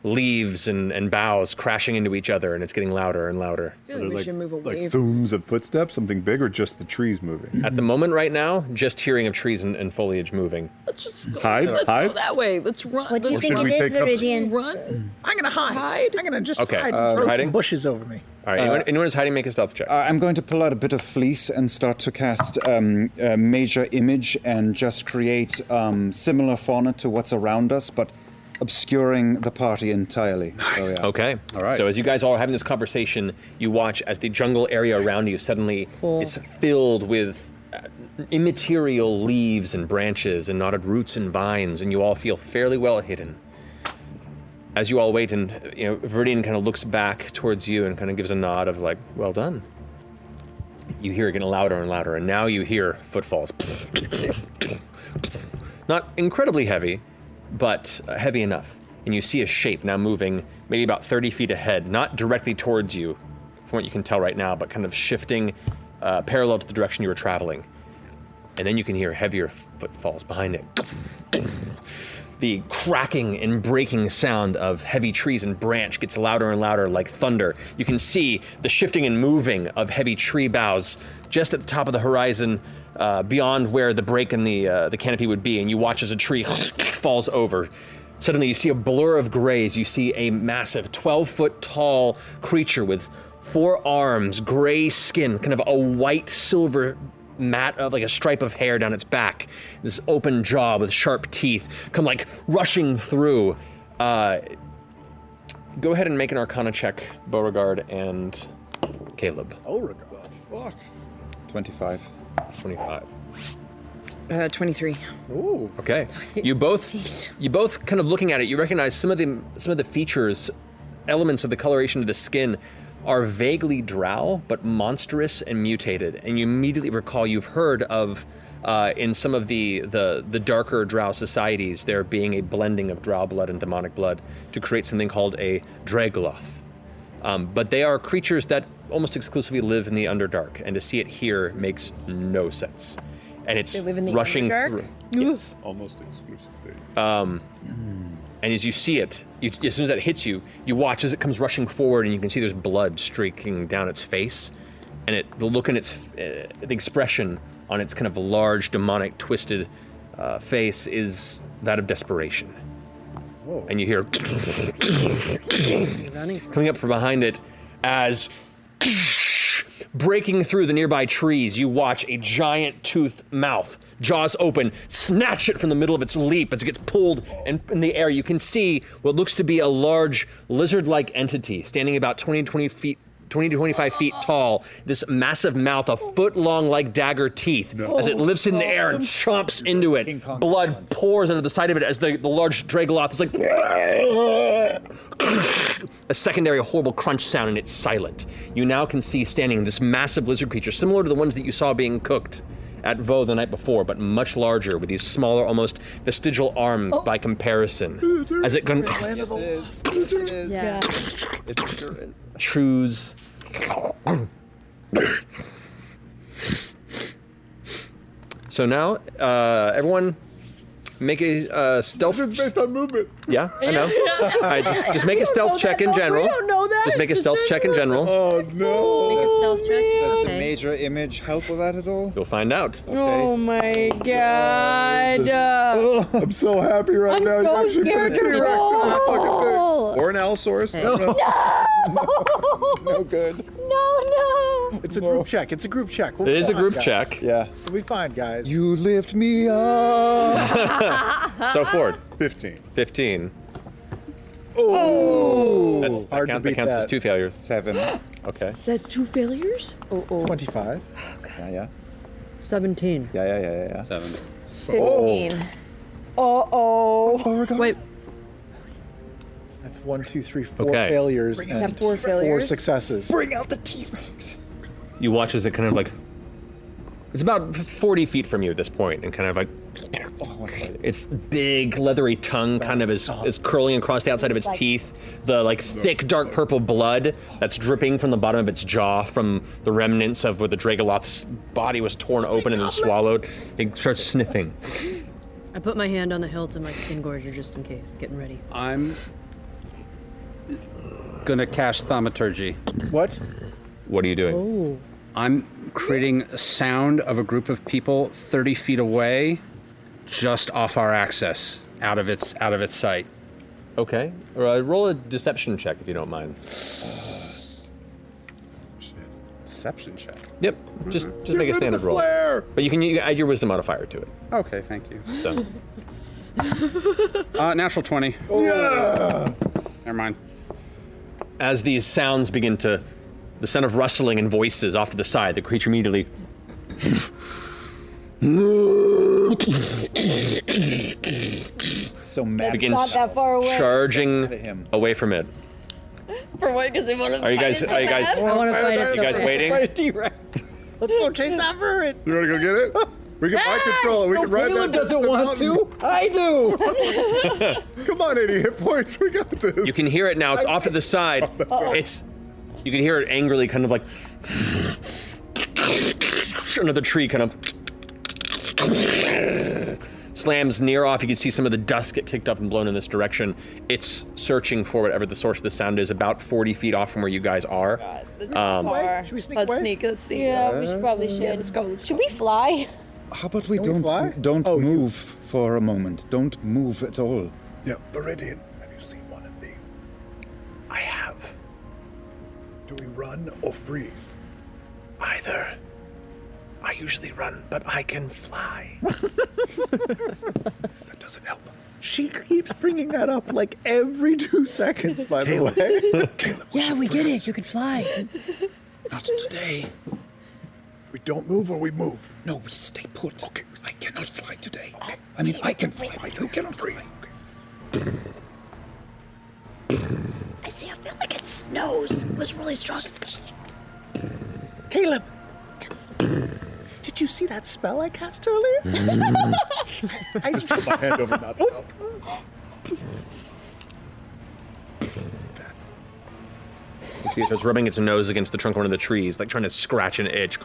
leaves and, and boughs crashing into each other, and it's getting louder and louder. I feel like we should move away. Like booms of footsteps, something big, or just the trees moving? At the moment, right now, just hearing of trees and, and foliage moving. Let's just go. Hide, Let's hide. go that way. Let's run. What do you Let's think run. it is, Should we pick Run. I'm gonna hide. I'm gonna just Okay. hide. and Um, Uh, throw some hiding? bushes over me. All right, anyone, anyone who's hiding, make a stealth check. Uh, I'm going to pull out a bit of fleece and start to cast um, a major image and just create um, similar fauna to what's around us, but obscuring the party entirely. So, yeah. Okay. All right. So as you guys all are having this conversation, you watch as the jungle area around you suddenly Cool. is filled with uh, immaterial leaves and branches and knotted roots and vines, and you all feel fairly well hidden. As you all wait, and you know, Viridian kind of looks back towards you and kind of gives a nod of like, "Well done." You hear it getting louder and louder, and now you hear footfalls. Not incredibly heavy, but uh, heavy enough. And you see a shape now moving maybe about 30 feet ahead, not directly towards you, from what you can tell right now, but kind of shifting uh, parallel to the direction you were traveling. And then you can hear heavier f- footfalls behind it. The cracking and breaking sound of heavy trees and branch gets louder and louder like thunder. You can see the shifting and moving of heavy tree boughs just at the top of the horizon, uh, beyond where the break in the, uh, the canopy would be, and you watch as a tree falls over. Suddenly, you see a blur of grays. You see a massive 12 foot tall creature with four arms, gray skin, kind of a white silver mat of like a stripe of hair down its back, this open jaw with sharp teeth, come like rushing through. Uh, go ahead and make an Arcana check, Beauregard and Caleb. Oh, Beauregard. Fuck. 25. 25. Uh, 23. Ooh. Okay. You both you both kind of looking at it, you recognize some of the some of the features, elements of the coloration of the skin are vaguely drow, but monstrous and mutated. And you immediately recall you've heard of uh, in some of the, the the darker drow societies there being a blending of drow blood and demonic blood to create something called a dragloth. Um, but they are creatures that almost exclusively live in the Underdark, and to see it here makes no sense. And it's They live in the rushing Underdark? through. Yes. Almost exclusively. Um, and as you see it, you, as soon as that hits you, you watch as it comes rushing forward, and you can see there's blood streaking down its face, and it, the look in its, uh, the expression on its kind of large, demonic, twisted uh, face is that of desperation. Whoa. And you hear coming up from behind it as Breaking through the nearby trees, you watch a giant toothed mouth, jaws open, snatch it from the middle of its leap as it gets pulled and in the air. You can see what looks to be a large lizard like entity standing about 20 to 20 feet. 20 to 25 feet tall, this massive mouth, a foot long like dagger teeth, as it lifts in the air and chomps into it. Blood pours into the side of it as the, the large Dragoloth is like. a secondary horrible crunch sound and it's silent. You now can see standing this massive lizard creature, similar to the ones that you saw being cooked at Vo the night before, but much larger, with these smaller, almost vestigial arms Oh. by comparison. As it gun- Yeah. It sure is. chews. so now, uh, everyone, make a uh, stealth. It's based on movement. Yeah, I know. Yeah. All right, just, just make We a don't know stealth check that, in but we general. don't know that. Just make a Just stealth make check in a- general. Oh no! Make a stealth check? Does the Okay. major image help with that at all? You'll find out. Oh my god. I'm so happy right I'm now. You so actually put scared a to T-Rex in that fucking thing. roll. Or an Allosaurus. Okay. No. No! no good. No, no. It's a group check. It's a group check. It is a group guys. check. Yeah. We'll be fine, guys. You lift me up. so Ford. 15. 15. Oh! That's, that, Hard to count, that beat counts as that. two failures. Seven. okay. That's two failures? Oh, oh. 25. Yeah, yeah. 17. Yeah, yeah, yeah, yeah, yeah. Seven. Oh, oh. Wait. That's one, two, three, four Okay. failures. Bring and out four failures. successes. Bring out the T-Rex. You watch as it kind of like. It's about 40 feet from you at this point, and kind of like. Its big leathery tongue kind of is, is curling across the outside of its Like- teeth. The like thick dark purple blood that's dripping from the bottom of its jaw from the remnants of where the Dragoloth's body was torn open and then swallowed. It starts sniffing. I put my hand on the hilt of my skin gorger just in case, getting ready. I'm Gonna cast thaumaturgy. What? What are you doing? Oh. I'm creating a sound of a group of people 30 feet away, just off our access, out of its out of its sight. Okay. Uh, roll a deception check if you don't mind. Deception check. Yep. Just just Get make rid a of standard the roll. flare! But you can you can add your wisdom modifier to it. Okay, thank you. So. Uh, natural 20. Never mind. As these sounds begin to, the sound of rustling and voices off to the side, the creature immediately. so mad. That's Begins not that far away. charging away from it. For what? Because they want Are you guys? Are you guys? You guys waiting? T-Rex. Let's go chase that bird. You wanna go get it? We can mind control it. We No, can ride Wheeler that. Ah, doesn't want to. I do. Come on, 80 hit points. We got this. Oh, You can hear it now. It's off to the side. It's. You can hear it angrily, kind of like. Another tree kind of. Slams near off. You can see some of the dust get kicked up and blown in this direction. It's searching for whatever the source of the sound is, about 40 feet off from where you guys are. Um, This is far. Should we sneak let's away? Sneak, let's sneak. Yeah, Uh, we should probably should. let's go. Let's should we fly? How about we don't don't Oh, move for a moment? Don't move at all. Yeah, Viridian, have you seen one of these? I have. Do we run or freeze? Either. I usually run, but I can fly. That doesn't help us. She keeps bringing that up like every two seconds, by the way. yeah, we get it. You can fly. Not today. We don't move or we move? No, we stay put. Okay, I cannot fly today. Okay. I mean, I can fly, but you cannot freeze. I see. I feel like it snows. It was really strong. It's Caleb! Did you see that spell I cast earlier? I Oh. just put my hand over that spell. You see it starts rubbing its nose against the trunk of one of the trees, like trying to scratch an itch.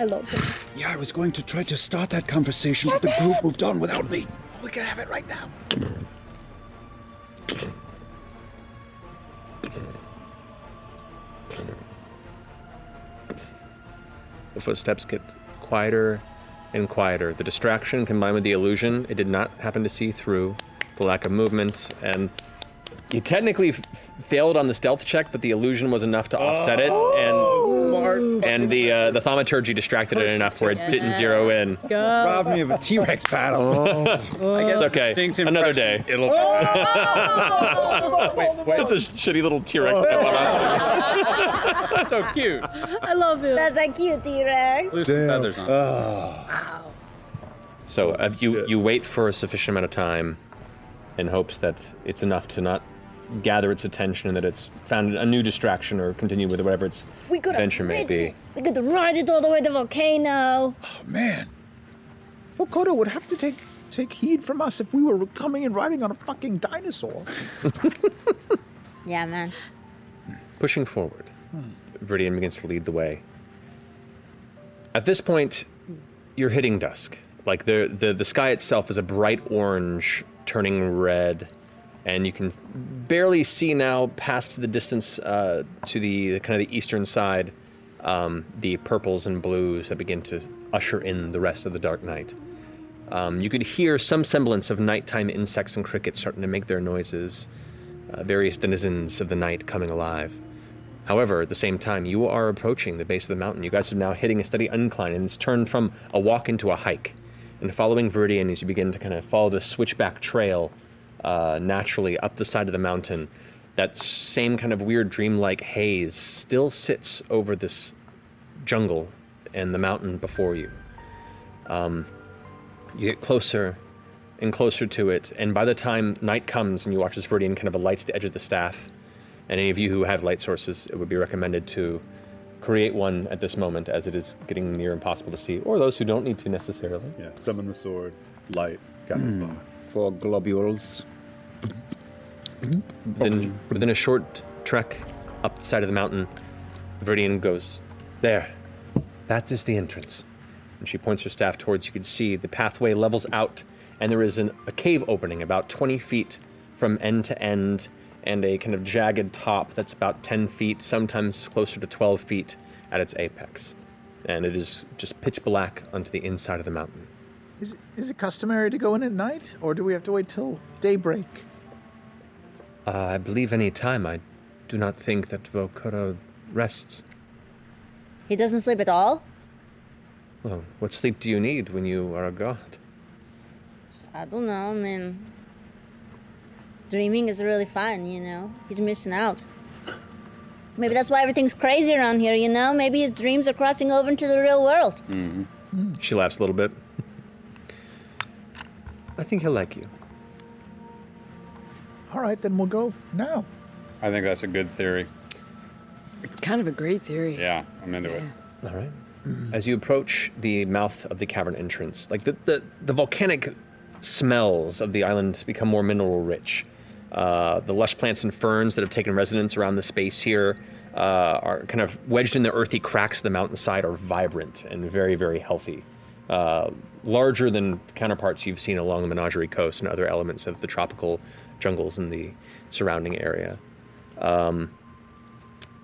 I love him. Yeah, I was going to try to start that conversation, but the group moved on without me. We can have it right now. The footsteps get quieter and quieter. The distraction combined with the illusion it did not happen to see through, the lack of movement, and You technically f- failed on the stealth check, but the illusion was enough to offset it, and and the uh, the thaumaturgy distracted it enough where it didn't zero in. Go. Rob me of a T-Rex battle. I guess okay. Another day. It'll. It's a shitty little T-Rex. so cute. I love him. That's a cute T-Rex. Lose some feathers on. So uh, you you wait for a sufficient amount of time, in hopes that it's enough to not gather its attention and that it's found a new distraction or continue with whatever its We could have adventure may ridden be. We could ride it all the way to the volcano. Oh, Man, Vokodo would have to take take heed from us if we were coming and riding on a fucking dinosaur. Yeah, man. Pushing forward, Viridian begins to lead the way. At this point, you're hitting dusk. Like the, the the sky itself is a bright orange, turning red, and you can barely see now past the distance uh, to the kind of the eastern side, um, the purples and blues that begin to usher in the rest of the dark night. Um, you could hear some semblance of nighttime insects and crickets starting to make their noises, uh, various denizens of the night coming alive. However, at the same time, you are approaching the base of the mountain. You guys are now hitting a steady incline, and it's turned from a walk into a hike. And following Viridian, as you begin to kind of follow this switchback trail uh, naturally up the side of the mountain, that same kind of weird dreamlike haze still sits over this jungle and the mountain before you. Um, you get closer and closer to it, and by the time night comes and you watch as Viridian kind of lights the edge of the staff, and any of you who have light sources, it would be recommended to create one at this moment as it is getting near impossible to see, or those who don't need to necessarily. Yeah, summon the sword, light, Hmm. For globules. Within, within a short trek up the side of the mountain, Viridian goes, There, that is the entrance. And she points her staff towards you can see the pathway levels out, and there is an, a cave opening about 20 feet from end to end, and a kind of jagged top that's about 10 feet, sometimes closer to 12 feet at its apex. And it is just pitch black onto the inside of the mountain. Is it, is it customary to go in at night, or do we have to wait till daybreak? Uh, I believe any time. I do not think that Vokuro rests. He doesn't sleep at all. Well, what sleep do you need when you are a god? I don't know. I mean, dreaming is really fun. You know, he's missing out. Maybe that's why everything's crazy around here, you know? Maybe his dreams are crossing over into the real world. She laughs a little bit. I think he'll like you. All right, then we'll go now. I think that's a good theory. It's kind of a great theory. Yeah, I'm into it. All right. As you approach the mouth of the cavern entrance, like the, the, the volcanic smells of the island become more mineral rich. Uh, the lush plants and ferns that have taken residence around the space here uh, are kind of wedged in the earthy cracks of the mountainside, are vibrant and very, very healthy. Uh, larger than counterparts you've seen along the Menagerie Coast and other elements of the tropical jungles in the surrounding area. Um,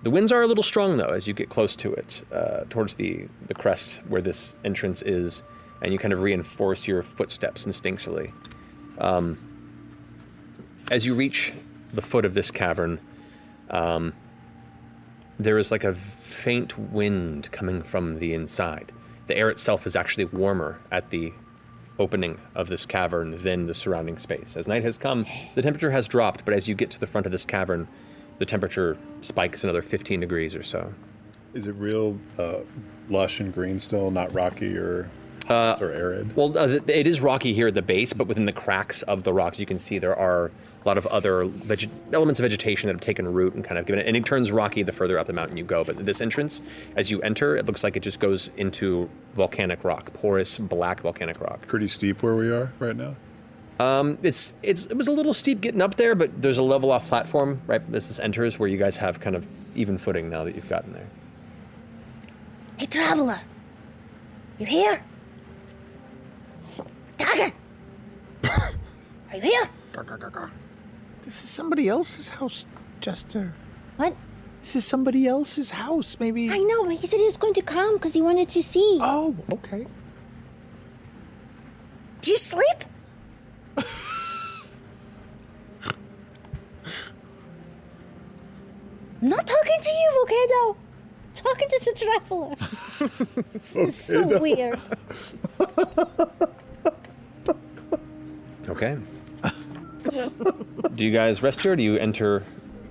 the winds are a little strong, though, as you get close to it, uh, towards the, the crest where this entrance is, and you kind of reinforce your footsteps instinctually. Um, as you reach the foot of this cavern, um, there is like a faint wind coming from the inside. The air itself is actually warmer at the opening of this cavern than the surrounding space. As night has come, the temperature has dropped, but as you get to the front of this cavern, the temperature spikes another 15 degrees or so. Is it real uh, lush and green still, not rocky or Uh, or arid? Well, uh, th- it is rocky here at the base, but within the cracks of the rocks, you can see there are a lot of other veg- elements of vegetation that have taken root and kind of given it. And it turns rocky the further up the mountain you go. But this entrance, as you enter, it looks like it just goes into volcanic rock, porous black volcanic rock. Pretty steep where we are right now. Um, it's it's it was a little steep getting up there, but there's a level off platform right as this enters where you guys have kind of even footing now that you've gotten there. Hey, traveler. You here? Dagon. Are you here? This is somebody else's house, Jester. What? This is somebody else's house, maybe. I know, but he said he was going to come because he wanted to see. Oh, okay. Do you sleep? Not talking to you, Volcano. Talking to the traveler. this is so Volcano. weird. Okay. do you guys rest here or do you enter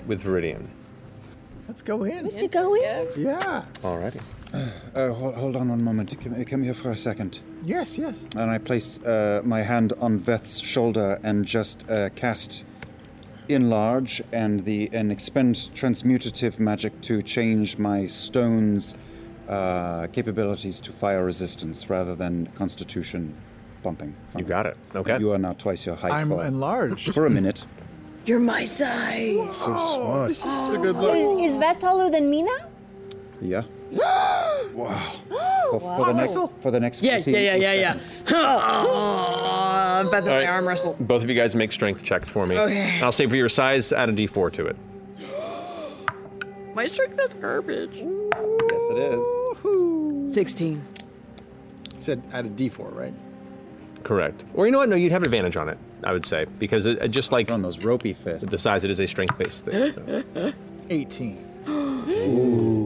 with Viridian? Let's go in. We should go in. Yeah. Alrighty. Uh, hold, hold on one moment. Come, uh, come here for a second. Yes, yes. And I place uh, my hand on Veth's shoulder and just uh, cast enlarge and the and expend transmutative magic to change my stone's uh, capabilities to fire resistance rather than constitution bumping. You got it. Okay. You are now twice your height. I'm for, enlarged for a minute. You're my size. So smart. this is Oh, a good Is, is that taller than me now? Yeah. wow. For, for the next Oh. for the next. Yeah, 15 yeah, yeah, yeah, yeah. Aw, Better than All my right. arm wrestle. Both of you guys make strength checks for me. Okay. I'll say for your size, add a d4 to it. My strength is garbage. Yes, it is. 16. Said add a d4, right? Correct. Or you know what? No, you'd have an advantage on it. I would say because it, it just like on those ropey fists, the size it is a strength-based thing. so. 18.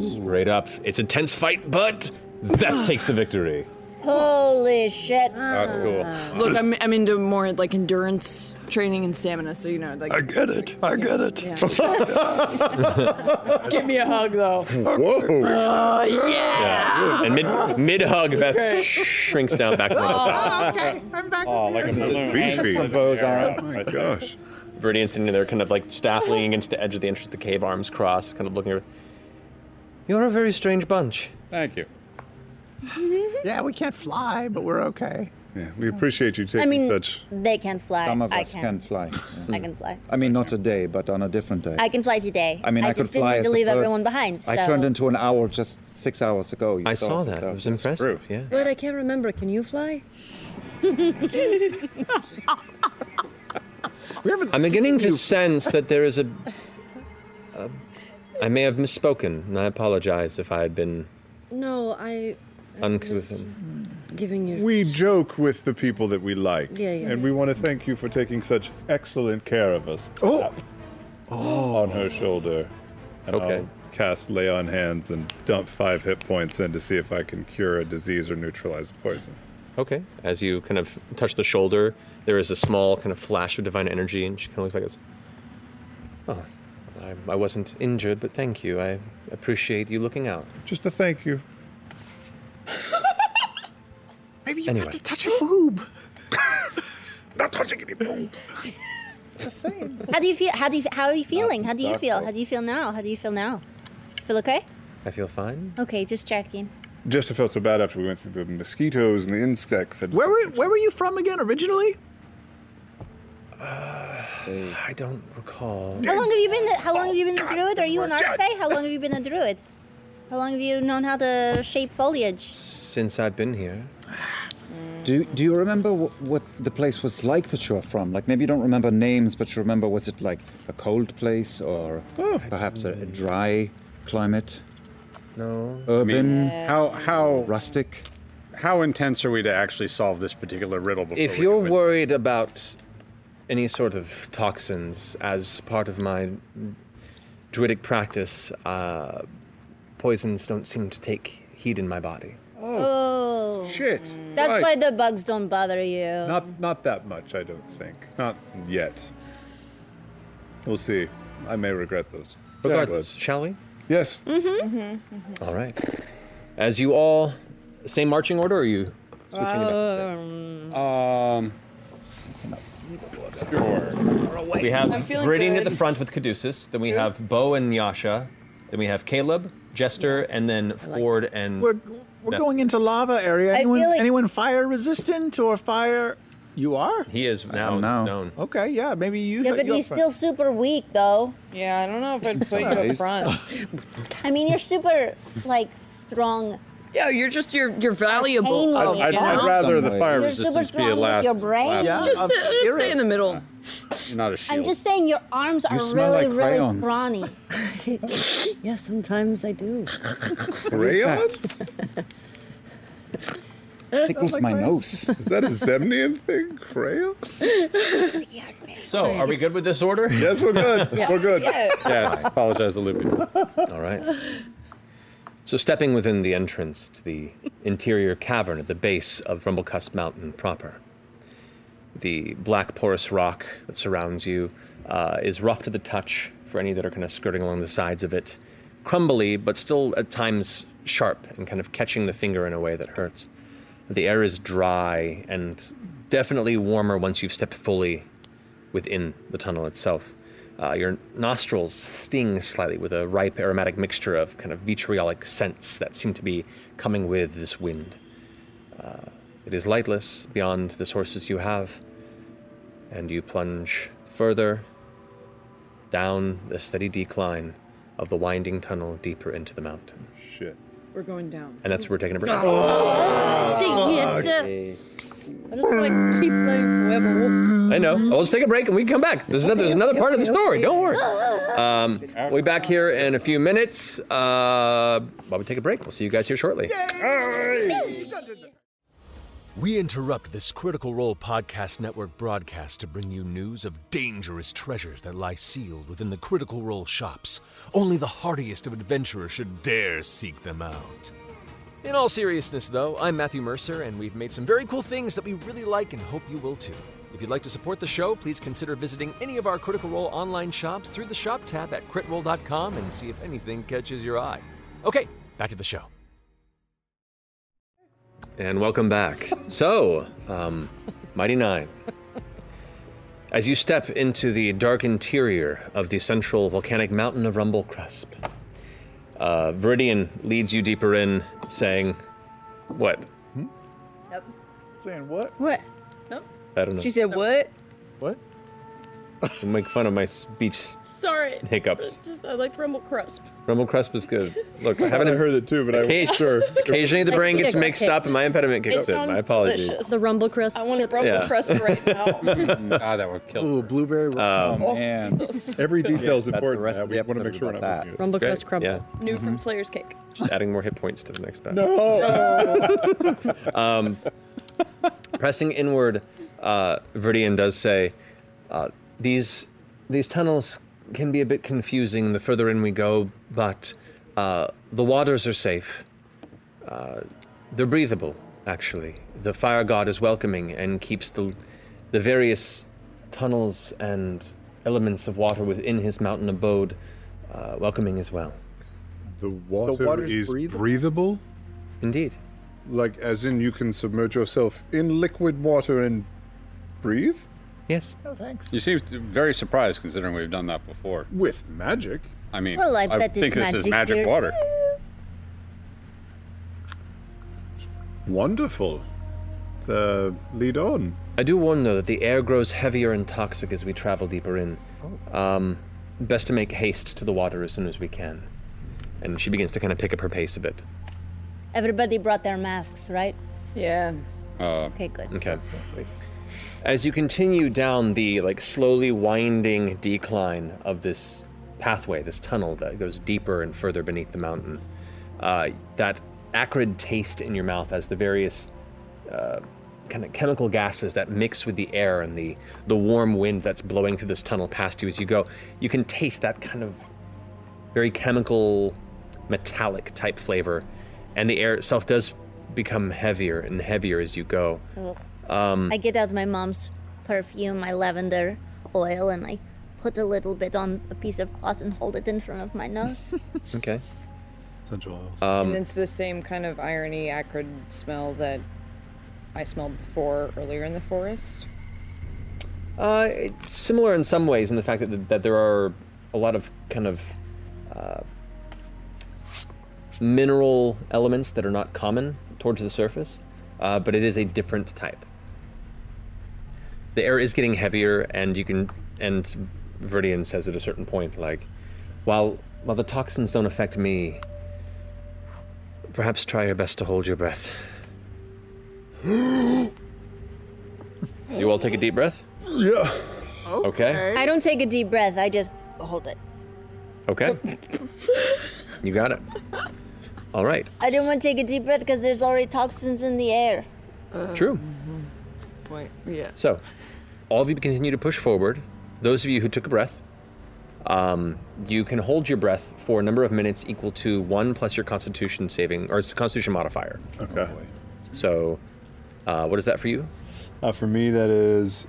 Straight up, it's a tense fight, but Beth takes the victory. Holy shit. Ah. That's cool. Look, I'm, I'm into more like endurance training and stamina, so you know, like. I get it. I get it. Give me a hug, though. Oh, Mm-hmm. yeah. Yeah. And mid mid hug, Beth Okay. shrinks down back to one side. okay. I'm back. Those are. Oh my gosh. Viridian sitting there, kind of like staff leaning against the edge of the entrance of the cave, arms crossed, kind of looking. Over. You're a very strange bunch. Thank you. yeah, we can't fly, but we're okay. Yeah, we appreciate you taking I mean, such- they can't fly. Some of I us can. can fly. Mm. I can fly. I mean, not today, but on a different day. I can fly today. I mean, I, just could fly. didn't need as a to leave bird. everyone behind. So. I turned into an owl just six hours ago. You I saw that. so It was impressive. Yeah. But I can't remember. Can you fly? I'm beginning to sense that there is a, a. I may have misspoken, and I apologize if I had been No, I. uncouth. Giving you. We joke with the people that we like. Yeah, yeah. And we want to thank you for taking such excellent care of us. Oh! On her shoulder. And Oh. Okay. I'll cast Lay on Hands and dump five hit points in to see if I can cure a disease or neutralize a poison. Okay. As you kind of touch the shoulder, there is a small kind of flash of divine energy, and she kind of looks back and goes, Oh, I, I wasn't injured, but thank you. I appreciate you looking out. Just a thank you. Maybe you Anyway. got to touch a boob. Not touching any boobs. Just saying. How do you feel? How do you? How are you feeling? some How do you stock, feel? though. How do you feel now? How do you feel now? Feel okay? I feel fine. Okay, just checking. Just I felt so bad after we went through the mosquitoes and the insects. And Where were Where were you from again originally? I don't recall. How long have you been? How long have you been a druid? Are you an archfey? How long have you been a druid? How long have you known how to shape foliage? Since I've been here. Mm. Do Do you remember wh- what the place was like that you're from? Like maybe you don't remember names, but you remember was it like a cold place or Oh, perhaps a, a dry climate? No. Urban. How how rustic? How intense are we to actually solve this particular riddle? Before If we you're worried about any sort of toxins as part of my druidic practice, uh, poisons don't seem to take heat in my body. Oh, shit! That's Right. why the bugs don't bother you. Not not that much, I don't think. Not yet. We'll see. I may regret those. Regardless, shall we? Yes. Mm-hmm. mm-hmm. All right. As you all, same marching order, or are you switching it up? Um. We have I'm feeling Viridian at good. the front with Caduceus. Then we Good. have Bo and Yasha. Then we have Caleb, Jester, and then Ford and. We're No, We're going into lava area. I Anyone feel like- Anyone fire resistant or fire? You are. He is now known. Okay, yeah, maybe you. Yeah, but you're he's fine. still super weak, though. Yeah, I don't know if I'd put you Nice. up front. I mean, you're super like strong. Yeah, you're just you're you're valuable. Arcane I'd- I'd- I'd you know? rather the fire You're super resistance be strong a with last. your brain. last Yeah, Just, resort. just stay in the middle. You're not a I'm shield. just saying, your arms are You really, smell like really crayons. scrawny. yeah, sometimes I do. Crayons? Tickles my nose. Is that a Zemnian thing? Crayon? So, Oh, are we good with this order? Yes, we're good. Yeah. We're good. Yeah. Yes. Apologize, the looping. All right. So, stepping within the entrance to the interior cavern at the base of Rumblecusp Mountain proper, the black porous rock that surrounds you uh, is rough to the touch for any that are kind of skirting along the sides of it, crumbly, but still at times sharp and kind of catching the finger in a way that hurts. The air is dry and definitely warmer once you've stepped fully within the tunnel itself. Uh, your nostrils sting slightly with a ripe aromatic mixture of kind of vitriolic scents that seem to be coming with this wind. Uh, it is lightless beyond the sources you have, and you plunge further down the steady decline of the winding tunnel deeper into the mountain. Shit. We're going down. And that's where we're taking a break. I know. Well, let's take a break and we can come back. There's another, there's another part of the story. Don't worry. Um, we'll be back here in a few minutes. Uh, while we take a break, we'll see you guys here shortly. We interrupt this Critical Role Podcast Network broadcast to bring you news of dangerous treasures that lie sealed within the Critical Role shops. Only the hardiest of adventurers should dare seek them out. In all seriousness, though, I'm Matthew Mercer, and we've made some very cool things that we really like and hope you will too. If you'd like to support the show, please consider visiting any of our Critical Role online shops through the shop tab at critroll.com and see if anything catches your eye. Okay, back to the show. And welcome back. So, um, Mighty Nine, as you step into the dark interior of the central volcanic mountain of Rumble Crusp, uh, Viridian leads you deeper in, saying, What? Saying what? What? I don't know. She said what? Don't make fun of my speech Sorry. hiccups. Just, I liked Rumble Crust. Rumble Crusp is good. Look, I haven't I heard it too, but I wasn't sure. Occasionally the brain gets mixed up and my impediment kicks in. My apologies. The rumble crust. I want a rumble ah, that would kill. Ooh, blueberry. Um, Oh, man. Every detail's that's the important. rest I of the want to make episode's sure we're about not that. missing it. Rumble Okay, crust crumble. yeah. New from Slayer's cake. Just adding more hit points to the next batch. um, pressing inward, uh, Viridian does say, uh, "These these tunnels can be a bit confusing the further in we go, but uh, the waters are safe. Uh, they're breathable, actually. The fire god is welcoming and keeps the the various tunnels and elements of water within his mountain abode uh, welcoming as well. The water water's is breathable? breathable? Indeed. Like, as in, you can submerge yourself in liquid water and breathe? Yes. No, thanks. You seem very surprised considering we've done that before. With magic? I mean, Well, I I, bet think it's this is magic magic here. water. Wonderful. Uh, lead on. I do warn though that the air grows heavier and toxic as we travel deeper in. Um, best to make haste to the water as soon as we can. And she begins to kind of pick up her pace a bit. Everybody brought their masks, right? Yeah. Uh, Okay, good. Okay. As you continue down the like slowly winding decline of this pathway, this tunnel that goes deeper and further beneath the mountain, uh, that acrid taste in your mouth as the various uh, kind of chemical gases that mix with the air and the the warm wind that's blowing through this tunnel past you as you go, you can taste that kind of very chemical, metallic type flavor, and the air itself does become heavier and heavier as you go. Ugh. Um, I get out my mom's perfume, my lavender oil, and I put a little bit on a piece of cloth and hold it in front of my nose. okay. and Um, it's the same kind of irony, acrid smell that I smelled before earlier in the forest. uh, it's similar in some ways in the fact that, that there are a lot of kind of uh, mineral elements that are not common towards the surface, uh, but it is a different type. The air is getting heavier, and you can. And Verdian says at a certain point, like, while while the toxins don't affect me, perhaps try your best to hold your breath. You all take a deep breath. Yeah. Okay. I don't take a deep breath, I just hold it. Okay. you got it. All right. I don't want to take a deep breath because there's already toxins in the air. Uh, True. mm-hmm. Point. Yeah. So, all of you continue to push forward. Those of you who took a breath, um, you can hold your breath for a number of minutes equal to one plus your Constitution saving or it's a Constitution modifier. Okay. so, uh, what is that for you? Uh, for me, that is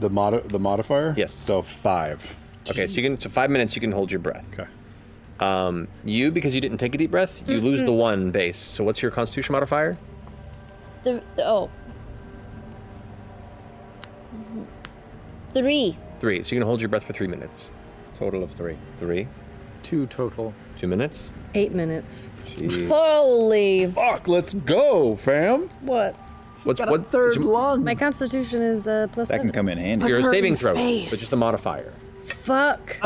the mod- the modifier. Yes. So five. Okay, so you can so five minutes. You can hold your breath. Okay. Um, you because you didn't take a deep breath, you lose the one base. So, what's your Constitution modifier? The, oh. Three. Three. So you can hold your breath for three minutes. Total of three. Three. Two total. Two minutes. Eight minutes. Holy. Fuck, let's go, fam. What? What's got a what- third is your- lung? My constitution is uh, plus. seven. I'm Your hurt saving in throw, space. but just a modifier. Fuck.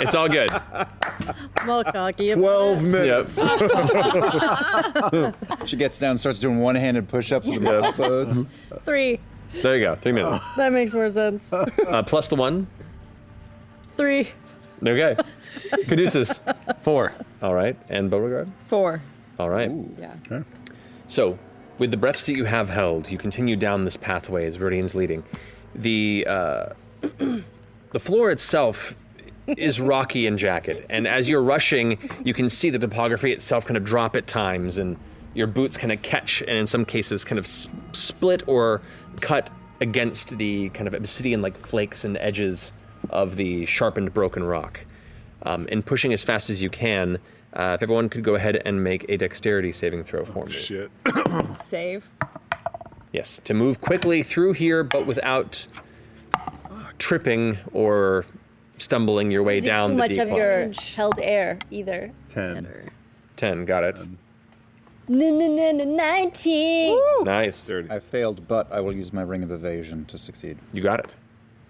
It's all good. I'm all cocky. Twelve minutes. Yep. she gets down, starts doing one-handed push-ups with her mouth closed. Three. There you go. Three minutes. That makes more sense. Uh, plus the one. Three. Okay. Caduceus. Four. All right. And Beauregard. Four. All right. Yeah. So, with the breaths that you have held, you continue down this pathway as Viridian's leading. The uh, the floor itself is rocky and jagged, and as you're rushing, you can see the topography itself kind of drop at times, and your boots kind of catch, and in some cases, kind of s- split or cut against the kind of obsidian-like flakes and edges of the sharpened, broken rock. Um, and pushing as fast as you can, uh, if everyone could go ahead and make a dexterity saving throw for me. Shit. Save. Yes, to move quickly through here, but without tripping or stumbling your way Is it down too the much decline. of your held air either. Ten. Ten, got it. No, no, no, no, 19. Nice. I failed, but I will use my ring of evasion to succeed. You got it.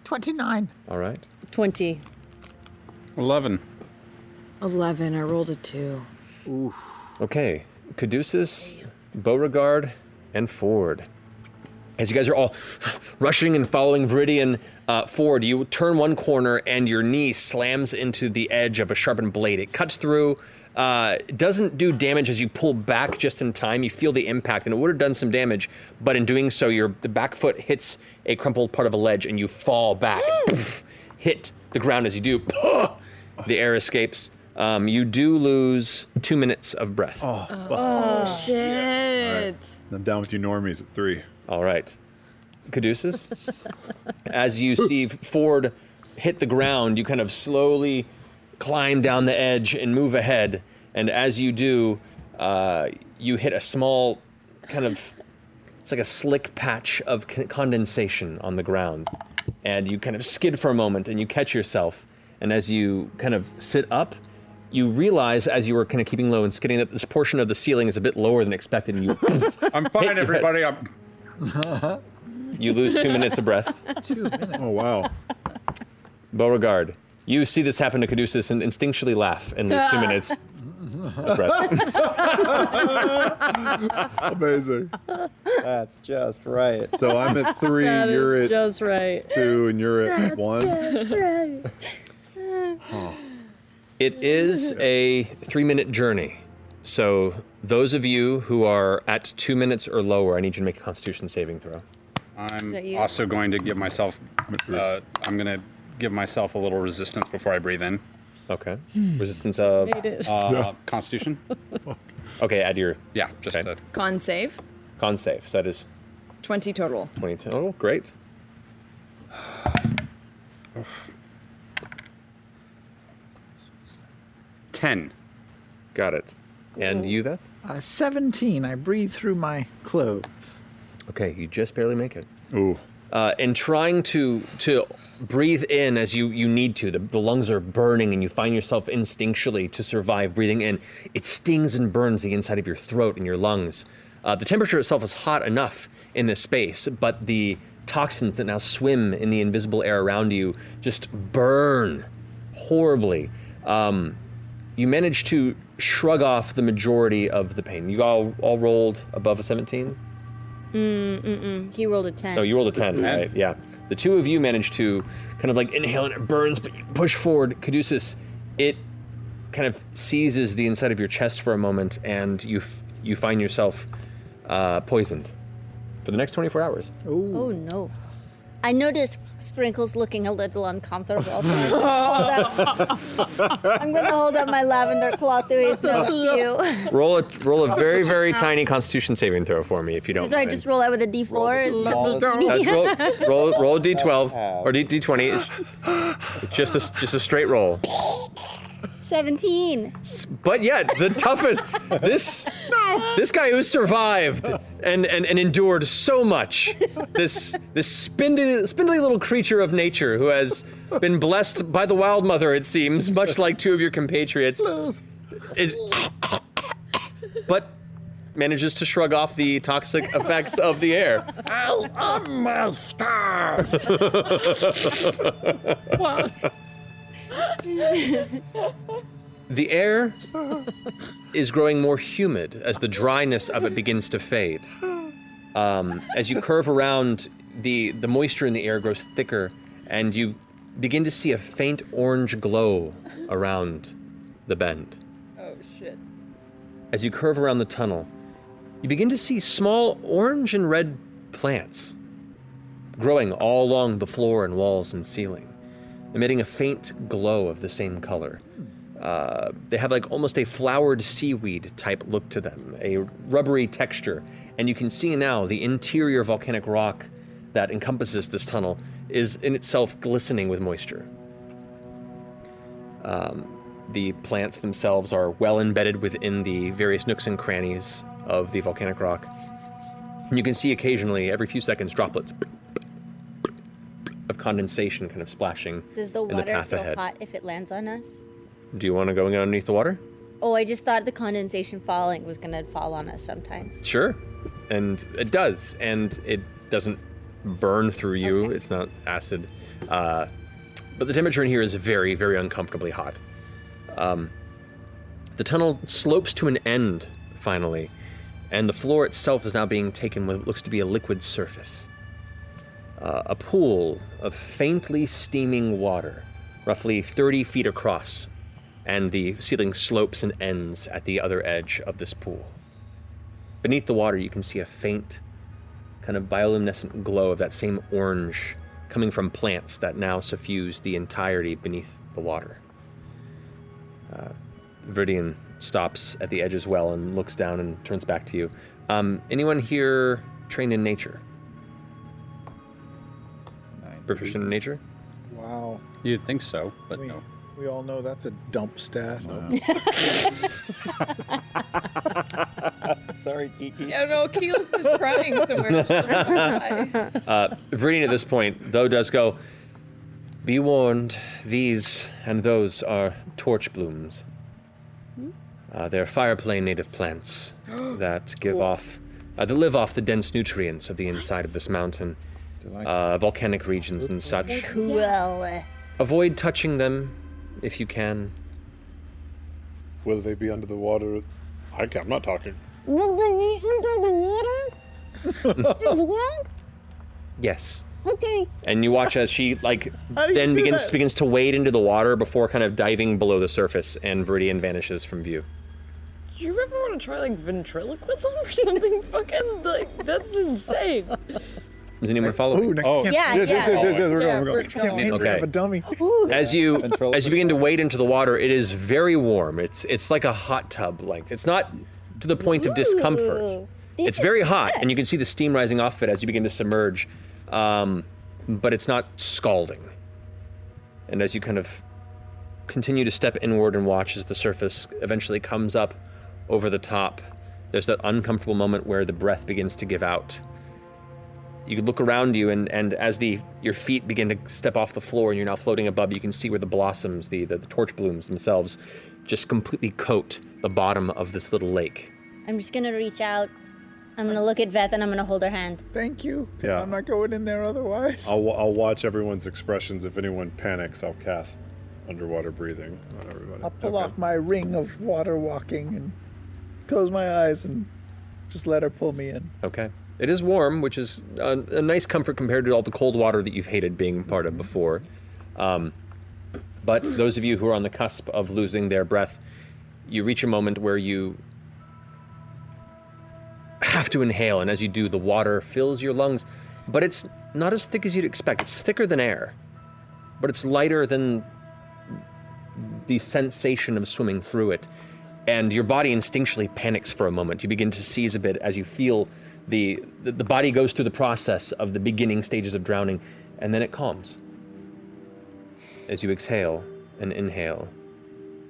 29. All right. 20. 11. 11. I rolled a 2. Oof. Okay, Caduceus, Beauregard, and Ford. As you guys are all rushing and following Viridian uh, forward, you turn one corner and your knee slams into the edge of a sharpened blade. It cuts through, uh, it doesn't do damage as you pull back just in time. You feel the impact, and it would have done some damage, but in doing so, your the back foot hits a crumpled part of a ledge, and you fall back. and poof, hit the ground as you do. the air escapes. Um, you do lose two minutes of breath. Oh, Oh, All shit. right. I'm down with you normies at three. All right. Caduceus, as you see Ford hit the ground, you kind of slowly climb down the edge and move ahead. And as you do, uh, you hit a small kind of it's like a slick patch of con- condensation on the ground. And you kind of skid for a moment and you catch yourself. And as you kind of sit up, you realize as you were kind of keeping low and skidding that this portion of the ceiling is a bit lower than expected. And you I'm fine, everybody. I'm you lose two minutes of breath. Two minutes. Oh wow. Beauregard, you see this happen to Caduceus and instinctually laugh and lose two minutes. of breath. Amazing. That's just right. So I'm at three, That is you're at just right. two, and you're at That's one. just right. It is a three minute journey. So those of you who are at two minutes or lower, I need you to make a constitution saving throw. I'm that you? also going to give myself. Uh, I'm going to give myself a little resistance before I breathe in. Okay. Resistance of Made it. uh, Constitution. Okay, add your yeah, just a Con save. con save. So that is 20 total. 20 Oh, total. Great. ten. Got it. And you, Beth? Uh, 17. I breathe through my clothes. Okay, you just barely make it. Ooh. Uh, and trying to to breathe in as you you need to. The, the lungs are burning, and you find yourself instinctually to survive breathing in. It stings and burns the inside of your throat and your lungs. Uh, the temperature itself is hot enough in this space, but the toxins that now swim in the invisible air around you just burn horribly. Um, you manage to shrug off the majority of the pain. You all all rolled above a 17. Mm, mm-mm. He rolled a 10. No, you rolled a 10, Ten. right? Yeah. The two of you managed to kind of like inhale and it burns, but you push forward. Caduceus, it kind of seizes the inside of your chest for a moment and you f- you find yourself uh, poisoned for the next 24 hours. Oh no. I noticed Sprinkles looking a little uncomfortable. so I'm gonna hold up- I'm going to hold up my lavender claw to his nose, too. Roll a roll a very very tiny Constitution saving throw for me if you don't. Did I mind. just roll out with a d4? Is that Roll, the- That's- roll, roll, roll a d12 or d, d20. It's- It's just a, s- just a straight roll. 17. But yet, the toughest. This this guy who survived and, and, and endured so much. This this spindly, spindly little creature of nature who has been blessed by the wild mother, it seems, much like two of your compatriots, is but manages to shrug off the toxic effects of the air. I'll um my stars. The air is growing more humid as the dryness of it begins to fade. Um, as you curve around, the, the moisture in the air grows thicker, and you begin to see a faint orange glow around the bend. Oh shit. As you curve around the tunnel, you begin to see small orange and red plants growing all along the floor and walls and ceiling, emitting a faint glow of the same color. Uh, they have like almost a flowered seaweed type look to them, a rubbery texture, and you can see now the interior volcanic rock that encompasses this tunnel is in itself glistening with moisture. Um, the plants themselves are well embedded within the various nooks and crannies of the volcanic rock. And you can see occasionally, every few seconds, droplets of condensation kind of splashing Does the in the water path feel ahead. hot if it lands on us? Do you want to go in underneath the water? Oh, I just thought the condensation falling was going to fall on us sometime. Sure. And it does, and it doesn't burn through you. It's not acid. Uh, but the temperature in here is very, very uncomfortably hot. Um, the tunnel slopes to an end, finally, and the floor itself is now being taken with what looks to be a liquid surface. Uh, a pool of faintly steaming water, roughly 30 feet across, and the ceiling slopes and ends at the other edge of this pool. Beneath the water, you can see a faint, kind of bioluminescent glow of that same orange coming from plants that now suffuse the entirety beneath the water. Uh, Viridian stops at the edge as well and looks down and turns back to you. Um, anyone here trained in nature? Proficient in nature? Wow. You'd think so, but we, no. We all know that's a dump stat. Sorry, Kiki. I don't know. Keyleth is crying somewhere. She doesn't know why. Uh, Viridian at this point, though, does go, Be warned, these and those are torch blooms. Uh, they're fireplane native plants that give off, uh, that live off the dense nutrients of the inside of this mountain, uh, volcanic regions and such. Cool. Avoid touching them if you can. Will they be under the water? I, I'm not talking. Will they be under the water as well? Yes. Okay. And you watch as she like How do you then do begins that? begins to wade into the water before kind of diving below the surface, and Viridian vanishes from view. Do you ever want to try like ventriloquism or something? Fucking like that's insane. Does anyone follow? me? next camp- Yeah, Yes, yes, yes, yes, yes, we're yeah. going, we're going. Next camp meeting, Okay. grab a dummy. As you as you begin to wade into the water, it is very warm. It's it's like a hot tub length. It's not to the point of discomfort. It's very hot, and you can see the steam rising off it as you begin to submerge, um, but it's not scalding. And as you kind of continue to step inward and watch as the surface eventually comes up over the top, there's that uncomfortable moment where the breath begins to give out you look around you and, and as the your feet begin to step off the floor and you're now floating above you can see where the blossoms the, the, the torch blooms themselves just completely coat the bottom of this little lake I'm just going to reach out. I'm going to look at Veth and I'm going to hold her hand. Thank you. Yeah. I'm not going in there otherwise. I'll, wa- I'll watch everyone's expressions. If anyone panics, I'll cast underwater breathing on everybody. I'll pull off my ring of water walking and close my eyes and just let her pull me in. okay it is warm which is a, a nice comfort compared to all the cold water that you've hated being part of before um, but those of you who are on the cusp of losing their breath you reach a moment where you have to inhale, and as you do, the water fills your lungs, but it's not as thick as you'd expect. It's thicker than air, but it's lighter than the sensation of swimming through it. And your body instinctually panics for a moment. You begin to seize a bit as you feel the, the, the body goes through the process of the beginning stages of drowning, and then it calms. As you exhale and inhale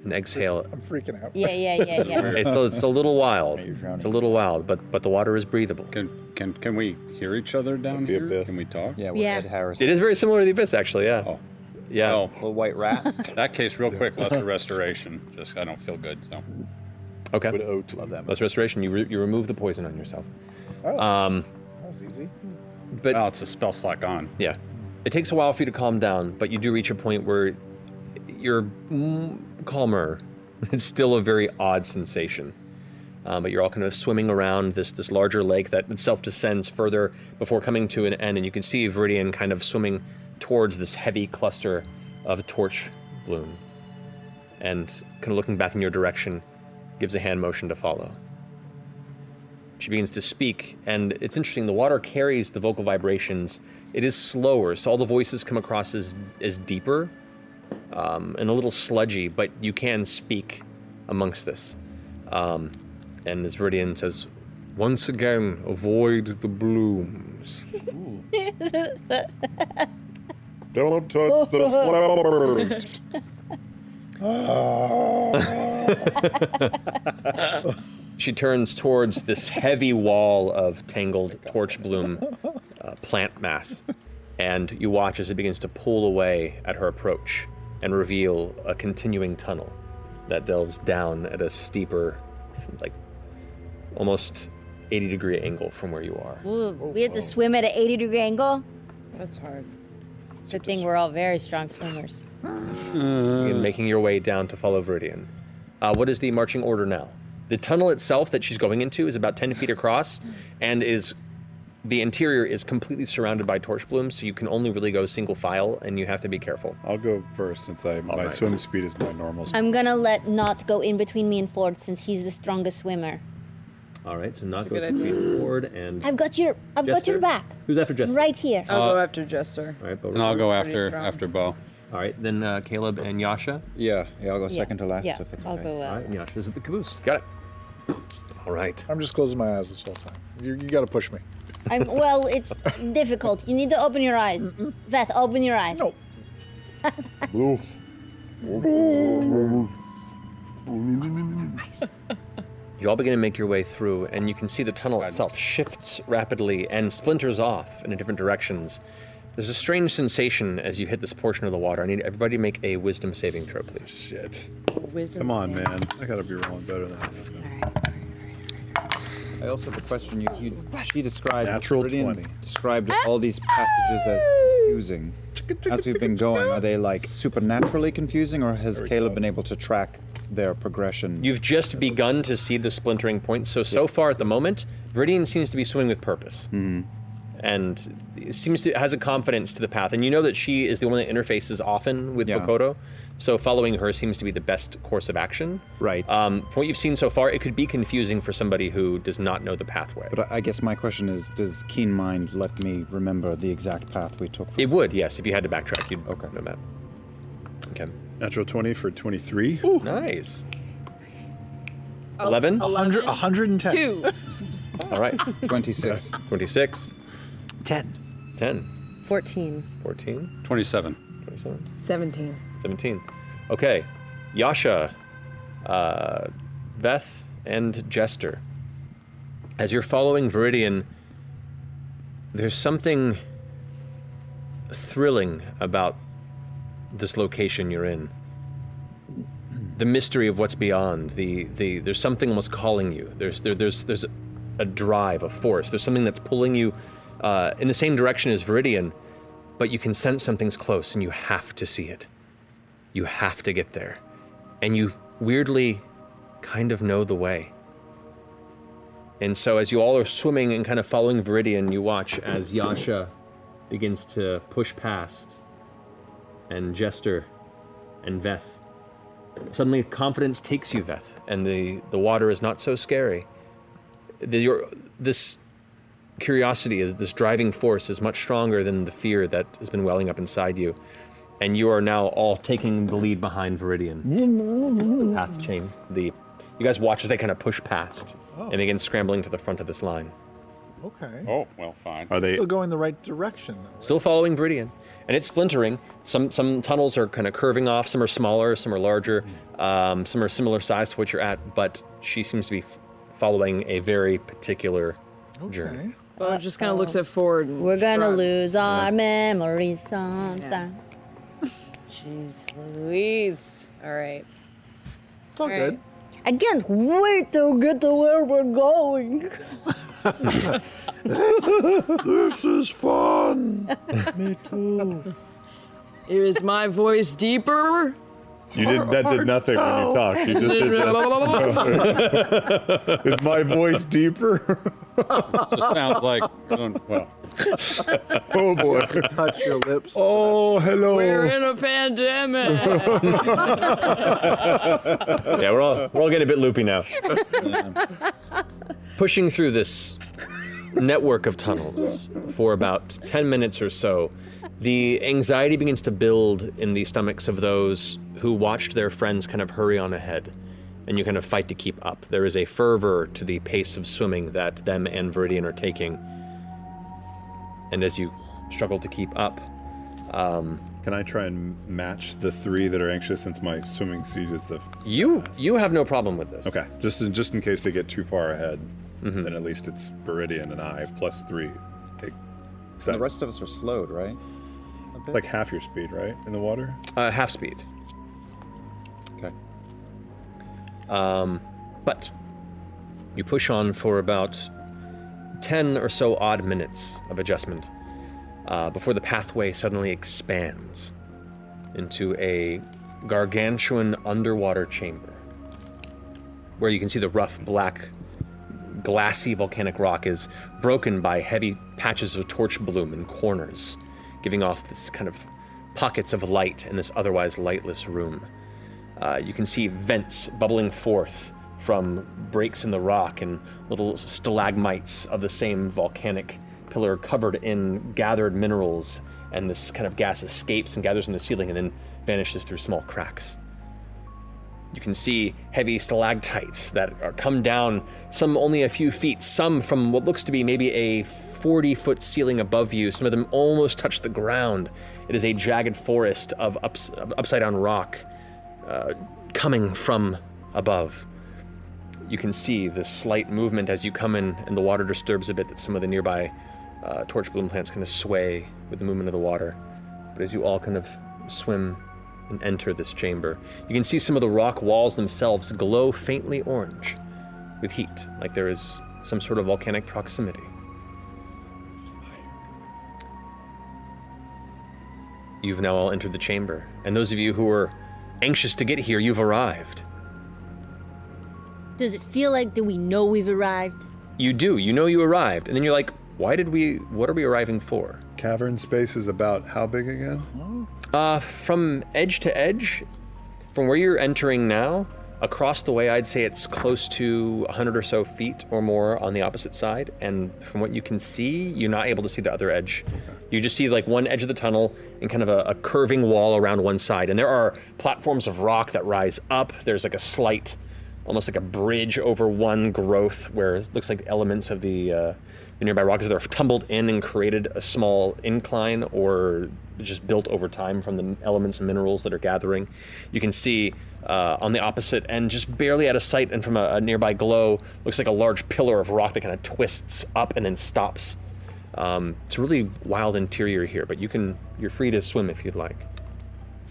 and exhale I'm freaking out. Yeah, yeah, yeah, yeah. it's, a, it's a little wild. It's a little wild, but but the water is breathable. Can can can we hear each other down here? Can we talk? we're Yeah. Ed It is very similar to the abyss, actually. Yeah. Yeah. Oh, little white rat. that case, real quick, lesser restoration. Just I don't feel good, so Okay. Would Love that. Plus restoration. You re- you remove the poison on yourself. Oh. Um, That was easy. but oh, it's a spell slot gone. Yeah. It takes a while for you to calm down, but you do reach a point where you're mm, calmer. It's still a very odd sensation. Um, but you're all kind of swimming around this this larger lake that itself descends further before coming to an end, and you can see Viridian kind of swimming towards this heavy cluster of torch blooms, and kind of looking back in your direction, gives a hand motion to follow. She begins to speak, and it's interesting. The water carries the vocal vibrations. It is slower, so all the voices come across as as deeper um, and a little sludgy, but you can speak amongst this. Um, and as Viridian says, once again, avoid the blooms. Don't touch the flowers. she turns towards this heavy wall of tangled torch bloom uh, plant mass, and you watch as it begins to pull away at her approach and reveal a continuing tunnel that delves down at a steeper, like almost 80 degree angle from where you are. Ooh, we have to swim at an 80 degree angle. That's hard. Good thing we're all very strong swimmers. Ah. and making your way down to follow Viridian. Uh, what is the marching order now? The tunnel itself that she's going into is about 10 feet across and is the interior is completely surrounded by torch blooms, so you can only really go single file and you have to be careful. I'll go first since I my swim speed is my normal I'm gonna let Not go in between me and Ford since he's the strongest swimmer. All right, so not goes between Ford and I've got your, I've got Jester? your back, who's after Jester? right here. I'll go Uh, after Jester. All right, but And I'll go Pretty after strong. after Bo. All right, then uh, Caleb and Yasha. Yeah, yeah, I'll go Yeah, second to last yeah, if that's I'll okay. go, uh, All right, Yasha's at the caboose. Got it. All right. I'm just closing my eyes this whole time. You, you got to push me. I'm, well, it's difficult. You need to open your eyes. Veth, open your eyes. No. Oof. You all begin to make your way through, and you can see the tunnel itself shifts rapidly and splinters off in different directions. There's a strange sensation as you hit this portion of the water. I need everybody to make a wisdom saving throw, please. Shit. Wisdom Come on, saving. man. I gotta be rolling better than that. I also have a question. You, you she described Natural Viridian 20. described all these passages as confusing. As we've been going, are they like supernaturally confusing, or has Caleb been able to track their progression? You've just begun to see the splintering points, so so far at the moment, Viridian seems to be swimming with purpose. And seems to has a confidence to the path. And you know that she is the one that interfaces often with Yeah. Makoto, so following her seems to be the best course of action. Right. Um, from what you've seen so far, it could be confusing for somebody who does not know the pathway. But I I guess my question is, does Keen Mind let me remember the exact path we took? It would, yes. If you had to backtrack, you'd know that. Okay. Natural 20 for 23. Nice. Oh, 11? 100 110. Two. All right. 26. 26. 10. 10. 14. 14. 27. 27. 17. 17. Okay. Yasha, uh, Veth, and Jester. As you're following Viridian, there's something thrilling about this location you're in. The mystery of what's beyond. The the there's something almost calling you. There's there, there's there's a drive, a force. There's something that's pulling you uh, in the same direction as Viridian, but you can sense something's close, and you have to see it. You have to get there, and you weirdly kind of know the way. And so, as you all are swimming and kind of following Viridian, you watch as Yasha begins to push past, and Jester, and Veth. Suddenly, confidence takes you, Veth, and the, the water is not so scary. the, your, this curiosity, is this driving force, is much stronger than the fear that has been welling up inside you, and you are now all taking the lead behind Viridian. the path chain. The you guys watch as they kind of push past and begin scrambling to the front of this line. Okay. Oh, well, fine. Are they- still going the right direction? Though. Still following Viridian, and it's splintering. Some some tunnels are kind of curving off. Some are smaller. Some are larger. Um, some are similar size to what you're at. But she seems to be f- following a very particular journey. Bo just kind of looks at Ford. And We're gonna shrugs. lose our memories sometime. Jeez Louise. All right. It's all good. I can't wait to get to where we're going. this is fun. Me too. Is my voice deeper? You did that did nothing when Oh. you talked. You just did that. Is my voice deeper? just sounds like, I don't- well, oh boy. Touch your lips. Oh, hello. We're in a pandemic. yeah, we're all we're all getting a bit loopy now. Pushing through this network of tunnels for about ten minutes or so, the anxiety begins to build in the stomachs of those who watched their friends kind of hurry on ahead, and you kind of fight to keep up. There is a fervor to the pace of swimming that them and Viridian are taking, and as you struggle to keep up, um, Can I try and match the three that are anxious since my swimming suit is the? You you have no problem with this. Mm-hmm. Okay, just in, just in case they get too far ahead, then at least it's Viridian and I plus three. the rest of us are slowed, right? It's like half your speed, right, in the water? Uh, half speed. Okay. Um, but you push on for about 10 or so odd minutes of adjustment uh, before the pathway suddenly expands into a gargantuan underwater chamber where you can see the rough black glassy volcanic rock is broken by heavy patches of torch bloom in corners giving off this kind of pockets of light in this otherwise lightless room uh, you can see vents bubbling forth from breaks in the rock and little stalagmites of the same volcanic pillar covered in gathered minerals. And this kind of gas escapes and gathers in the ceiling and then vanishes through small cracks. You can see heavy stalactites that are come down, some only a few feet, some from what looks to be maybe a 40 foot ceiling above you. Some of them almost touch the ground. It is a jagged forest of, ups, of upside down rock uh, coming from above. You can see the slight movement as you come in, and the water disturbs a bit that some of the nearby uh, torch bloom plants kind of sway with the movement of the water. But as you all kind of swim and enter this chamber, you can see some of the rock walls themselves glow faintly orange with heat, like there is some sort of volcanic proximity. You've now all entered the chamber, and those of you who were anxious to get here, you've arrived. Does it feel like do we know we've arrived? You do. You know you arrived, and then you're like, "Why did we? What are we arriving for?" Cavern space is about how big again? Uh, from edge to edge, from where you're entering now, across the way, I'd say it's close to 100 or so feet or more on the opposite side. And from what you can see, you're not able to see the other edge. You just see like one edge of the tunnel and kind of a, a curving wall around one side. And there are platforms of rock that rise up. There's like a slight, almost like a bridge over one growth where it looks like elements of the, uh, the nearby rock is they're tumbled in and created a small incline or just built over time from the elements and minerals that are gathering. You can see uh, on the opposite end, just barely out of sight and from a, a nearby glow, looks like a large pillar of rock that kind of twists up and then stops. Um, it's really wild interior here, but you can you're free to swim if you'd like.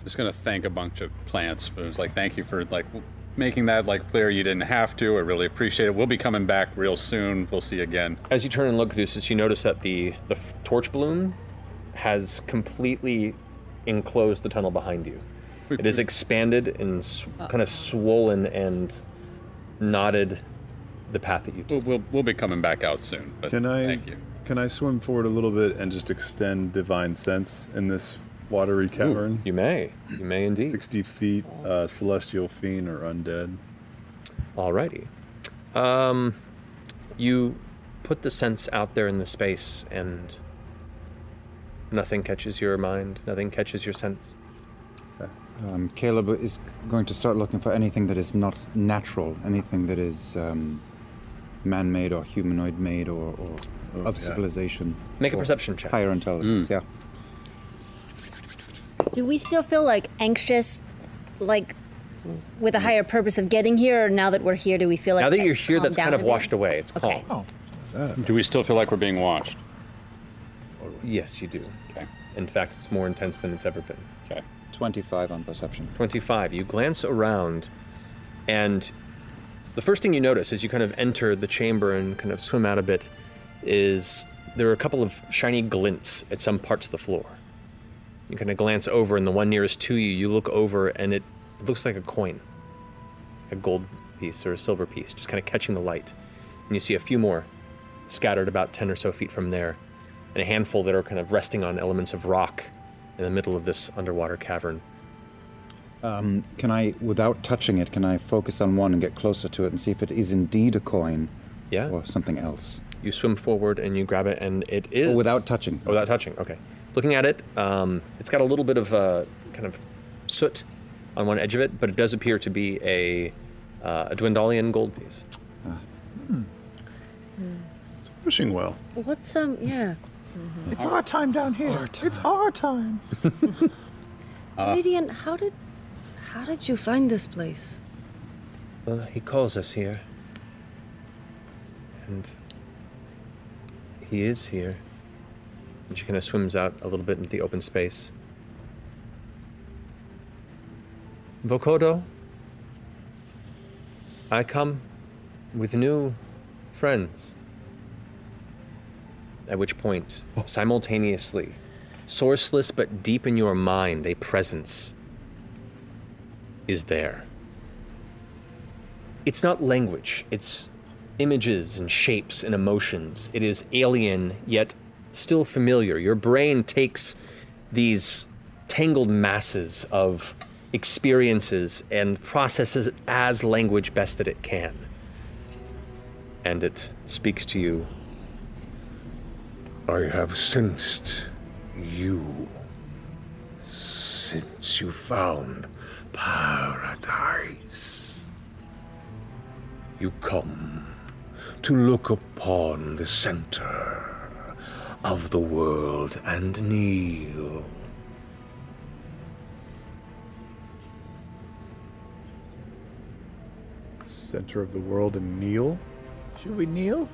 just gonna thank a bunch of plants. But it was like, thank you for like w- making that like clear. You didn't have to. I really appreciate it. We'll be coming back real soon. We'll see you again. As you turn and look, Caduceus, you notice that the the f- torch bloom has completely enclosed the tunnel behind you. It is expanded and sw- kind of swollen and knotted the path that you We'll, we'll, we'll be coming back out soon. But Can I Thank you. can I swim forward a little bit and just extend divine sense in this watery cavern? you may. You may indeed. Sixty feet, uh, celestial fiend or undead. Alrighty. Um, you put the sense out there in the space and nothing catches your mind, nothing catches your sense. Um, Caleb is going to start looking for anything that is not natural, anything that is um, man made or humanoid made or, or of Oh, yeah. civilization. Make a or perception check. Hmm. Higher intelligence, yeah. Do we still feel like anxious, like with a higher purpose of getting here, or now that we're here, do we feel like Now that you're that's here, calmed that's kind down of a bit? washed away. It's Okay. calm. Do we still feel like we're being watched? Yes, you do. Okay. In fact, it's more intense than it's ever been. Okay. 25 on perception. 25. You glance around, and the first thing you notice as you kind of enter the chamber and kind of swim out a bit is there are a couple of shiny glints at some parts of the floor. You kind of glance over, and the one nearest to you, you look over, and it, it looks like a coin, a gold piece or a silver piece, just kind of catching the light. And you see a few more scattered about 10 or so feet from there, and a handful that are kind of resting on elements of rock in the middle of this underwater cavern. Um, can I, without touching it, can I focus on one and get closer to it and see if it is indeed a coin? Yeah. Or something else? You swim forward and you grab it, and it is. without touching. Oh, without touching, okay. Looking at it, um, it's got a little bit of uh, kind of soot on one edge of it, but it does appear to be a, uh, a Dwendalian gold piece. Hmm. Wishing well. What's um? Yeah. It's our time down here. It's our time. Uh, Radiant, how did, how did you find this place? Well, he calls us here. And he is here. And she kind of swims out a little bit into the open space. Vokodo, I come with new friends. At which point, simultaneously, sourceless but deep in your mind, a presence is there it's not language, it's images and shapes and emotions. It is alien yet still familiar. Your brain takes these tangled masses of experiences and processes it as language best that it can. And it speaks to you. I have sensed you since you found paradise. You come to look upon the center of the world and kneel. Center of the world and kneel. Should we kneel?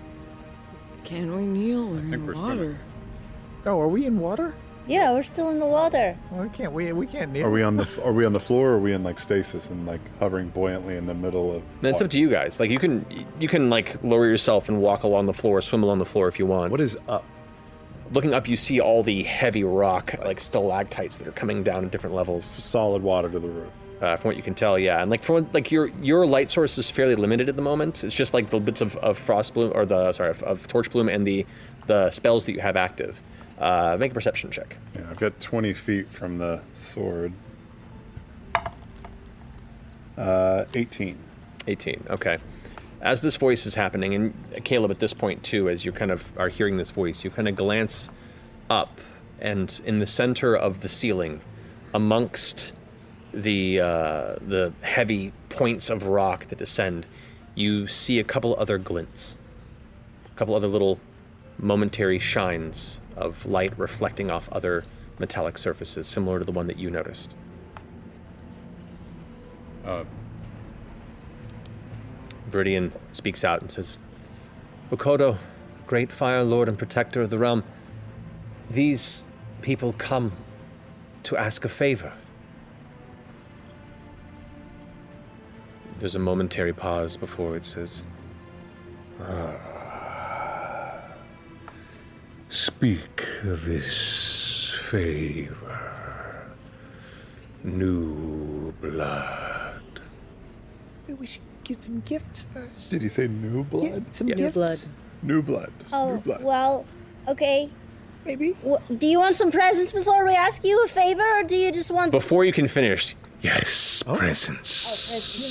Can we kneel? We're think in we're water. swimming. Oh, are we in water? Yeah, we're still in the water. Why can't we? We can't kneel. Are we on the f- Are we on the floor? or Are we in like stasis and like hovering buoyantly in the middle of? And it's up to you guys. Like you can you can like lower yourself and walk along the floor, swim along the floor if you want. What is up? Looking up, you see all the heavy rock, like stalactites that are coming down at different levels. Solid water to the roof. Uh, from what you can tell, yeah. And like for what- like your your light source is fairly limited at the moment. It's just like the bits of, of frost bloom or the sorry of, of torch bloom and the the spells that you have active. Uh, make a perception check. Yeah, I've got 20 feet from the sword. Uh, 18. 18. Okay. As this voice is happening, and Caleb at this point too, as you kind of are hearing this voice, you kind of glance up, and in the center of the ceiling, amongst the uh, the heavy points of rock that descend, you see a couple other glints, a couple other little momentary shines of light reflecting off other metallic surfaces, similar to the one that you noticed. Uh, Viridian speaks out and says, Bokodo, great fire lord and protector of the realm, these people come to ask a favor. There's a momentary pause before it says, "Ah, Speak this favor, new blood. Maybe we should get some gifts first. Did he say new blood? some Yeah. New gifts. blood. New blood. Oh, well, okay. Maybe. do you want some presents before we ask you a favor, or do you just want Oh, Before you can finish, yes, presence.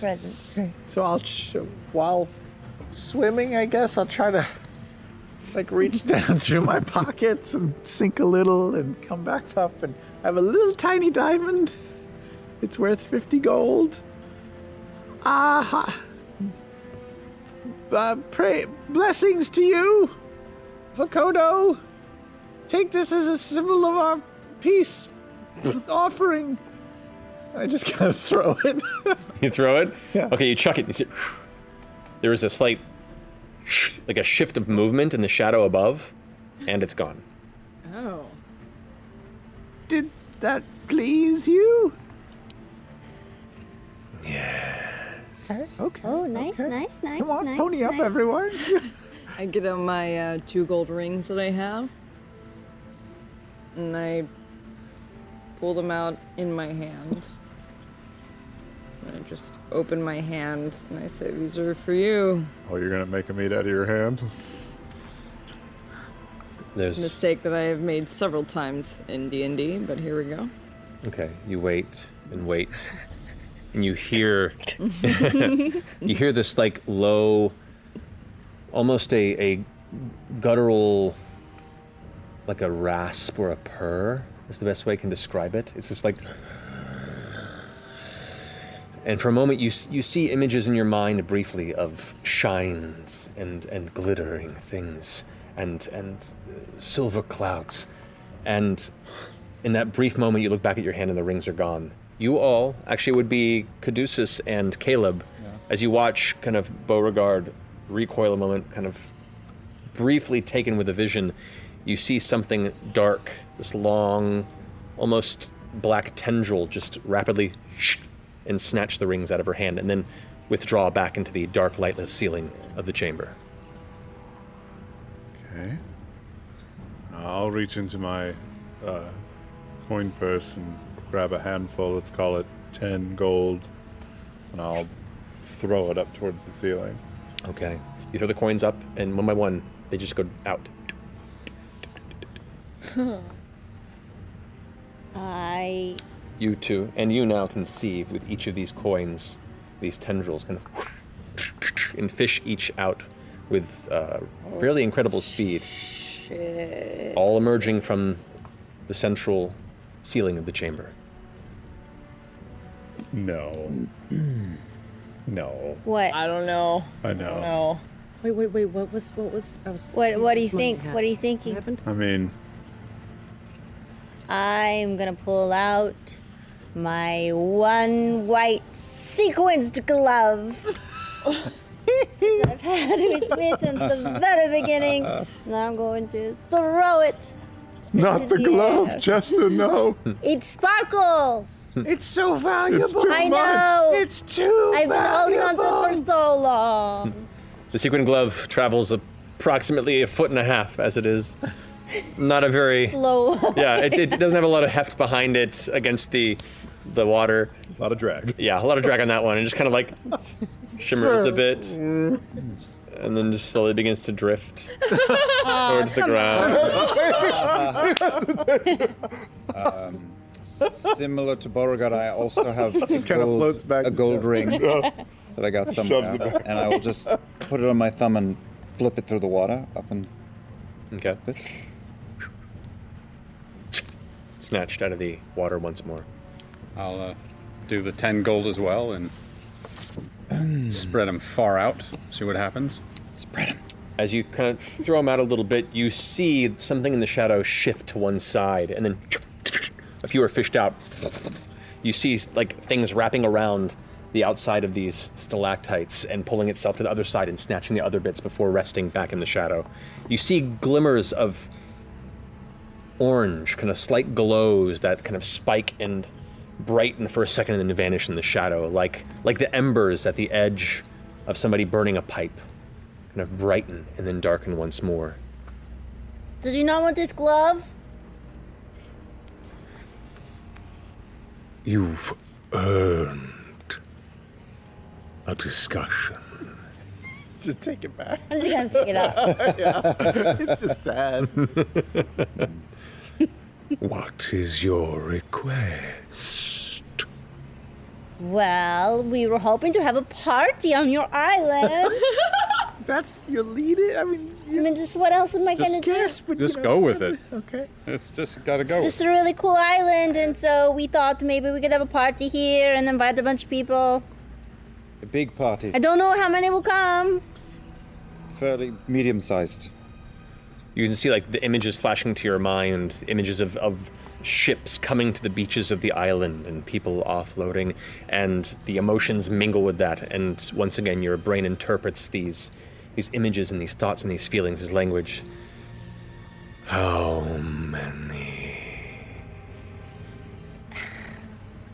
presents? They want presents. So I'll show, while swimming, I guess I'll try to like reach down through my pockets and sink a little and come back up and I have a little tiny diamond. It's worth 50 gold. Aha. Uh, pray blessings to you, Vokodo. Take this as a symbol of our peace offering. I just kind of throw it. You throw it? Yeah. Okay, you chuck it. You see, there is a slight, sh- like a shift of movement in the shadow above, and it's gone. Oh. Did that please you? Okay. Oh, nice, nice, nice. Come on, nice, pony up, nice. everyone. I get out my uh, two gold rings that I have, and I pull them out in my hand. And I just open my hand and I say, "These are for you." Oh, you're gonna make them eat out of your hand? It's a mistake that I have made several times in D and D, but here we go. Okay, you wait and wait, and you hear you hear this like low, almost a, a guttural, like a rasp or a purr is the best way I can describe it. It's just like, and for a moment you s- you see images in your mind briefly of shines and and glittering things and and uh, silver clouds, and in that brief moment, you look back at your hand and the rings are gone. You all, actually, it would be Caduceus and Caleb, as you watch kind of Beauregard recoil a moment, kind of briefly taken with a vision, you see something dark, this long, almost black tendril just rapidly sh- and snatch the rings out of her hand and then withdraw back into the dark, lightless ceiling of the chamber. Okay. I'll reach into my uh, coin purse and grab a handful, let's call it 10 gold, and I'll throw it up towards the ceiling. Okay. You throw the coins up, and one by one, they just go out. I. You two, and you now can see with each of these coins, these tendrils kind of and fish each out with uh, fairly incredible speed, Shit. all emerging from the central ceiling of the chamber. No. no. What? I don't know. I know. No. Wait, wait, wait. What was? What was? I was. What, what do you Something think? What are you thinking? I mean, I'm gonna pull out my one white sequenced glove that I've had with me since the very beginning. Now I'm going to throw it. Not the Yeah. glove, Justin, no. It sparkles. It's so It's too I much. know. It's too I've been holding on to it for so long. The sequin glove travels approximately a foot and a half, as it is not a very Slow. yeah. It, it doesn't have a lot of heft behind it against the the water. A lot of drag. Yeah, a lot of drag on that one, and just kind of like shimmers a bit, and then just slowly begins to drift. Aw, Towards the come on. Um, similar to Beauregard, I also have a Just kinda gold- floats back a gold to ring Justin. that I got Shoves somewhere, it back. and I will just put it on my thumb and flip it through the water up and. Okay. Snatched out of the water once more. I'll uh, do the 10 gold as well and Mm. spread them far out, see what happens. Spread them. As you kind of throw them out a little bit, you see something in the shadow shift to one side, and then a few are fished out. You see like things wrapping around the outside of these stalactites and pulling itself to the other side and snatching the other bits before resting back in the shadow. You see glimmers of orange, kind of slight glows that kind of spike and brighten for a second and then vanish in the shadow, like like the embers at the edge of somebody burning a pipe, kind of brighten and then darken once more. Did you not want this glove? You've earned a discussion. Just take it back. I'm just gonna pick it up. yeah. It's just sad. what is your request? Well, we were hoping to have a party on your island. That's your lead. It. I mean, I mean, just what else am I Just- gonna Yes, do? Just go with it. Okay. It's just gotta It's go. just a really cool island, and so we thought maybe we could have a party here and invite a bunch of people. A big party. I don't know how many will come. Fairly medium sized. You can see like the images flashing to your mind, images of, of ships coming to the beaches of the island and people offloading, and the emotions mingle with that. And once again, your brain interprets these these images and these thoughts and these feelings as language. Oh, How many?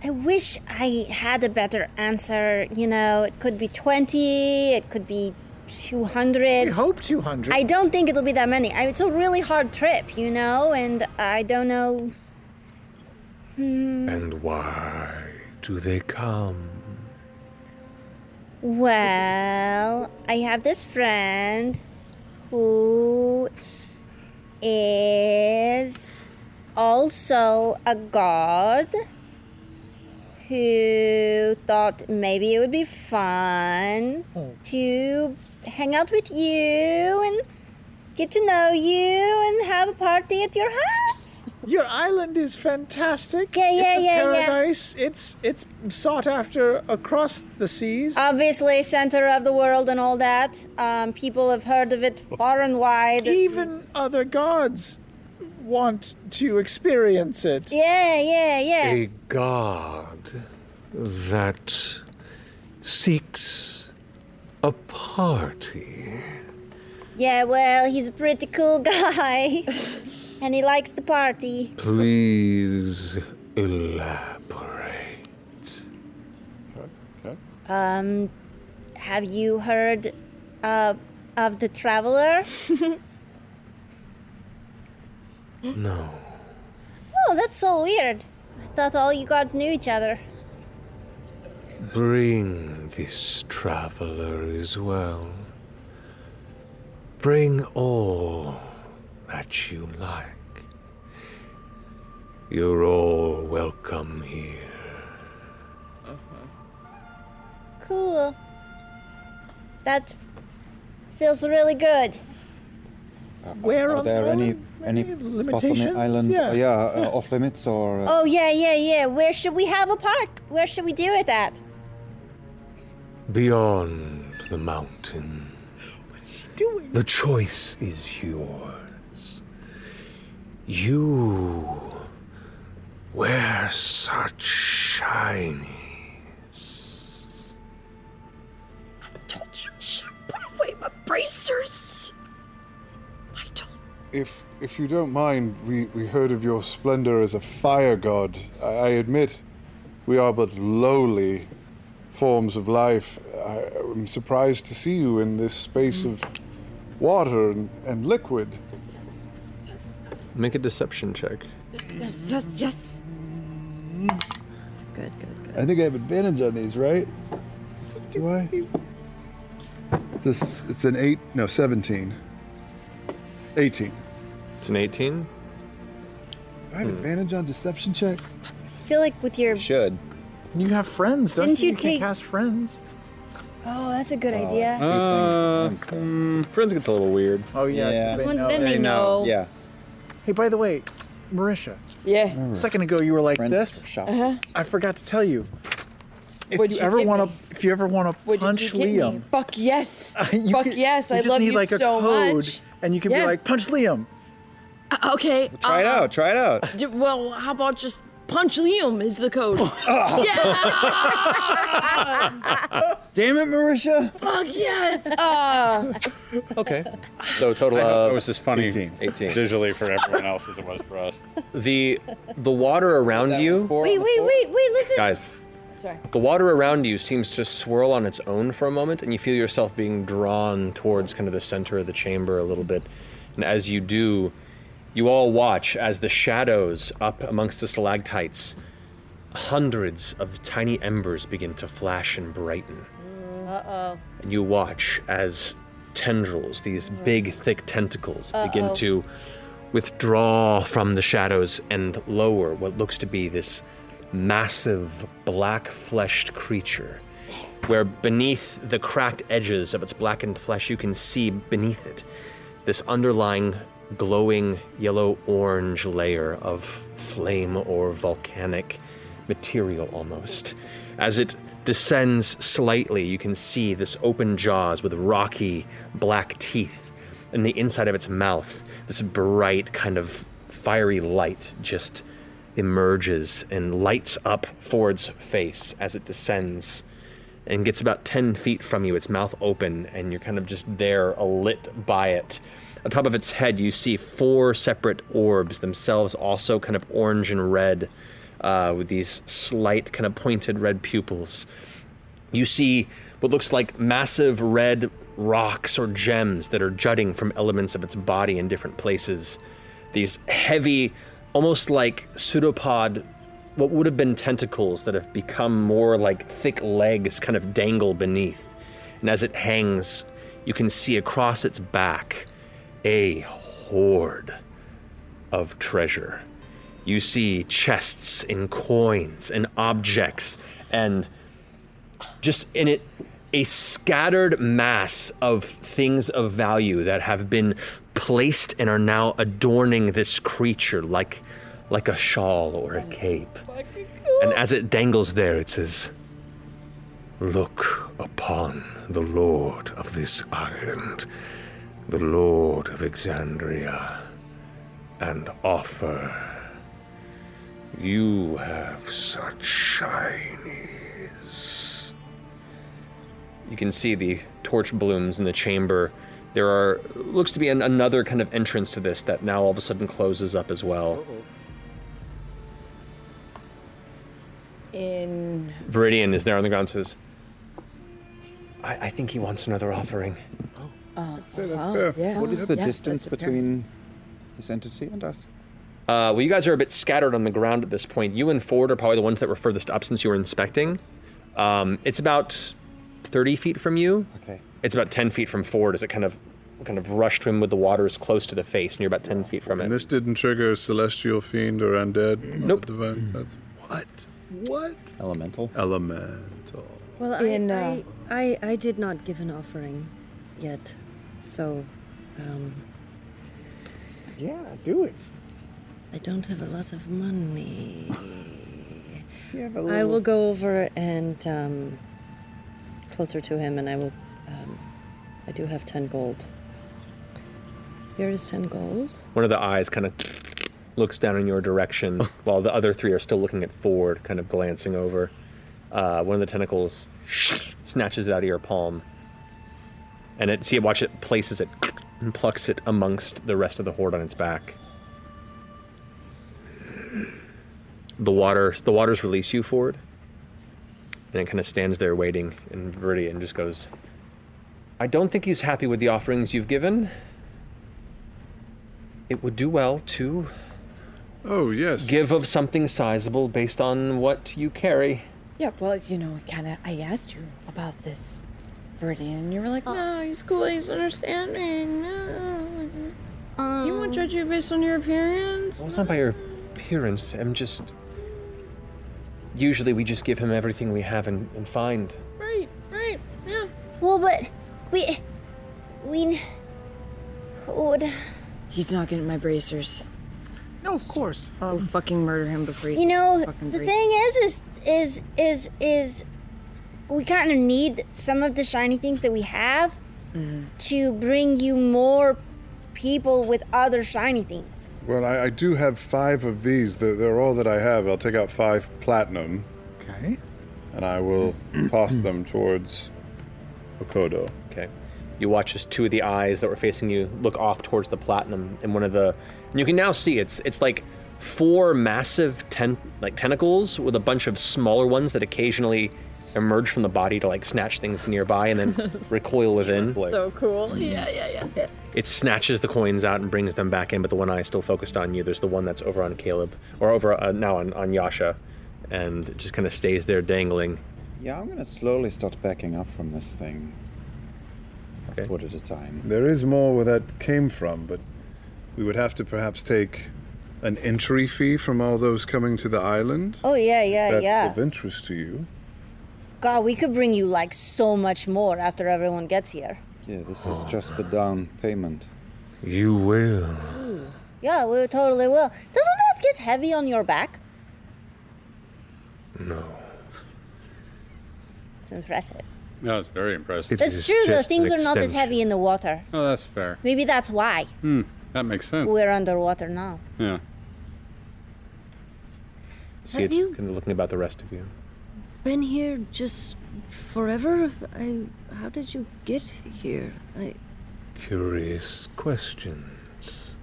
I wish I had a better answer. You know, it could be 20, it could be 200. We hope 200. I don't think it'll be that many. I, it's a really hard trip, you know, and I don't know. Hmm, And why do they come? well, I have this friend who is also a god who thought maybe it would be fun to hang out with you and get to know you and have a party at your house. Your island is fantastic. Yeah, yeah, it's a yeah, yeah. paradise. It's it's sought after across the seas. Obviously, center of the world and all that. Um, people have heard of it far and wide. Even other gods want to experience it. Yeah, yeah, yeah. A god that seeks a party. Yeah, well, he's a pretty cool guy. and he likes the party. Please elaborate. Um, have you heard uh, of the traveler? No. oh, that's so weird. I thought all you gods knew each other. Bring this traveler as well. Bring all that you like. You're all welcome here. Cool. That feels really good. Where are there any any spots on the limitations? island? Yeah. uh, yeah uh, off limits or? Uh, Oh yeah, yeah, yeah. Where should we have a park? Where should we do it at? Beyond the mountain. The choice is yours. You wear such shiny. told you I should Oh, put away my bracers. If if you don't mind, we, we heard of your splendor as a fire god. I, I admit we are but lowly forms of life. I, I'm surprised to see you in this space of water and, and liquid. Make a deception check. Yes, yes, yes. Good, good, I think I have advantage on these, right? Do I? This it's an eight no seventeen. Eighteen. It's an eighteen? I have advantage on deception check. I feel like with your Should. You have friends, don't Didn't you? you You can take- cast friends. Oh, that's a good idea. Uh, hmm, mm, friends gets a little weird. Oh yeah, 'cause yeah. They Once know. then they They know. know. Yeah. Hey, by the way, Marisha. Yeah. A second ago, you were like this. Uh-huh. I forgot to tell you. If Would you, you ever hit want to, if you ever want to punch you kidding me? Liam, Fuck yes. Fuck yes. you I just love need you like a so code, much. and you can be Yeah. like, punch Liam. Uh, okay. Try it out, try it out. d- well, how about just punch Liam is the code. yeah. Damn it, Marisha! Fuck yes. Uh, Oh. okay. So total of That was as funny 18. 18. visually for everyone else as it was for us. The the water around you. Wait, wait, wait, wait. Listen. Guys, Sorry. the water around you seems to swirl on its own for a moment, and you feel yourself being drawn towards kind of the center of the chamber a little bit. And as you do, you all watch as the shadows up amongst the stalactites, hundreds of tiny embers begin to flash and brighten. Uh oh. And you watch as tendrils, these big, thick tentacles, begin Uh-oh. to withdraw from the shadows and lower what looks to be this massive, black fleshed creature where beneath the cracked edges of its blackened flesh, you can see beneath it this underlying glowing yellow orange layer of flame or volcanic material almost. As it descends slightly, you can see this open jaws with rocky black teeth and the inside of its mouth. This bright kind of fiery light just emerges and lights up Ford's face as it descends and gets about 10 feet from you, its mouth open, and you're kind of just there, alit by it. On top of its head, you see four separate orbs, themselves also kind of orange and red, uh, with these slight, kind of pointed red pupils. You see what looks like massive red rocks or gems that are jutting from elements of its body in different places. These heavy, almost like pseudopod, what would have been tentacles that have become more like thick legs kind of dangle beneath. And as it hangs, you can see across its back a hoard of treasure. You see chests and coins and objects and just in it a scattered mass of things of value that have been placed and are now adorning this creature like like a shawl or a cape. And as it dangles there it says Look upon the lord of this island, the lord of Exandria, and offer. You have such shinies. You can see the torch blooms in the chamber. There are looks to be an, another kind of entrance to this that now all of a sudden closes up as well. In. Viridian is there on the ground and says, I, I think he wants another offering. Uh, So that's oh, fair. yeah. What is the Yeah, distance that's a fair- between this entity and us? Uh, well, you guys are a bit scattered on the ground at this point. You and Ford are probably the ones that were furthest up since you were inspecting. Um, it's about 30 feet from you. Okay. It's about 10 feet from Ford as it kind of kind of rushed him with the water as close to the face, and you're about 10 feet from it. And this didn't trigger celestial fiend or undead. Nope. Device. That's what? What? Elemental. Elemental. Well, In, uh, I, I, I, I did not give an offering yet, so um, Yeah, do it. I don't have a lot of money. You have a I little- will go over and um, closer to him, and I will. Um, I do have ten gold. Here is ten gold. One of the eyes kind of looks down in your direction, while the other three are still looking at Ford, kind of glancing over. Uh, one of the tentacles snatches it out of your palm, and it see it watch it places it and plucks it amongst the rest of the horde on its back. The water, the waters release you, Ford, and it kind of stands there waiting. And Viridian just goes, "I don't think he's happy with the offerings you've given." it would do well to oh yes give of something sizable based on what you carry Yeah, well, you know, kind of. I asked you about this, Viridian, and you were like, No, he's cool. He's understanding. No. he won't judge you based on your appearance. well, it's not by your appearance i'm just usually we just give him everything we have and, and find Right, right, yeah. Well, but we. We. Would. He's not getting my bracers. No, of course. I'll fucking murder him before he. You know, fucking the breathes. thing is, is, is, is, is. We kind of need some of the shiny things that we have Mm-hmm. to bring you more people with other shiny things. Well, I, I do have five of these. They're, they're all that I have. I'll take out five platinum. Okay. And I will toss them towards Okodo. Okay. You watch as two of the eyes that were facing you look off towards the platinum, and one of the, and you can now see it's it's like four massive ten like tentacles with a bunch of smaller ones that occasionally emerge from the body to like snatch things nearby and then recoil within. So cool. Yeah, yeah, yeah, yeah. It snatches the coins out and brings them back in, but the one eye is still focused on you. There's the one that's over on Caleb, or over uh, now on, on Yasha, and it just kind of stays there dangling. Yeah, I'm gonna slowly start backing up from this thing. A foot at a time. There is more where that came from, but we would have to perhaps take an entry fee from all those coming to the island. Oh, yeah, If yeah, That's yeah. of interest to you. God, we could bring you like so much more after everyone gets here. Yeah, this is just the down payment. You will. Yeah, we totally will. Doesn't that get heavy on your back? No. It's impressive. No, it's very impressive. That's true, though. Things are not as heavy in the water. Oh, that's fair. Maybe that's why Hmm, that makes sense. we're underwater now. Yeah. See it kind of looking about the rest of you. Been here just forever? I. How did you get here? I. Curious questions.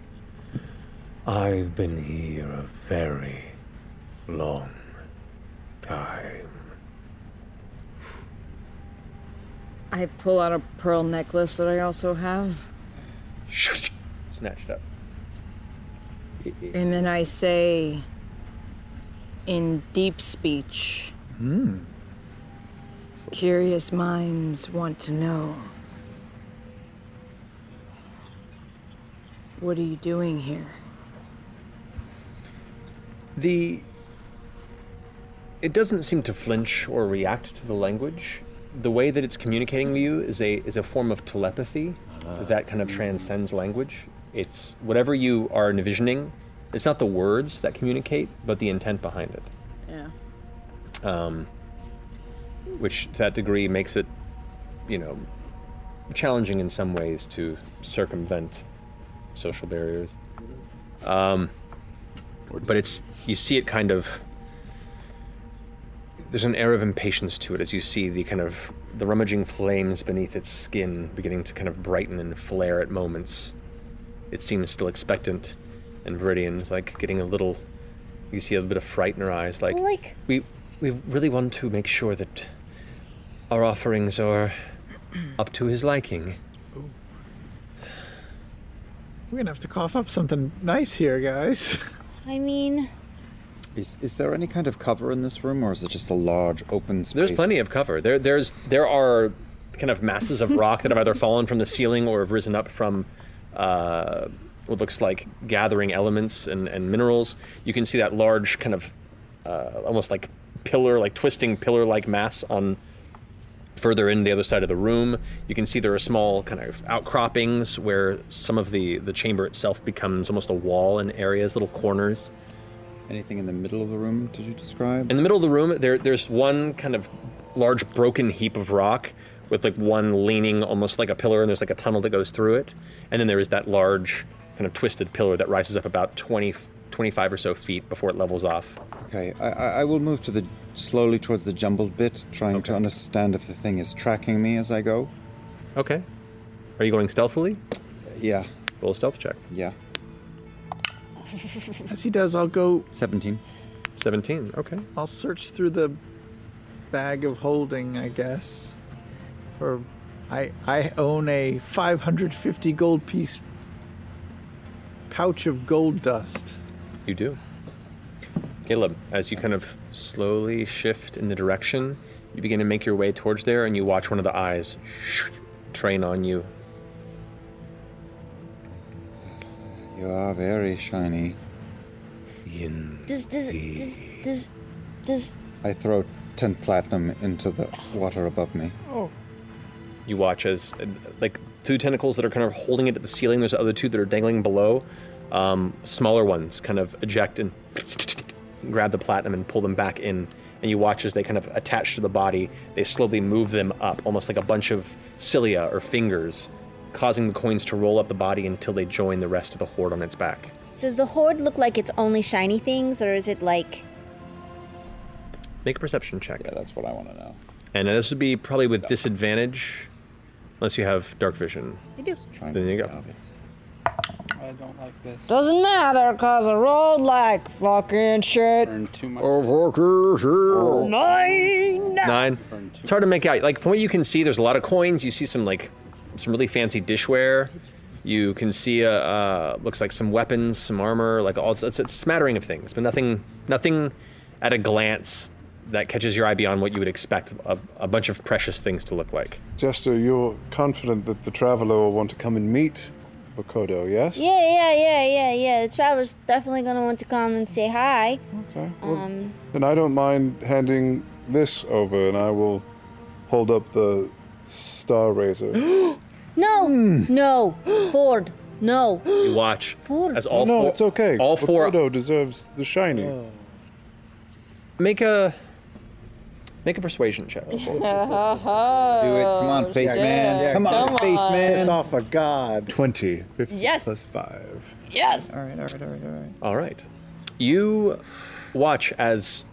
I've been here a very long time. I pull out a pearl necklace that I also have, Snatched up. and then I say, in deep speech, Hmm. curious minds want to know. What are you doing here? The. It doesn't seem to flinch or react to the language. The way that it's communicating with you is a is a form of telepathy that kind of transcends language. It's whatever you are envisioning. It's not the words that communicate, but the intent behind it. Yeah. um, which to that degree makes it, you know, challenging in some ways to circumvent social barriers. Um, but it's you see it kind of. There's an air of impatience to it as you see the kind of the rummaging flames beneath its skin beginning to kind of brighten and flare at moments. It seems still expectant, and Viridian's like getting a little. You see a bit of fright in her eyes, like Like- we we really want to make sure that our offerings are up to his liking. We're gonna have to cough up something nice here, guys. I mean, Is, is there any kind of cover in this room, or is it just a large open space? There's plenty of cover. There, there's there are kind of masses of rock that have either fallen from the ceiling or have risen up from uh, what looks like gathering elements and, and minerals. You can see that large kind of uh, almost like pillar, like twisting pillar-like mass on further in the other side of the room. You can see there are small kind of outcroppings where some of the the chamber itself becomes almost a wall in areas, little corners. Anything in the middle of the room? Did you describe? In the middle of the room, there there's one kind of large broken heap of rock with like one leaning almost like a pillar, and there's like a tunnel that goes through it. And then there is that large kind of twisted pillar that rises up about 20, 25 or so feet before it levels off. Okay, I, I I will move to the slowly towards the jumbled bit, trying to understand if the thing is tracking me as I go. Okay. Are you going stealthily? Yeah. Roll a stealth check. Yeah. As he does, I'll go. 17. 17, okay. I'll search through the bag of holding, I guess. For I I own a 550 gold piece pouch of gold dust. You do. Caleb, as you kind of slowly shift in the direction, you begin to make your way towards there, and you watch one of the eyes train on you. You are very shiny. does does does does does I throw 10 platinum into the water above me. oh You watch as, uh, like, two tentacles that are kind of holding it at the ceiling. There's other two that are dangling below. Um, smaller ones kind of eject and grab the platinum and pull them back in. And you watch as they kind of attach to the body. They slowly move them up, almost like a bunch of cilia or fingers, causing the coins to roll up the body until they join the rest of the horde on its back. does the horde look like it's only shiny things, or is it like Make a perception check. Yeah, that's what I want to know. And this would be probably with disadvantage, unless you have dark vision. I do. Then you go. I don't like this. Doesn't matter, cause I rolled like fucking shit. Oh, Nine. Nine. It's hard to make out. Like from what you can see, there's a lot of coins. You see some like some really fancy dishware. You can see uh, uh looks like some weapons, some armor, like all it's, it's a smattering of things, but nothing nothing at a glance that catches your eye beyond what you would expect a, a bunch of precious things to look like. Jester, you're confident that the traveler will want to come and meet Okodo, yes? Yeah, yeah, yeah, yeah, yeah. The traveler's definitely gonna want to come and say hi. Okay. um, Then I don't mind handing this over, and I will hold up the star razor. No, Hmm. no, Ford, no. You watch Ford. as all no, four. it's okay. All four. Leporto deserves the shiny. Make a make a persuasion check. Do Oh, it. Come on, face man. Come on, Come face man. Piss off a god. 20. 50 Yes. Plus 5. Yes. All right, all right, all right, all right. All right. You watch as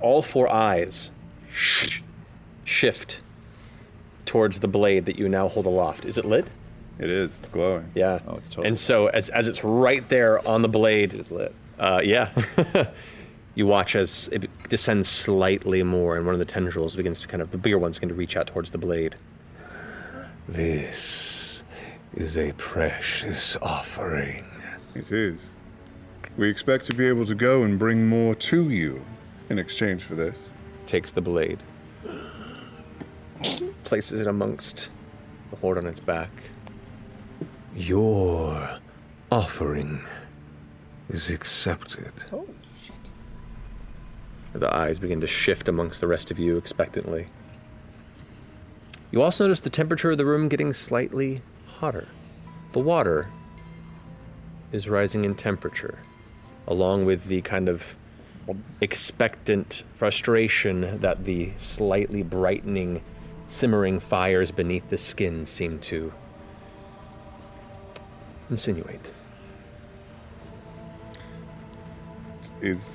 all four eyes shift towards the blade that you now hold aloft. Is it lit? It is. It's glowing. Yeah. Oh, it's totally. And so as as it's right there on the blade, it is lit. Uh, yeah. you watch as it descends slightly more, and one of the tendrils begins to kind of the bigger one's going to reach out towards the blade. This is a precious offering. It is. We expect to be able to go and bring more to you in exchange for this. Takes the blade. Places it amongst the horde on its back. Your offering is accepted. The eyes begin to shift amongst the rest of you expectantly. You also notice the temperature of the room getting slightly hotter. The water is rising in temperature, along with the kind of expectant frustration that the slightly brightening, simmering fires beneath the skin seem to insinuate. Is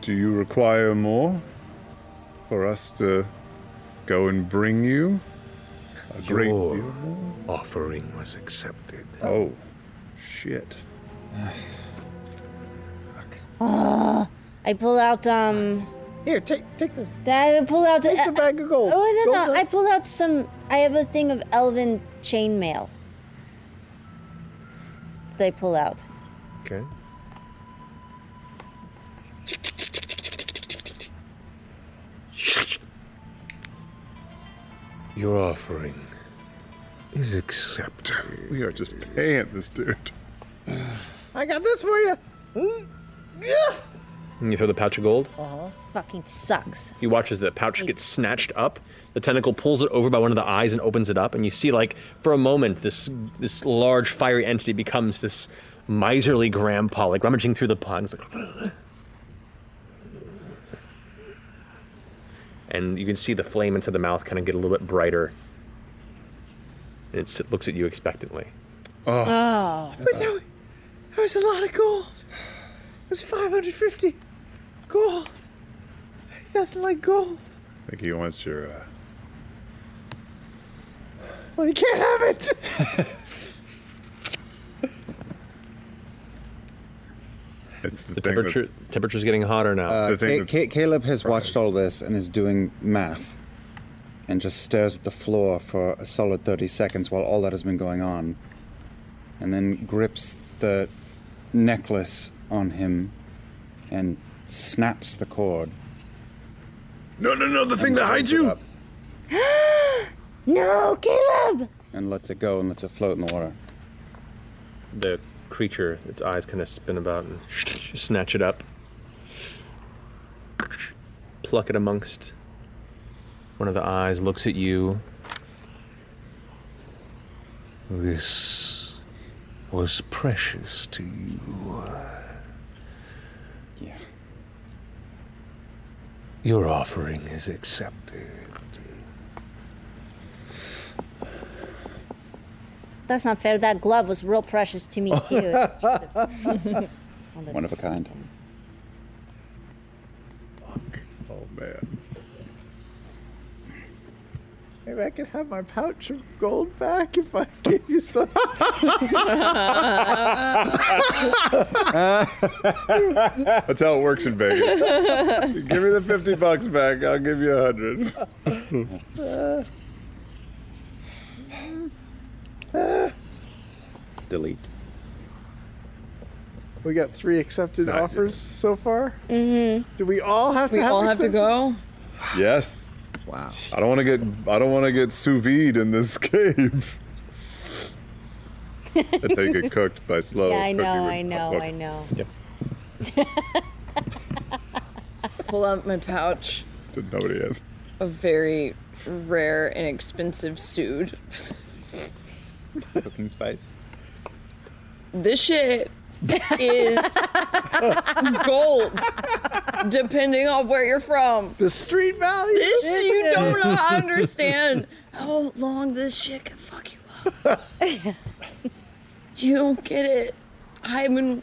do you require more for us to go and bring you? A great Your deal more? offering was accepted. Oh, shit. Oh, I pull out um. Here, take take this. That I pull out uh, Take the bag of gold. Oh, no, Gold no, I dust. pulled out some. I have a thing of elven chainmail. They pull out. Okay. Your offering is accepted. We are just paying this dude. I got this for you. Mm. Hmm? Yeah. You throw the pouch of gold. This fucking sucks. You watch as the pouch gets snatched up. The tentacle pulls it over by one of the eyes and opens it up, and you see, like, for a moment, this this large fiery entity becomes this miserly grandpa, like rummaging through the pot. And, it's like, and you can see the flame inside the mouth kind of get a little bit brighter. And it's, it looks at you expectantly. Oh. But no, that was a lot of gold. It was 550 gold. He doesn't like gold. I think he wants your. Uh, Well, he can't have it. it's the, temperature temperature's getting hotter now. Uh, Ca- Ca- Caleb has watched all this and is doing math and just stares at the floor for a solid 30 seconds while all that has been going on and then grips the necklace on him and snaps the cord. No, no, no, the thing that hides you! no, Caleb. And lets it go and lets it float in the water. the creature, its eyes kind of spin about and snatch it up, pluck it amongst. One of the eyes looks at you. This was precious to you. Yeah. Your offering is accepted. That's not fair. That glove was real precious to me too. One of a kind. Oh, man. Maybe I could have my pouch of gold back if I gave you some. That's how it works in Vegas. give me the 50 bucks back, I'll give you a 100. Uh, Delete. We got three accepted offers so far. mm-hmm. Do we all have to We have all have to accepted- go? Yes. Wow. I don't want to get I don't want to get sous vide in this cave. That's how you get cooked by slow. yeah, I cooking know, with I know, hot I know. Yep. Pull out my pouch Didn't know what he is. of very rare and expensive suit. Cooking spice. This shit is gold, depending on where you're from. The street value. This you don't know- understand how long this shit can fuck you up. you don't get it. I've been.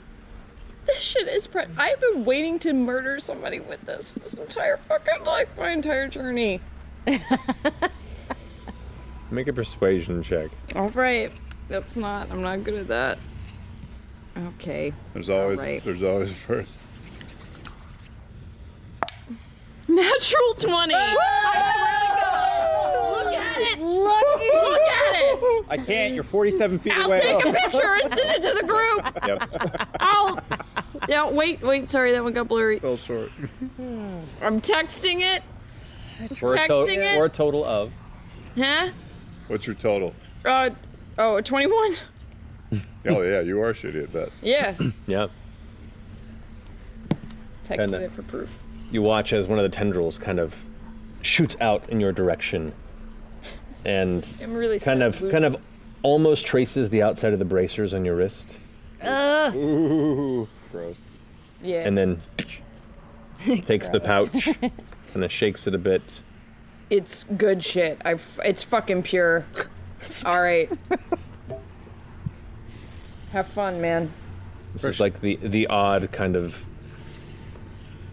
This shit is. Pre- I've been waiting to murder somebody with this this entire fucking life, my entire journey. Make a persuasion check. All right, that's not. I'm not good at that. Okay. There's always Alright. there's always a first. Natural 20. Look at it. Look, at it. I can't. You're 47 feet I'll away. Oh. take a picture and send it to the group. I'll. Yeah, wait, wait. Sorry, that one got blurry. Fell short. I'm texting it. For a, to- texting it. for a total of. Huh? What's your total? Uh, oh, 21. Oh yeah, you are shitty at that. Yeah. Yep. Texted Kinda. it for proof. You watch as one of the tendrils kind of shoots out in your direction, and I'm really kind sad of blue kind of almost traces the outside of the bracers on your wrist, Ugh. Ooh, gross. Yeah. and then takes the pouch and then shakes it a bit. It's good shit. I. f- It's fucking pure. All right. Have fun, man. This is like the the odd kind of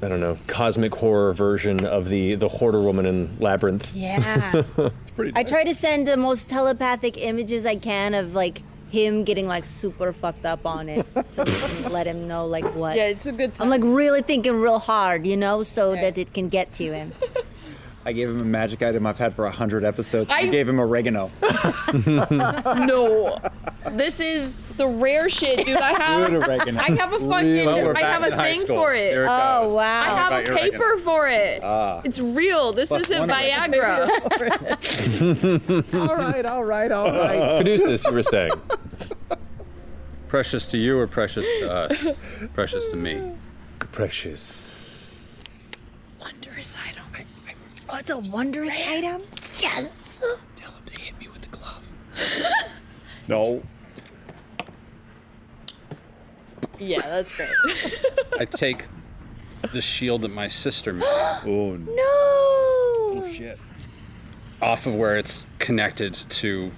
I don't know cosmic horror version of the the hoarder woman in labyrinth. Yeah. it's pretty. I try to send the most telepathic images I can of like him getting like super fucked up on it, so we can let him know like what. Yeah, it's a good. I'm like really thinking real hard, you know, so that it can get to him. I gave him a magic item I've had for 100 episodes. I I- gave him oregano. no, this is the rare shit, dude. I have. Good oregano. I have a fucking. Well, we're I back have in a high thing school. for it. There it Oh, goes. wow. I have About a your paper oregano. for it. Ah. It's real. This Plus isn't one oregano. Viagra. all right, all right, all right. Caduceus, you were saying. Precious to you or precious to us? precious to me. Precious. Wondrous item. Oh, it's a wondrous item. Yes. No. yeah, that's great. I take the shield that my sister made. oh no. Oh shit. off of where it's connected to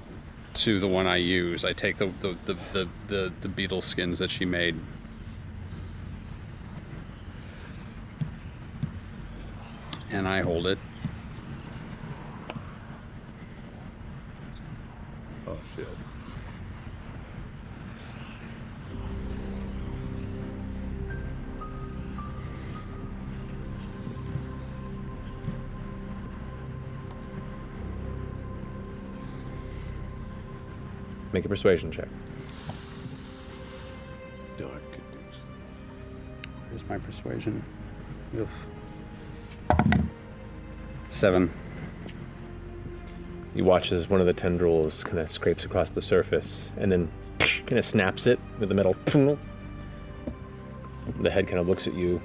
to the one I use. I take the the, the, the, the, the beetle skins that she made. And I hold it. Oh shit. Make a persuasion check. Dark. Here's my persuasion. Oof. Seven. You watch as one of the tendrils kind of scrapes across the surface and then kind of snaps it with the metal. The head kind of looks at you.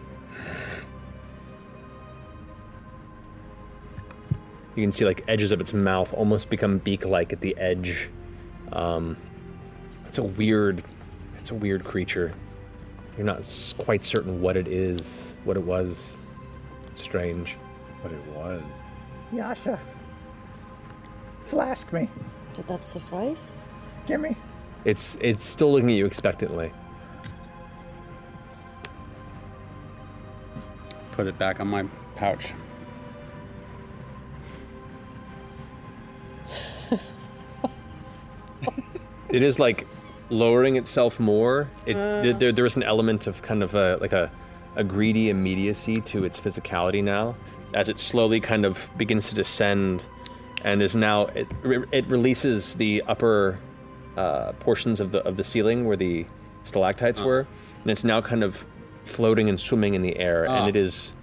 You can see like edges of its mouth almost become beak-like at the edge. Um, it's a weird, it's a weird creature. You're not s- quite certain what it is, what it was. It's strange. What it was. Yasha, flask me. Did that suffice? Give me. It's it's still looking at you expectantly. Put it back on my pouch. It is like lowering itself more. It Mm. there- there there is an element of kind of a like a, a greedy immediacy to its physicality now, as it slowly kind of begins to descend, and is now it re- it releases the upper uh, portions of the of the ceiling where the stalactites Ah. were, and it's now kind of floating and swimming in the air, Ah. and it is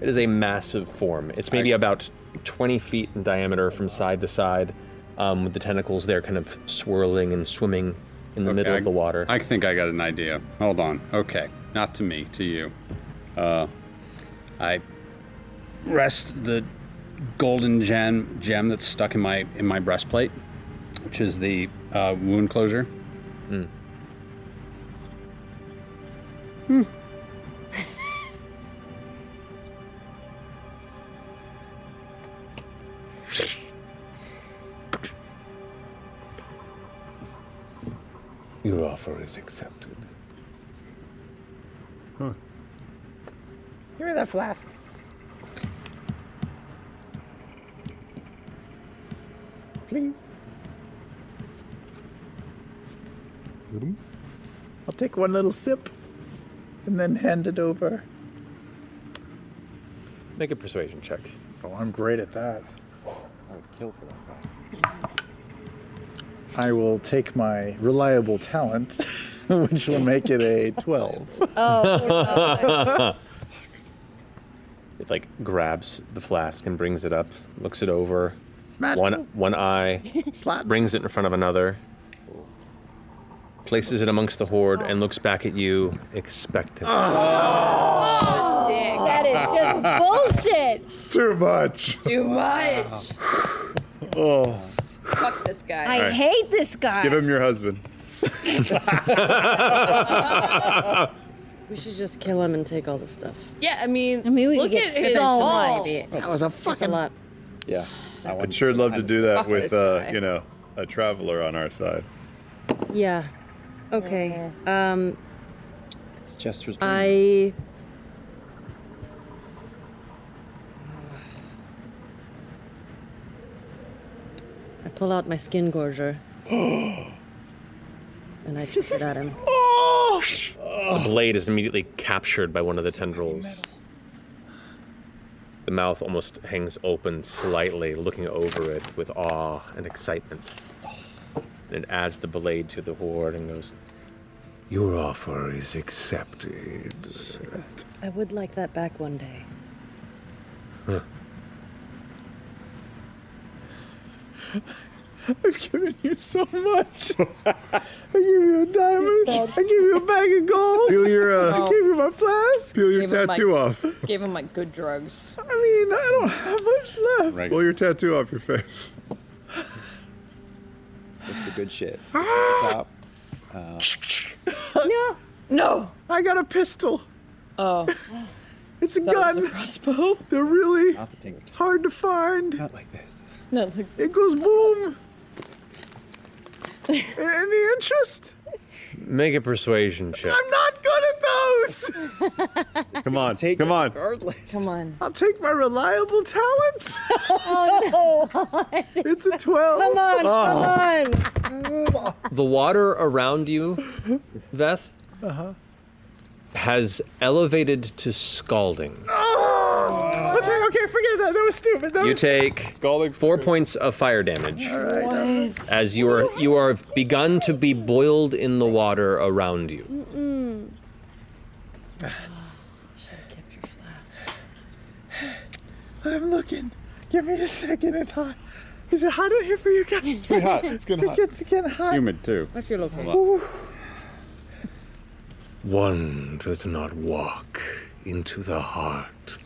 it is a massive form. It's maybe about 20 feet in diameter from side to side, um, with the tentacles there kind of swirling and swimming in the middle I- of the water. I think I got an idea. Hold on. Okay. Not to me, to you. Uh, I rest the golden gem gem that's stuck in my in my breastplate, which is the uh, wound closure. Hmm. Your offer is accepted. Give me that flask. Please. I'll take one little sip and then hand it over. Make a persuasion check. Oh, I'm great at that. I would kill for that flask. I will take my reliable talent, which will make it a Oh, 12. It like grabs the flask and brings it up, looks it over, one Magical. one eye, Platinum. brings it in front of another, places it amongst the horde, and looks back at you expectant. Ah. Oh, That is just bullshit. Too much. Too much. Oh. Fuck this guy. I Alright. hate this guy. Give him your husband. We should just kill him and take all the stuff. Yeah, I mean, I mean, we look could at get his so balls. much. That was a fucking lot. Yeah. I'd sure love to do that Fuck with, this uh, guy. you know, a traveler on our side. Yeah. Okay. Um, It's Jester's dream. I. I pull out my skin gorger and I chuck it at him. The blade is immediately captured by one of the tendrils. The mouth almost hangs open slightly, looking over it with awe and excitement. And it adds the blade to the horde and goes, Your offer is accepted. I would like that back one day. I've given you so much. I give you a diamond. I give you a bag of gold. Peel your, uh, I give you my flask. Peel your Gave him, tattoo like- off. Gave him like good drugs. I mean, I don't have much left. Right. Pull your tattoo off your face. It's the good shit. Ah! Stop. Uh, no. No. I got a pistol. Oh. It's a That was gun. a crossbow. They're really Not the tinker. hard to find. Not like this. Not like It goes boom. Any interest? Make a persuasion check. I'm not good at those. Come on. Come on. Come on. I'll take my reliable talent. Oh no! it's a twelve. Come on, come on. The water around you, Veth, Uh-huh. has elevated to scalding. Oh, okay, okay, forget that. That was stupid. That You was take four points of fire damage All right. as you are you are begun to be boiled in the water around you. Mm-mm. I'm looking. Give me a second. It's hot. Is it hot in here for you guys? It's pretty hot. It's getting hot. It's getting hot. Humid too. What's your location? Ooh. One does not walk into the heart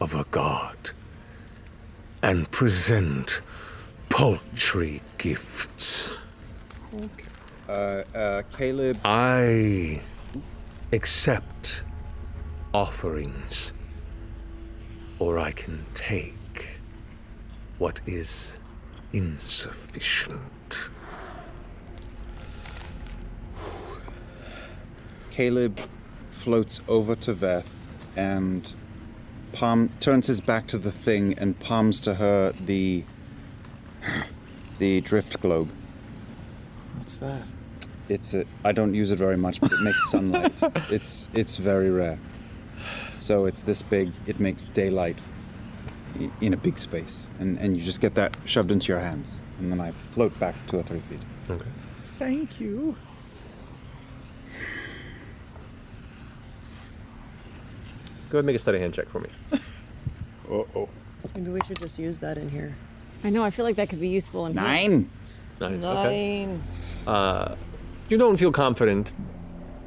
of a god and present paltry gifts. Uh, uh, Caleb. I accept offerings, or I can take what is insufficient. Caleb floats over to Veth and palm turns his back to the thing and palms to her the the drift globe. What's that? It's a, I don't use it very much, but it makes sunlight. it's it's very rare. So it's this big. It makes daylight i- in a big space, and and you just get that shoved into your hands, and then I float back two or three feet. Okay. Thank you. Go ahead and make a study hand check for me. Uh oh. Maybe we should just use that in here. I know. I feel like that could be useful. In here. Nine. Okay. Uh, you don't feel confident,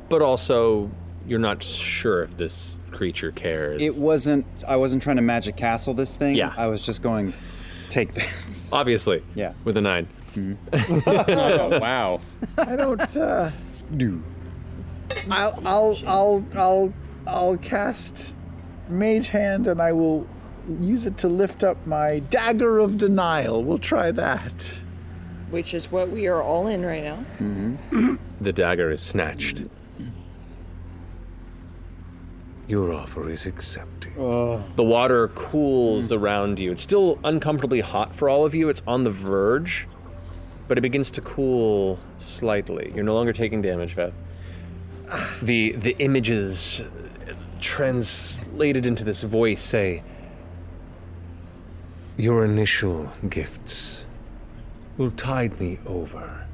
but also You're not sure if this creature cares. It wasn't. I wasn't trying to magic castle this thing. Yeah. I was just going, take this. Obviously. Yeah. With a 9 wow. I don't. Uh, I'll, I'll, I'll, I'll, I'll cast Mage Hand, and I will use it to lift up my dagger of denial. We'll try that. Which is what we are all in right now. Mm-hmm. The dagger is snatched. Your offer is accepted. The water cools around you. It's still uncomfortably hot for all of you. It's on the verge, but it begins to cool slightly. You're no longer taking damage, Beth. The the images translated into this voice say, Your initial gifts will tide me over.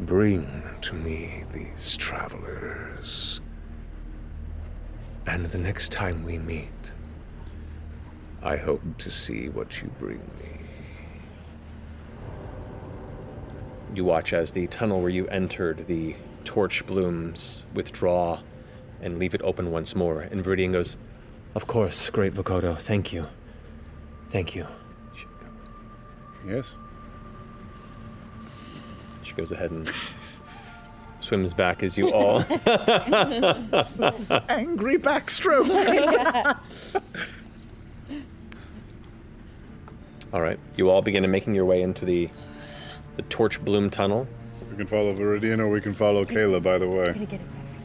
Bring to me these travelers. And the next time we meet, I hope to see what you bring me. You watch as the tunnel where you entered the torch blooms withdraw and leave it open once more. And Viridian goes, Of course, great Vokodo, thank you. Thank you. Yes. She goes ahead and swims back as you all. Angry backstroke. all right, you all begin making your way into the the torch bloom tunnel. We can follow Viridian or we can follow Kayla, by the way.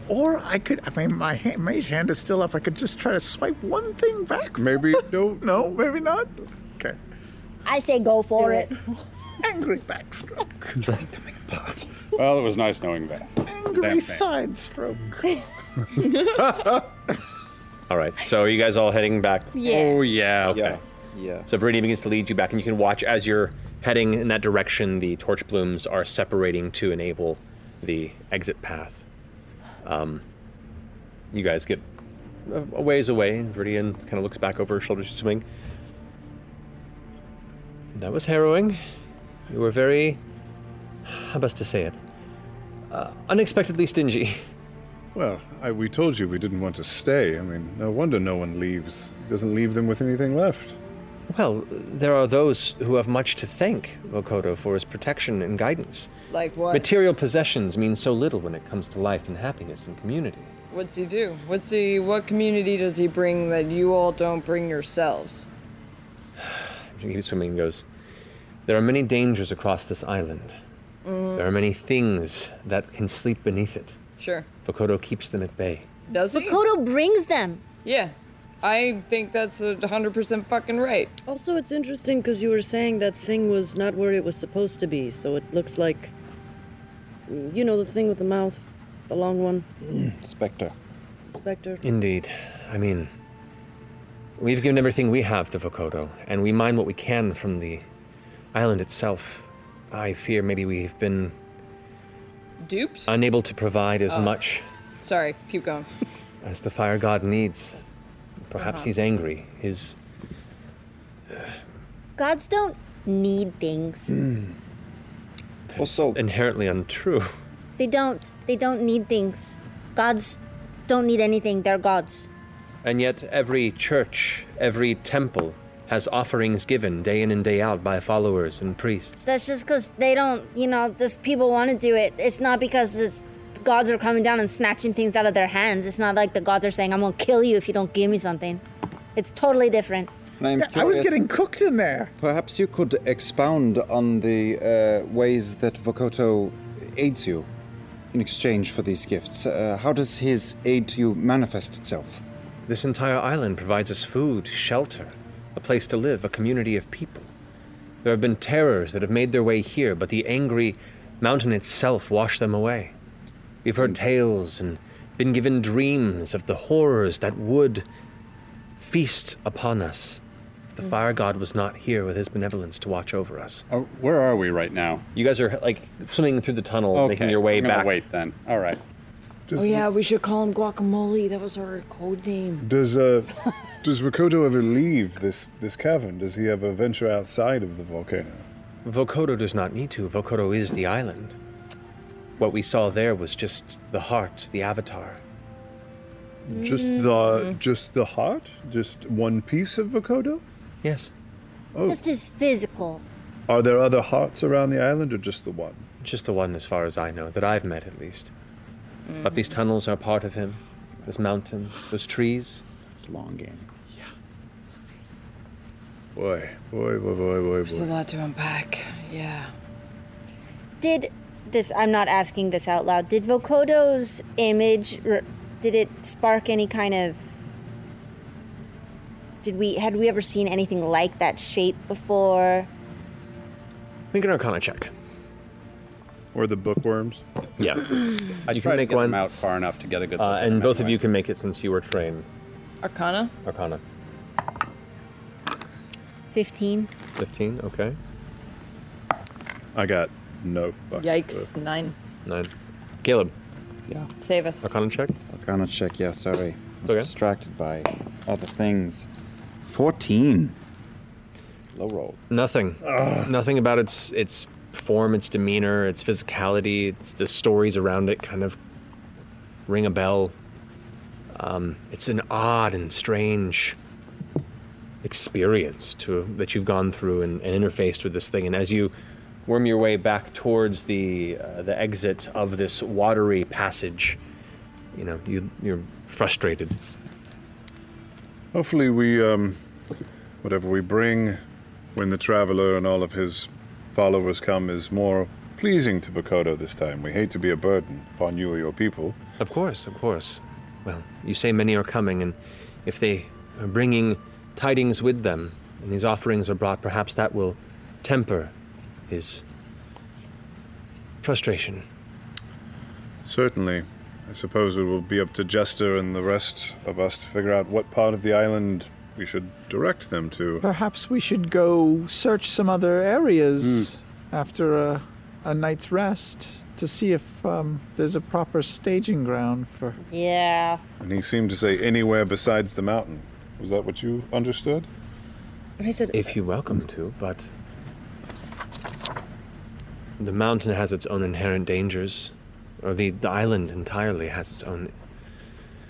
Or I could. I mean, my hand, Mage Hand is still up. I could just try to swipe one thing back. Maybe. No. no, maybe not. Okay. I say go for it. Angry backstroke. Well, it was nice knowing that. Angry side stroke. All right, so are you guys all heading back? Yeah. Oh yeah. Okay. Yeah. So Viridian begins to lead you back, and you can watch as you're heading in that direction. The torch blooms are separating to enable the exit path. Um, you guys get a a ways away, and Viridian kind of looks back over her shoulder to swing. That was harrowing. You were very, how best to say it, uh, unexpectedly stingy. Well, I, we told you we didn't want to stay. I mean, no wonder no one leaves. It doesn't leave them with anything left. Well, there are those who have much to thank Vokodo for his protection and guidance. Like what? Material possessions mean so little when it comes to life and happiness and community. What's he do? What's he? What community does he bring that you all don't bring yourselves? She keeps swimming and goes, There are many dangers across this island. Mm, There are many things that can sleep beneath it. Sure. Vokodo keeps them at bay. Does he? Makoto brings them. Yeah. I think that's a 100% fucking right. Also, it's interesting because you were saying that thing was not where it was supposed to be, so it looks like. You know the thing with the mouth? The long one? Spectre. Spectre? Indeed. I mean, we've given everything we have to Vokodo, and we mine what we can from the island itself. I fear maybe we've been Duped? unable to provide as Oh. much Sorry, keep going. as the fire god needs. Perhaps Uh-huh. he's angry. His Gods don't need things. Hmm. also inherently untrue. They don't. They don't need things. Gods don't need anything. They're gods. And yet, every church, every temple has offerings given day in and day out by followers and priests. That's just because they don't, you know, just people want to do it. It's not because this gods are coming down and snatching things out of their hands. It's not like the gods are saying, I'm going to kill you if you don't give me something. It's totally different. I'm Yeah, I was curious- getting cooked in there. Perhaps you could expound on the uh, ways that Vokoto aids you in exchange for these gifts. Uh, how does his aid to you manifest itself? This entire island provides us food, shelter, a place to live, a community of people. There have been terrors that have made their way here, but the angry mountain itself washed them away. We've heard tales and been given dreams of the horrors that would feast upon us if the Mm. fire god was not here with his benevolence to watch over us. Uh, where are we right now? You guys are like swimming through the tunnel, okay. making your way I'm gonna back. Wait then. All right. oh, yeah, we should call him Guacamole. That was our code name. Does uh, does Vokodo ever leave this this cavern? Does he ever venture outside of the volcano? Vokodo does not need to. Vokodo is the island. What we saw there was just the heart, the avatar. Just Mm. the just the heart? Just one piece of Vokodo? Yes. Oh. Just his physical. Are there other hearts around the island or just the one? Just the one, as far as I know, that I've met at least. But these tunnels are part of him. This mountain, those trees. It's long game. Boy, boy, boy, boy, boy, There's a boy. lot to unpack. Yeah. Did this? I'm not asking this out loud. Did Vokodo's image? r- Did it spark any kind of? Did we had we ever seen anything like that shape before? Make an arcana check. Or the bookworms? Yeah. I you try can to make get one. them out far enough to get a good Uh, look at and them both of anyway. you can make it since you were trained. Arcana? Arcana. Fifteen. 15, okay. I got no Yikes. Nine. Nine. Caleb. Yeah. Save us. Arcana check? Arcana check, yeah, sorry. I was Okay. distracted by other things. 14. Low roll. Nothing. Nothing about its its form, its demeanor, its physicality, its, the stories around it kind of ring a bell. Um, it's an odd and strange experience to that you've gone through and, and interfaced with this thing. And as you worm your way back towards the uh, the exit of this watery passage, you know you you're frustrated. Hopefully, we, um, whatever we bring when the traveler and all of his followers come is more pleasing to Vokodo this time. We hate to be a burden upon you or your people. Of course, of course. Well, you say many are coming, and if they are bringing tidings with them, and these offerings are brought, perhaps that will temper his frustration. Certainly. I suppose it will be up to Jester and the rest of us to figure out what part of the island we should direct them to. Perhaps we should go search some other areas Hmm. after a, a night's rest to see if um, there's a proper staging ground for. Yeah. And he seemed to say anywhere besides the mountain. Was that what you understood? I said, uh, If you welcome to, but the mountain has its own inherent dangers, or the, the island entirely has its own.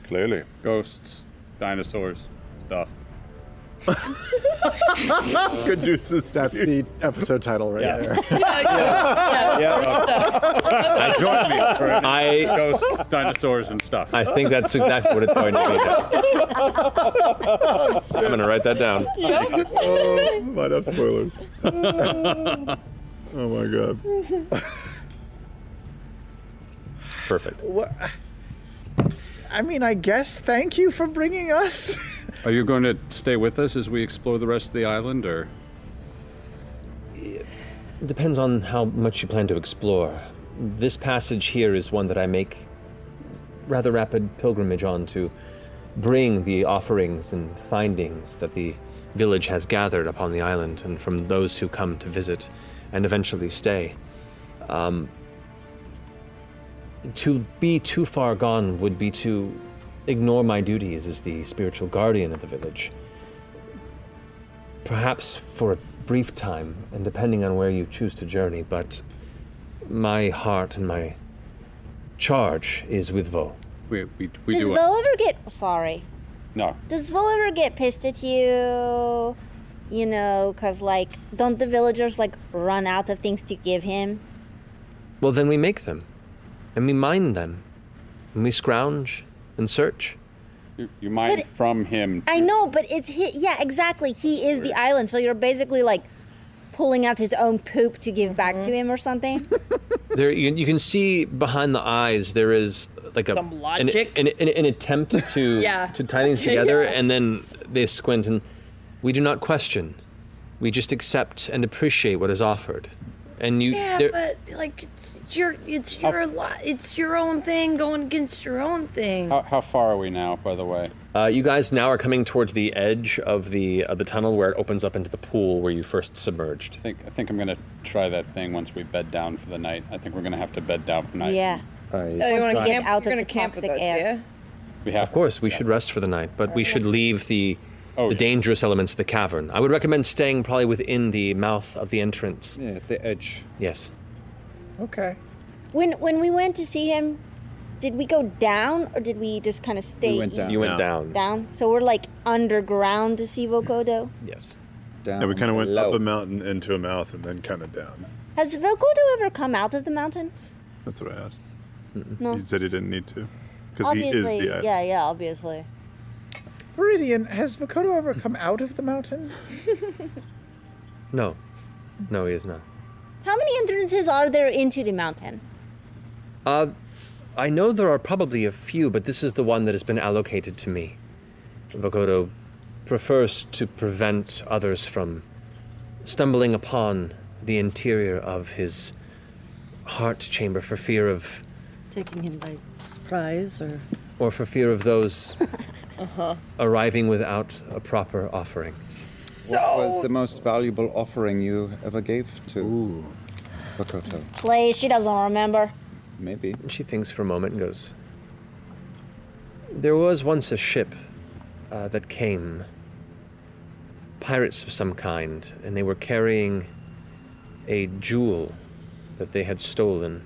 Clearly. Ghosts, dinosaurs, stuff. Good deuces. That's the episode title right there. Join me for any I- ghosts, dinosaurs, and stuff. I think that's exactly what it's going to be. I'm going to write that down. oh, might have spoilers. oh my god. Perfect. What? I mean, I guess thank you for bringing us. Are you going to stay with us as we explore the rest of the island, or Depends on how much you plan to explore. This passage here is one that I make rather rapid pilgrimage on to bring the offerings and findings that the village has gathered upon the island and from those who come to visit and eventually stay. Um, to be too far gone would be to ignore my duties as the spiritual guardian of the village. Perhaps for a brief time, and depending on where you choose to journey, but my heart and my charge is with Vo. We, we, Does Vo ever get sorry? No. Does Vo ever get pissed at you? You know, cause like, don't the villagers like run out of things to give him? Well, then we make them, and we mine them, and we scrounge and search. You, you mine But- from him? I know, but it's hi yeah, exactly. He is the island, so you're basically like pulling out his own poop to give back to him or something. There, you, you can see behind the eyes there is like a Some an- logic. an, an, an attempt to Yeah. to tie things Yeah. together, and then they squint and we do not question, we just accept and appreciate what is offered, and you yeah, there- but like it's your it's your lot it's your own thing going against your own thing. How, how far are we now, by the way? Uh, you guys now are coming towards the edge of the of the tunnel where it opens up into the pool where you first submerged. I think I think I'm gonna try that thing once we bed down for the night. I think we're gonna have to bed down for the night. Yeah. Oh, I, Let's wanna get camp- out you're of gonna the camp with toxic us, air. yeah? We have Oh, of course, we should rest for the night, but we should leave the the dangerous elements of the cavern. I would recommend staying probably within the mouth of the entrance. Yeah, at the edge. Yes. Okay. When when we went to see him, Did we go down or did we just kind of stay? went in- down. You went down. Down. So we're like underground to Sivo Kodo. Yes. Down yeah, we kind of went up a mountain into a mouth and then kind of down. Has Velkodo ever come out of the mountain? That's what I asked. No. He said he didn't need to. Because he is the island. yeah, yeah, obviously. Viridian, has Vokodo ever come out of the mountain? No. No, he is not. How many entrances are there into the mountain? Uh, I know there are probably a few, but this is the one that has been allocated to me. Vokodo prefers to prevent others from stumbling upon the interior of his heart chamber for fear of, Taking him by surprise or. or for fear of those Uh Uh-huh. huh. arriving without a proper offering. So what was the most valuable offering you ever gave to Ooh. Bakoto? Please, she doesn't remember. Maybe. She thinks for a moment and goes, There was once a ship uh, that came, pirates of some kind, and they were carrying a jewel that they had stolen.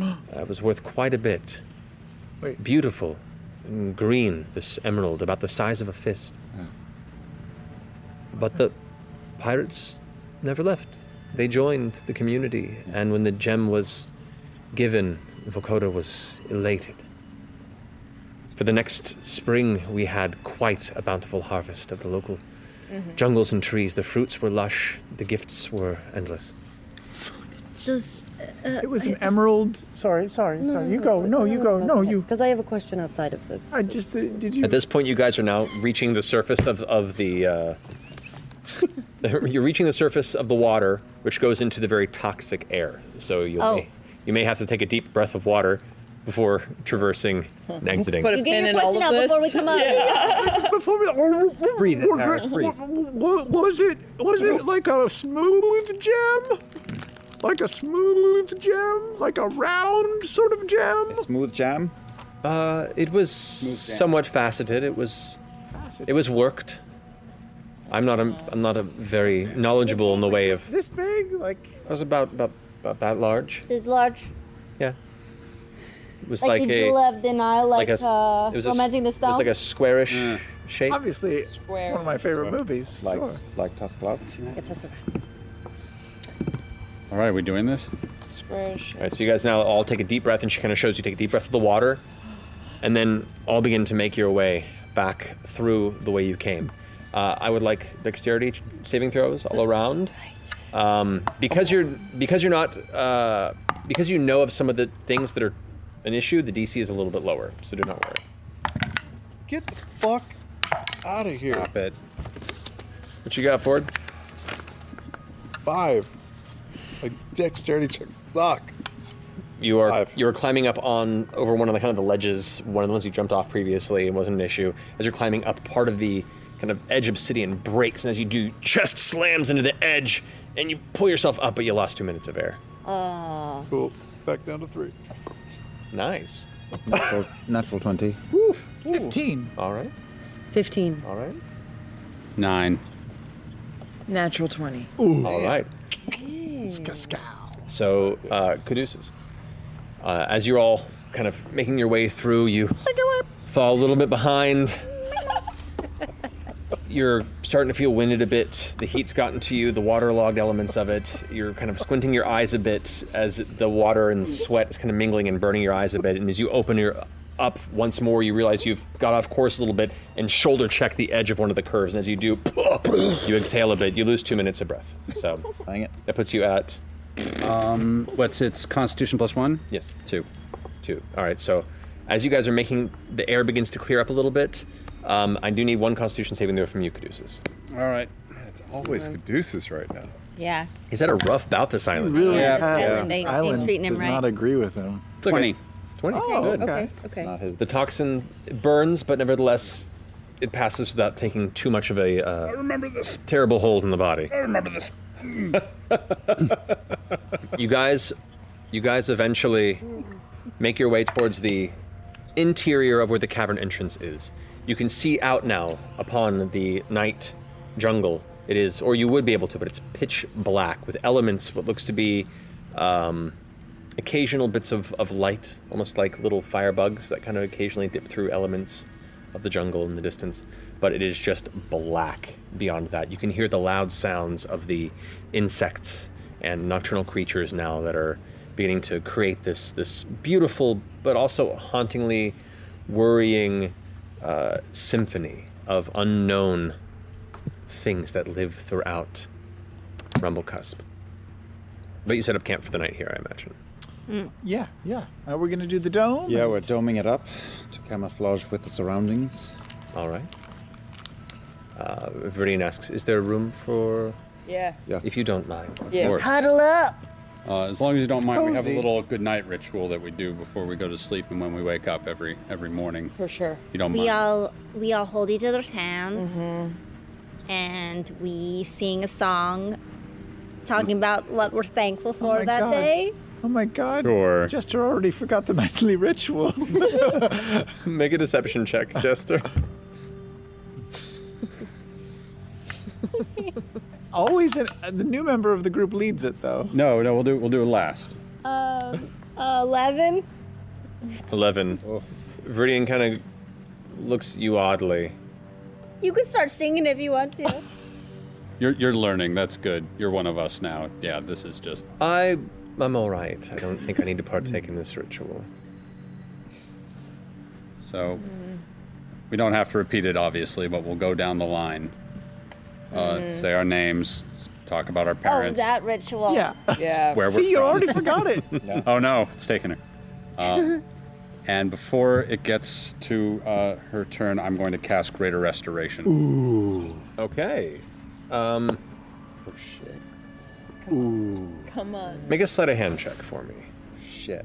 Uh, it was worth quite a bit. Wait. Beautiful and green, this emerald, about the size of a fist. But the pirates never left. They joined the community, and when the gem was given, Vokoda was elated. For the next spring, we had quite a bountiful harvest of the local Mhm. jungles and trees. The fruits were lush, the gifts were endless. Does. Uh, It was an emerald. Sorry, sorry, sorry. You go. No, you go. No, you. Because I have a question outside of the. I just uh, did you. At this point, you guys are now reaching the surface of, of the. Uh, you're reaching the surface of the water, which goes into the very toxic air. So you Oh. may, you may have to take a deep breath of water before traversing and exiting. you get your question out before we come up. Before we oh, oh, Breathe it, oh, Harris, oh, breathe. oh, oh, Was it was it like a smooth gem? Like a smooth gem? Like a round sort of gem? smooth jam? Uh, it was jam. somewhat faceted. It was, it was worked. I'm not a, I'm not a very knowledgeable in the way of. This big? Like I was about about, about that large. This large. Yeah. It was like, the a jewel of the Nile, like, a s- uh, it was a s- romancing the It stone. was like a squarish shape. Obviously, it's one of my favorite movies. Like sure. like Tusk Love. All right, we doing this? All right, so you guys now all take a deep breath, and she kind of shows you take a deep breath of the water, and then all begin to make your way back through the way you came. Uh, I would like dexterity ch- saving throws all around, um, because you're because you're not uh, because you know of some of the things that are an issue. The DC is a little bit lower, so do not worry. Get the fuck out of here. Stop it. What you got, Ford? Five. Like dexterity checks suck. You are you are climbing up on over one of the kind of the ledges, one of the ones you jumped off previously and wasn't an issue. As you're climbing up, part of the kind of edge obsidian breaks, and as you do, chest slams into the edge, and you pull yourself up, but you lost two minutes of air. Uh. Oh. Cool. Back down to three. Nice. Natural, natural twenty. 15. All right. 15. All right. Nine. Natural 20. All right. So, uh, Caduceus, uh, as you're all kind of making your way through, you fall a little bit behind. you're starting to feel winded a bit. The heat's gotten to you, the waterlogged elements of it. You're kind of squinting your eyes a bit as the water and sweat is kind of mingling and burning your eyes a bit. And as you open your up once more, you realize you've got off course a little bit and shoulder check the edge of one of the curves. And as you do, you exhale a bit. You lose two minutes of breath. So that puts you at. Um, what's its Constitution plus one? Yes. Two. Two. All right. So, as you guys are making, the air begins to clear up a little bit. Um, I do need one Constitution saving throw from you, Caduceus. All right. It's always Caduceus right now. Yeah. He's had a rough bout this island. Really? Yeah. have- Island, they- they Island treating him does right. not agree with him. Oh, It's okay. 20. Okay, Good. okay, okay. Not The toxin burns, but nevertheless, it passes without taking too much of a uh, remember this. terrible hold in the body. remember this. you guys, you guys eventually make your way towards the interior of where the cavern entrance is. You can see out now upon the night jungle. It is, or you would be able to, but it's pitch black with elements. What looks to be um, occasional bits of, of light, almost like little firebugs that kind of occasionally dip through elements of the jungle in the distance. But it is just black beyond that. You can hear the loud sounds of the insects and nocturnal creatures now that are beginning to create this this beautiful but also hauntingly worrying uh, symphony of unknown things that live throughout Rumble Cusp. But you set up camp for the night here, I imagine. Yeah, yeah. Uh, we're gonna do the dome. Yeah, we're doming it up to camouflage with the surroundings. All right. Uh, Viridian asks, "Is there room for?" Yeah. Yeah. If you don't mind. of course. Huddle up. Uh, as long as you don't It's mind, we have a cozy. little good night ritual that we do before we go to sleep and when we wake up every every morning. For sure. You Oh don't we mind. all we all hold each other's hands and we sing a song Mm. talking about what we're thankful for my that God. day. Oh my god. Sure. Jester already forgot the nightly ritual. Make a deception check, Jester. Always an, uh, the new member of the group leads it though. No, no, we'll do we'll do it last. Um, eleven. Eleven. Viridian kind of looks at you oddly. You can start singing if you want to. You're you're learning. That's good. You're one of us now. Yeah, this is just I, I'm all right. I don't think I need to partake in this ritual. So Mm. we don't have to repeat it, obviously, but we'll go down the line. Uh, Mhm. Say our names, s- talk about our oh, parents. that ritual. Yeah. Yeah. Where we're See, you from. already forgot it. Oh no, it's taken her. Uh, and before it gets to uh, her turn, I'm going to cast Greater Restoration. Ooh. Okay. Um. Oh shit. Ooh. Come on. Make a sleight of hand check for me. Shit.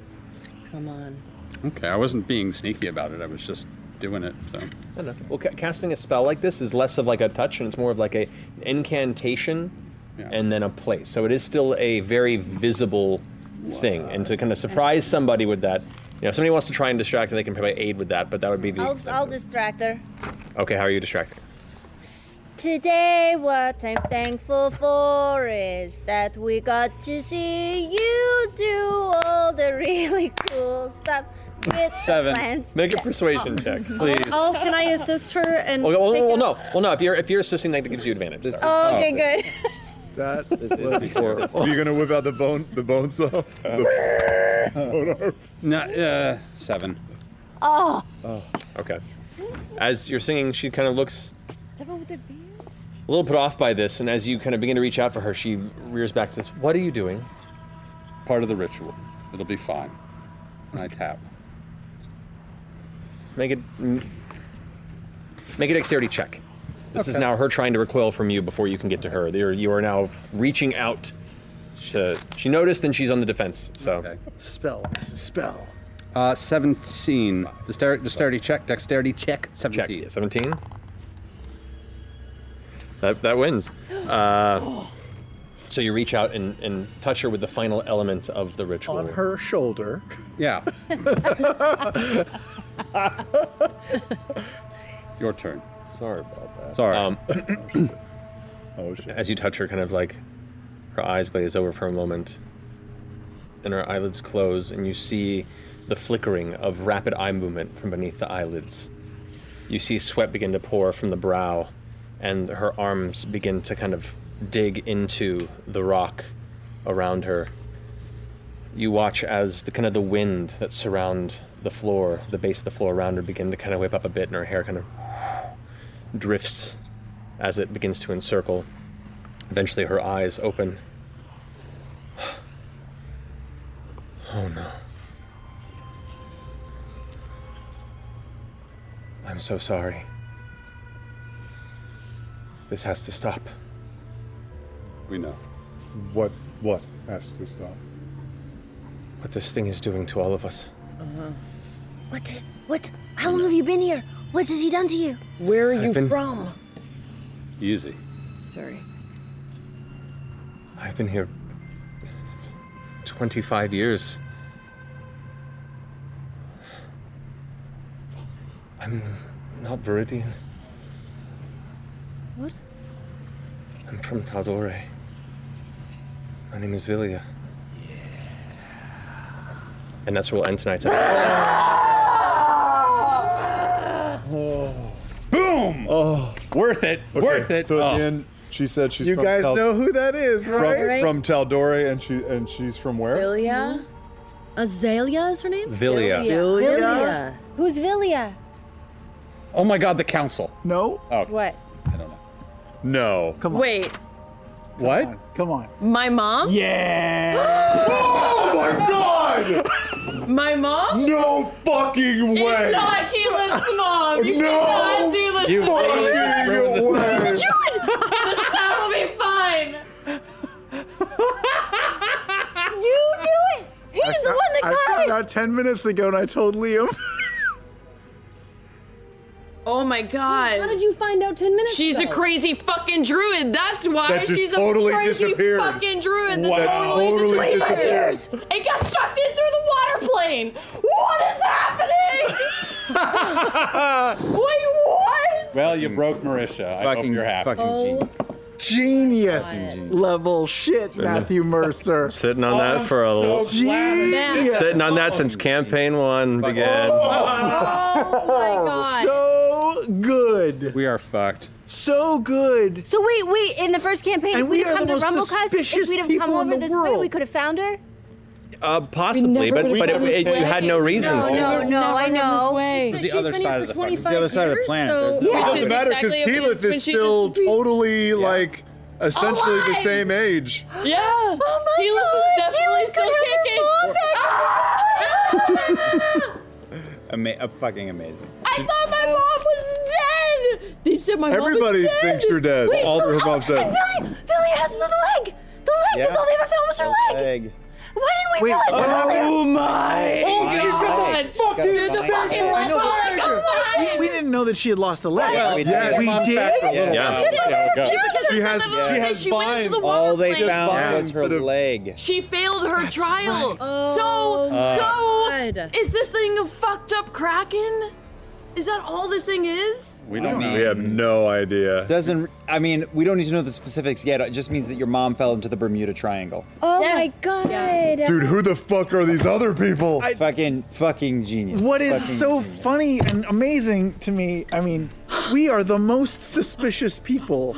Come on. Okay, I wasn't being sneaky about it. I was just doing it. So. I don't know. Well, ca- casting a spell like this is less of like a touch, and it's more of like a incantation, and then a place. So it is still a very visible thing, and to kind of surprise somebody with that. You know, if somebody wants to try and distract, them, they can probably aid with that, but that would be the. I'll I'll distract her. Okay, how are you distracting? Today, what I'm thankful for is that we got to see you do all the really cool stuff with The plants. Make a persuasion check, please. Oh, can I assist her? And Well, well, well, no, well, no. If you're if you're assisting, that gives you advantage. Oh, okay, good. That is is horrible. Are you gonna whip out the bone the bone saw? The bone arm? No, uh, seven. Ah. Oh, Oh. Okay. As you're singing, she kind of looks Seven with a B. a little put off by this, and as you kind of begin to reach out for her, she rears back to this. What are you doing? Part of the ritual. It'll be fine. And I tap. Make it. mm, Make a dexterity check. This is Okay. now her trying to recoil from you before you can get to her. You're, you are now reaching out to. She noticed and she's on the defense, so. Spell. Spell. Uh, 17. Dexterity, dexterity check. Dexterity check. 17. 17. That, that wins. Uh, so you reach out and, and touch her with the final element of the ritual. On her shoulder. Yeah. Your turn. Sorry about that. Sorry. oh, shit. Um, As you touch her, kind of like her eyes glaze over for a moment, and her eyelids close, and you see the flickering of rapid eye movement from beneath the eyelids. You see sweat begin to pour from the brow, and her arms begin to kind of dig into the rock around her. You watch as the kind of the wind that surround the floor, the base of the floor around her, begin to kind of whip up a bit, and her hair kind of drifts as it begins to encircle. Eventually, her eyes open. Oh no. I'm so sorry. This has to stop. We know. What what has to stop? What this thing is doing to all of us. Uh-huh. What? What? How long have you been here? What has he done to you? Where are I've you been- from? Easy. Sorry. I've been here 25 years. I'm not Viridian. What? I'm from Taldore. My name is Villia. And that's where we'll end tonight's episode. Boom! Oh, worth it. worth it. So at the end, she said she's. You from guys Tal- know who that is, from, right? From Taldore, and she and she's from where? Villia? Azalea is her name? Villia. Villia. Who's Villia? Oh my God, the council. No. Oh. What? No. Come Wait, What? Come on. my mom? Yeah. oh my god! My mom? No fucking way. It's not Keelan's mom. You No cannot do this. You to me. fucking way. This is June. The sound will be fine. you knew it. He's I the fou- one that I caught found it. out ten minutes ago, and I told Liam. Oh my god. How did you find out 10 minutes She's ago? a crazy fucking druid. That's why That just she's totally a crazy disappeared. fucking druid. That Wow. totally, Totally disappeared. disappeared. It got sucked in through the water plane. What is happening? Wait, what? Well, you broke Marisha. I hope you're happy. Genius level Oh shit, Matthew Mercer. Sitting on that for a little. Genius. Sitting on that since campaign Oh one began. So good. We are fucked. So good. So wait, wait. In the first campaign, And if we'd we have are come the to most Rumblecusp, if suspicious we'd have people come in over the this way, world. we could have found her. Uh, possibly, never but would've but gone it, this it, you had no way. reason No, to. no, no, I know. It was the other side of the fucking- It was the other side of the planet. It doesn't matter because Keyleth is still totally like essentially the same age. Yeah. Oh my he was definitely still kicking. Ama- uh, fucking amazing. I thought my mom was dead. They said my Everybody mom was dead. thinks you're dead. Wait, All oh, your mom's dead. and Billy, Billy has another leg. The leg is Yeah. all they ever found was her leg. Why didn't we Wait, realize what that? happened? earlier? Oh my Oh, God. she's got the Fuck, Fuck, dude, the fucking I leg. know, but Oh my Andrew, God. we, we didn't know that she had lost a leg. Well, we we did. did. We Fun did? fact for a little Yeah. while. Yeah, Yeah, we go. She has- Yeah. she has She went into the water All they plane. found was her leg. She failed her trial. So, Oh. Uh. so is this thing a fucked up kraken? Is that all this thing is? We don't know. We have no idea. Doesn't I mean we don't need to know the specifics yet. It just means that your mom fell into the Bermuda Triangle. Oh my god. Dude, who the fuck are these other people? fucking fucking genius. What is Fucking so funny and amazing to me, I mean, we are the most suspicious people,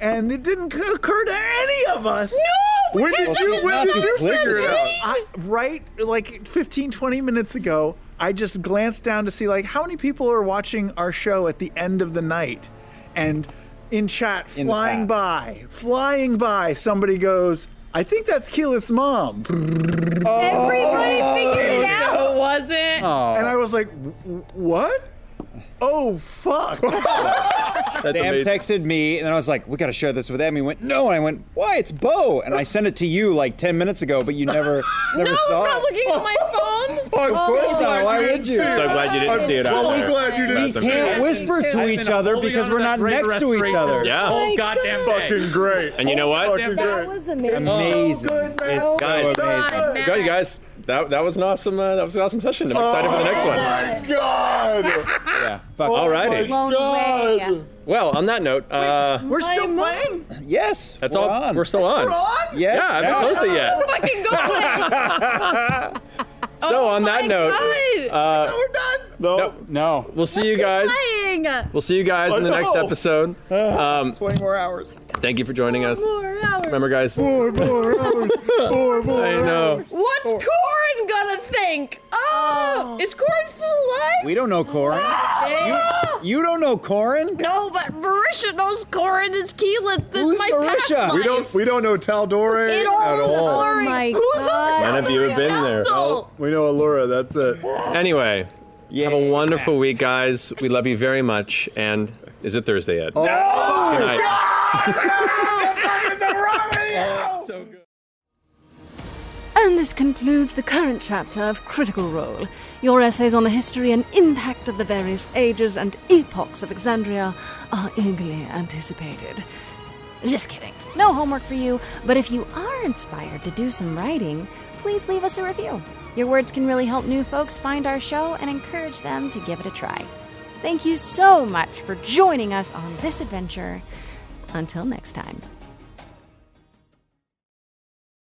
and it didn't c- occur to any of us. No! When because did it you, was when not did you duplicate. figure it out? I, right, like 15, 20 minutes ago, I just glanced down to see, like, how many people are watching our show at the end of the night? And in chat, In the flying by, flying by, somebody goes, I think that's Keelith's mom. Everybody Oh, figured it out. No, it wasn't. Oh. And I was like, "W- w- what? Oh, fuck. Sam texted me, and then I was like, "We got to share this with Em." He went, "No," and I went, "Why? It's Bo." And I sent it to you like ten minutes ago, but you never, never no, saw I'm it. not looking at my phone. Oh, of course not. Why would you? So glad you didn't I'm see it out so there. glad you didn't. That's We can't amazing. whisper to I've each been other holding because on we're to not that great next to each restoration. other. Yeah. Oh, Oh, goddamn day. Fucking great. And you know what? Fucking That great. was amazing. Amazing. Oh, It's guys, so amazing. Good, guys. That, that was an awesome uh, that was an awesome session. I'm excited for the next one. God. yeah. Alrighty. Blown away. Well, on that note, uh, We're still playing? Yes. that's all. We're still on. We're on? Yeah, I haven't closed it yet. Fucking go away. So on that note, uh, we're done. no, no, we'll see you guys. Playing. We'll see you guys in the next No. episode. Um, Twenty more hours. Thank you for joining us. Remember, guys. more hours. Four more I know. What's Corin gonna think? Oh, is Corin still alive? We don't know Corin. You, you don't know Corin. No, but Marisha knows Corin is Keelith. This Who's is my past Marisha? life. We don't we don't know Taldore It at all is all. blurry. Who's on the None of you have been there. Council? We know Allura, that's it. Anyway, have a wonderful week, guys. We love you very much. And is it Thursday yet? Good night. Ah, Oh, And this concludes the current chapter of Critical Role. Your essays on the history and impact of the various ages and epochs of Exandria are eagerly anticipated. Just kidding. No homework for you, but if you are inspired to do some writing, please leave us a review. Your words can really help new folks find our show and encourage them to give it a try. Thank you so much for joining us on this adventure. Until next time.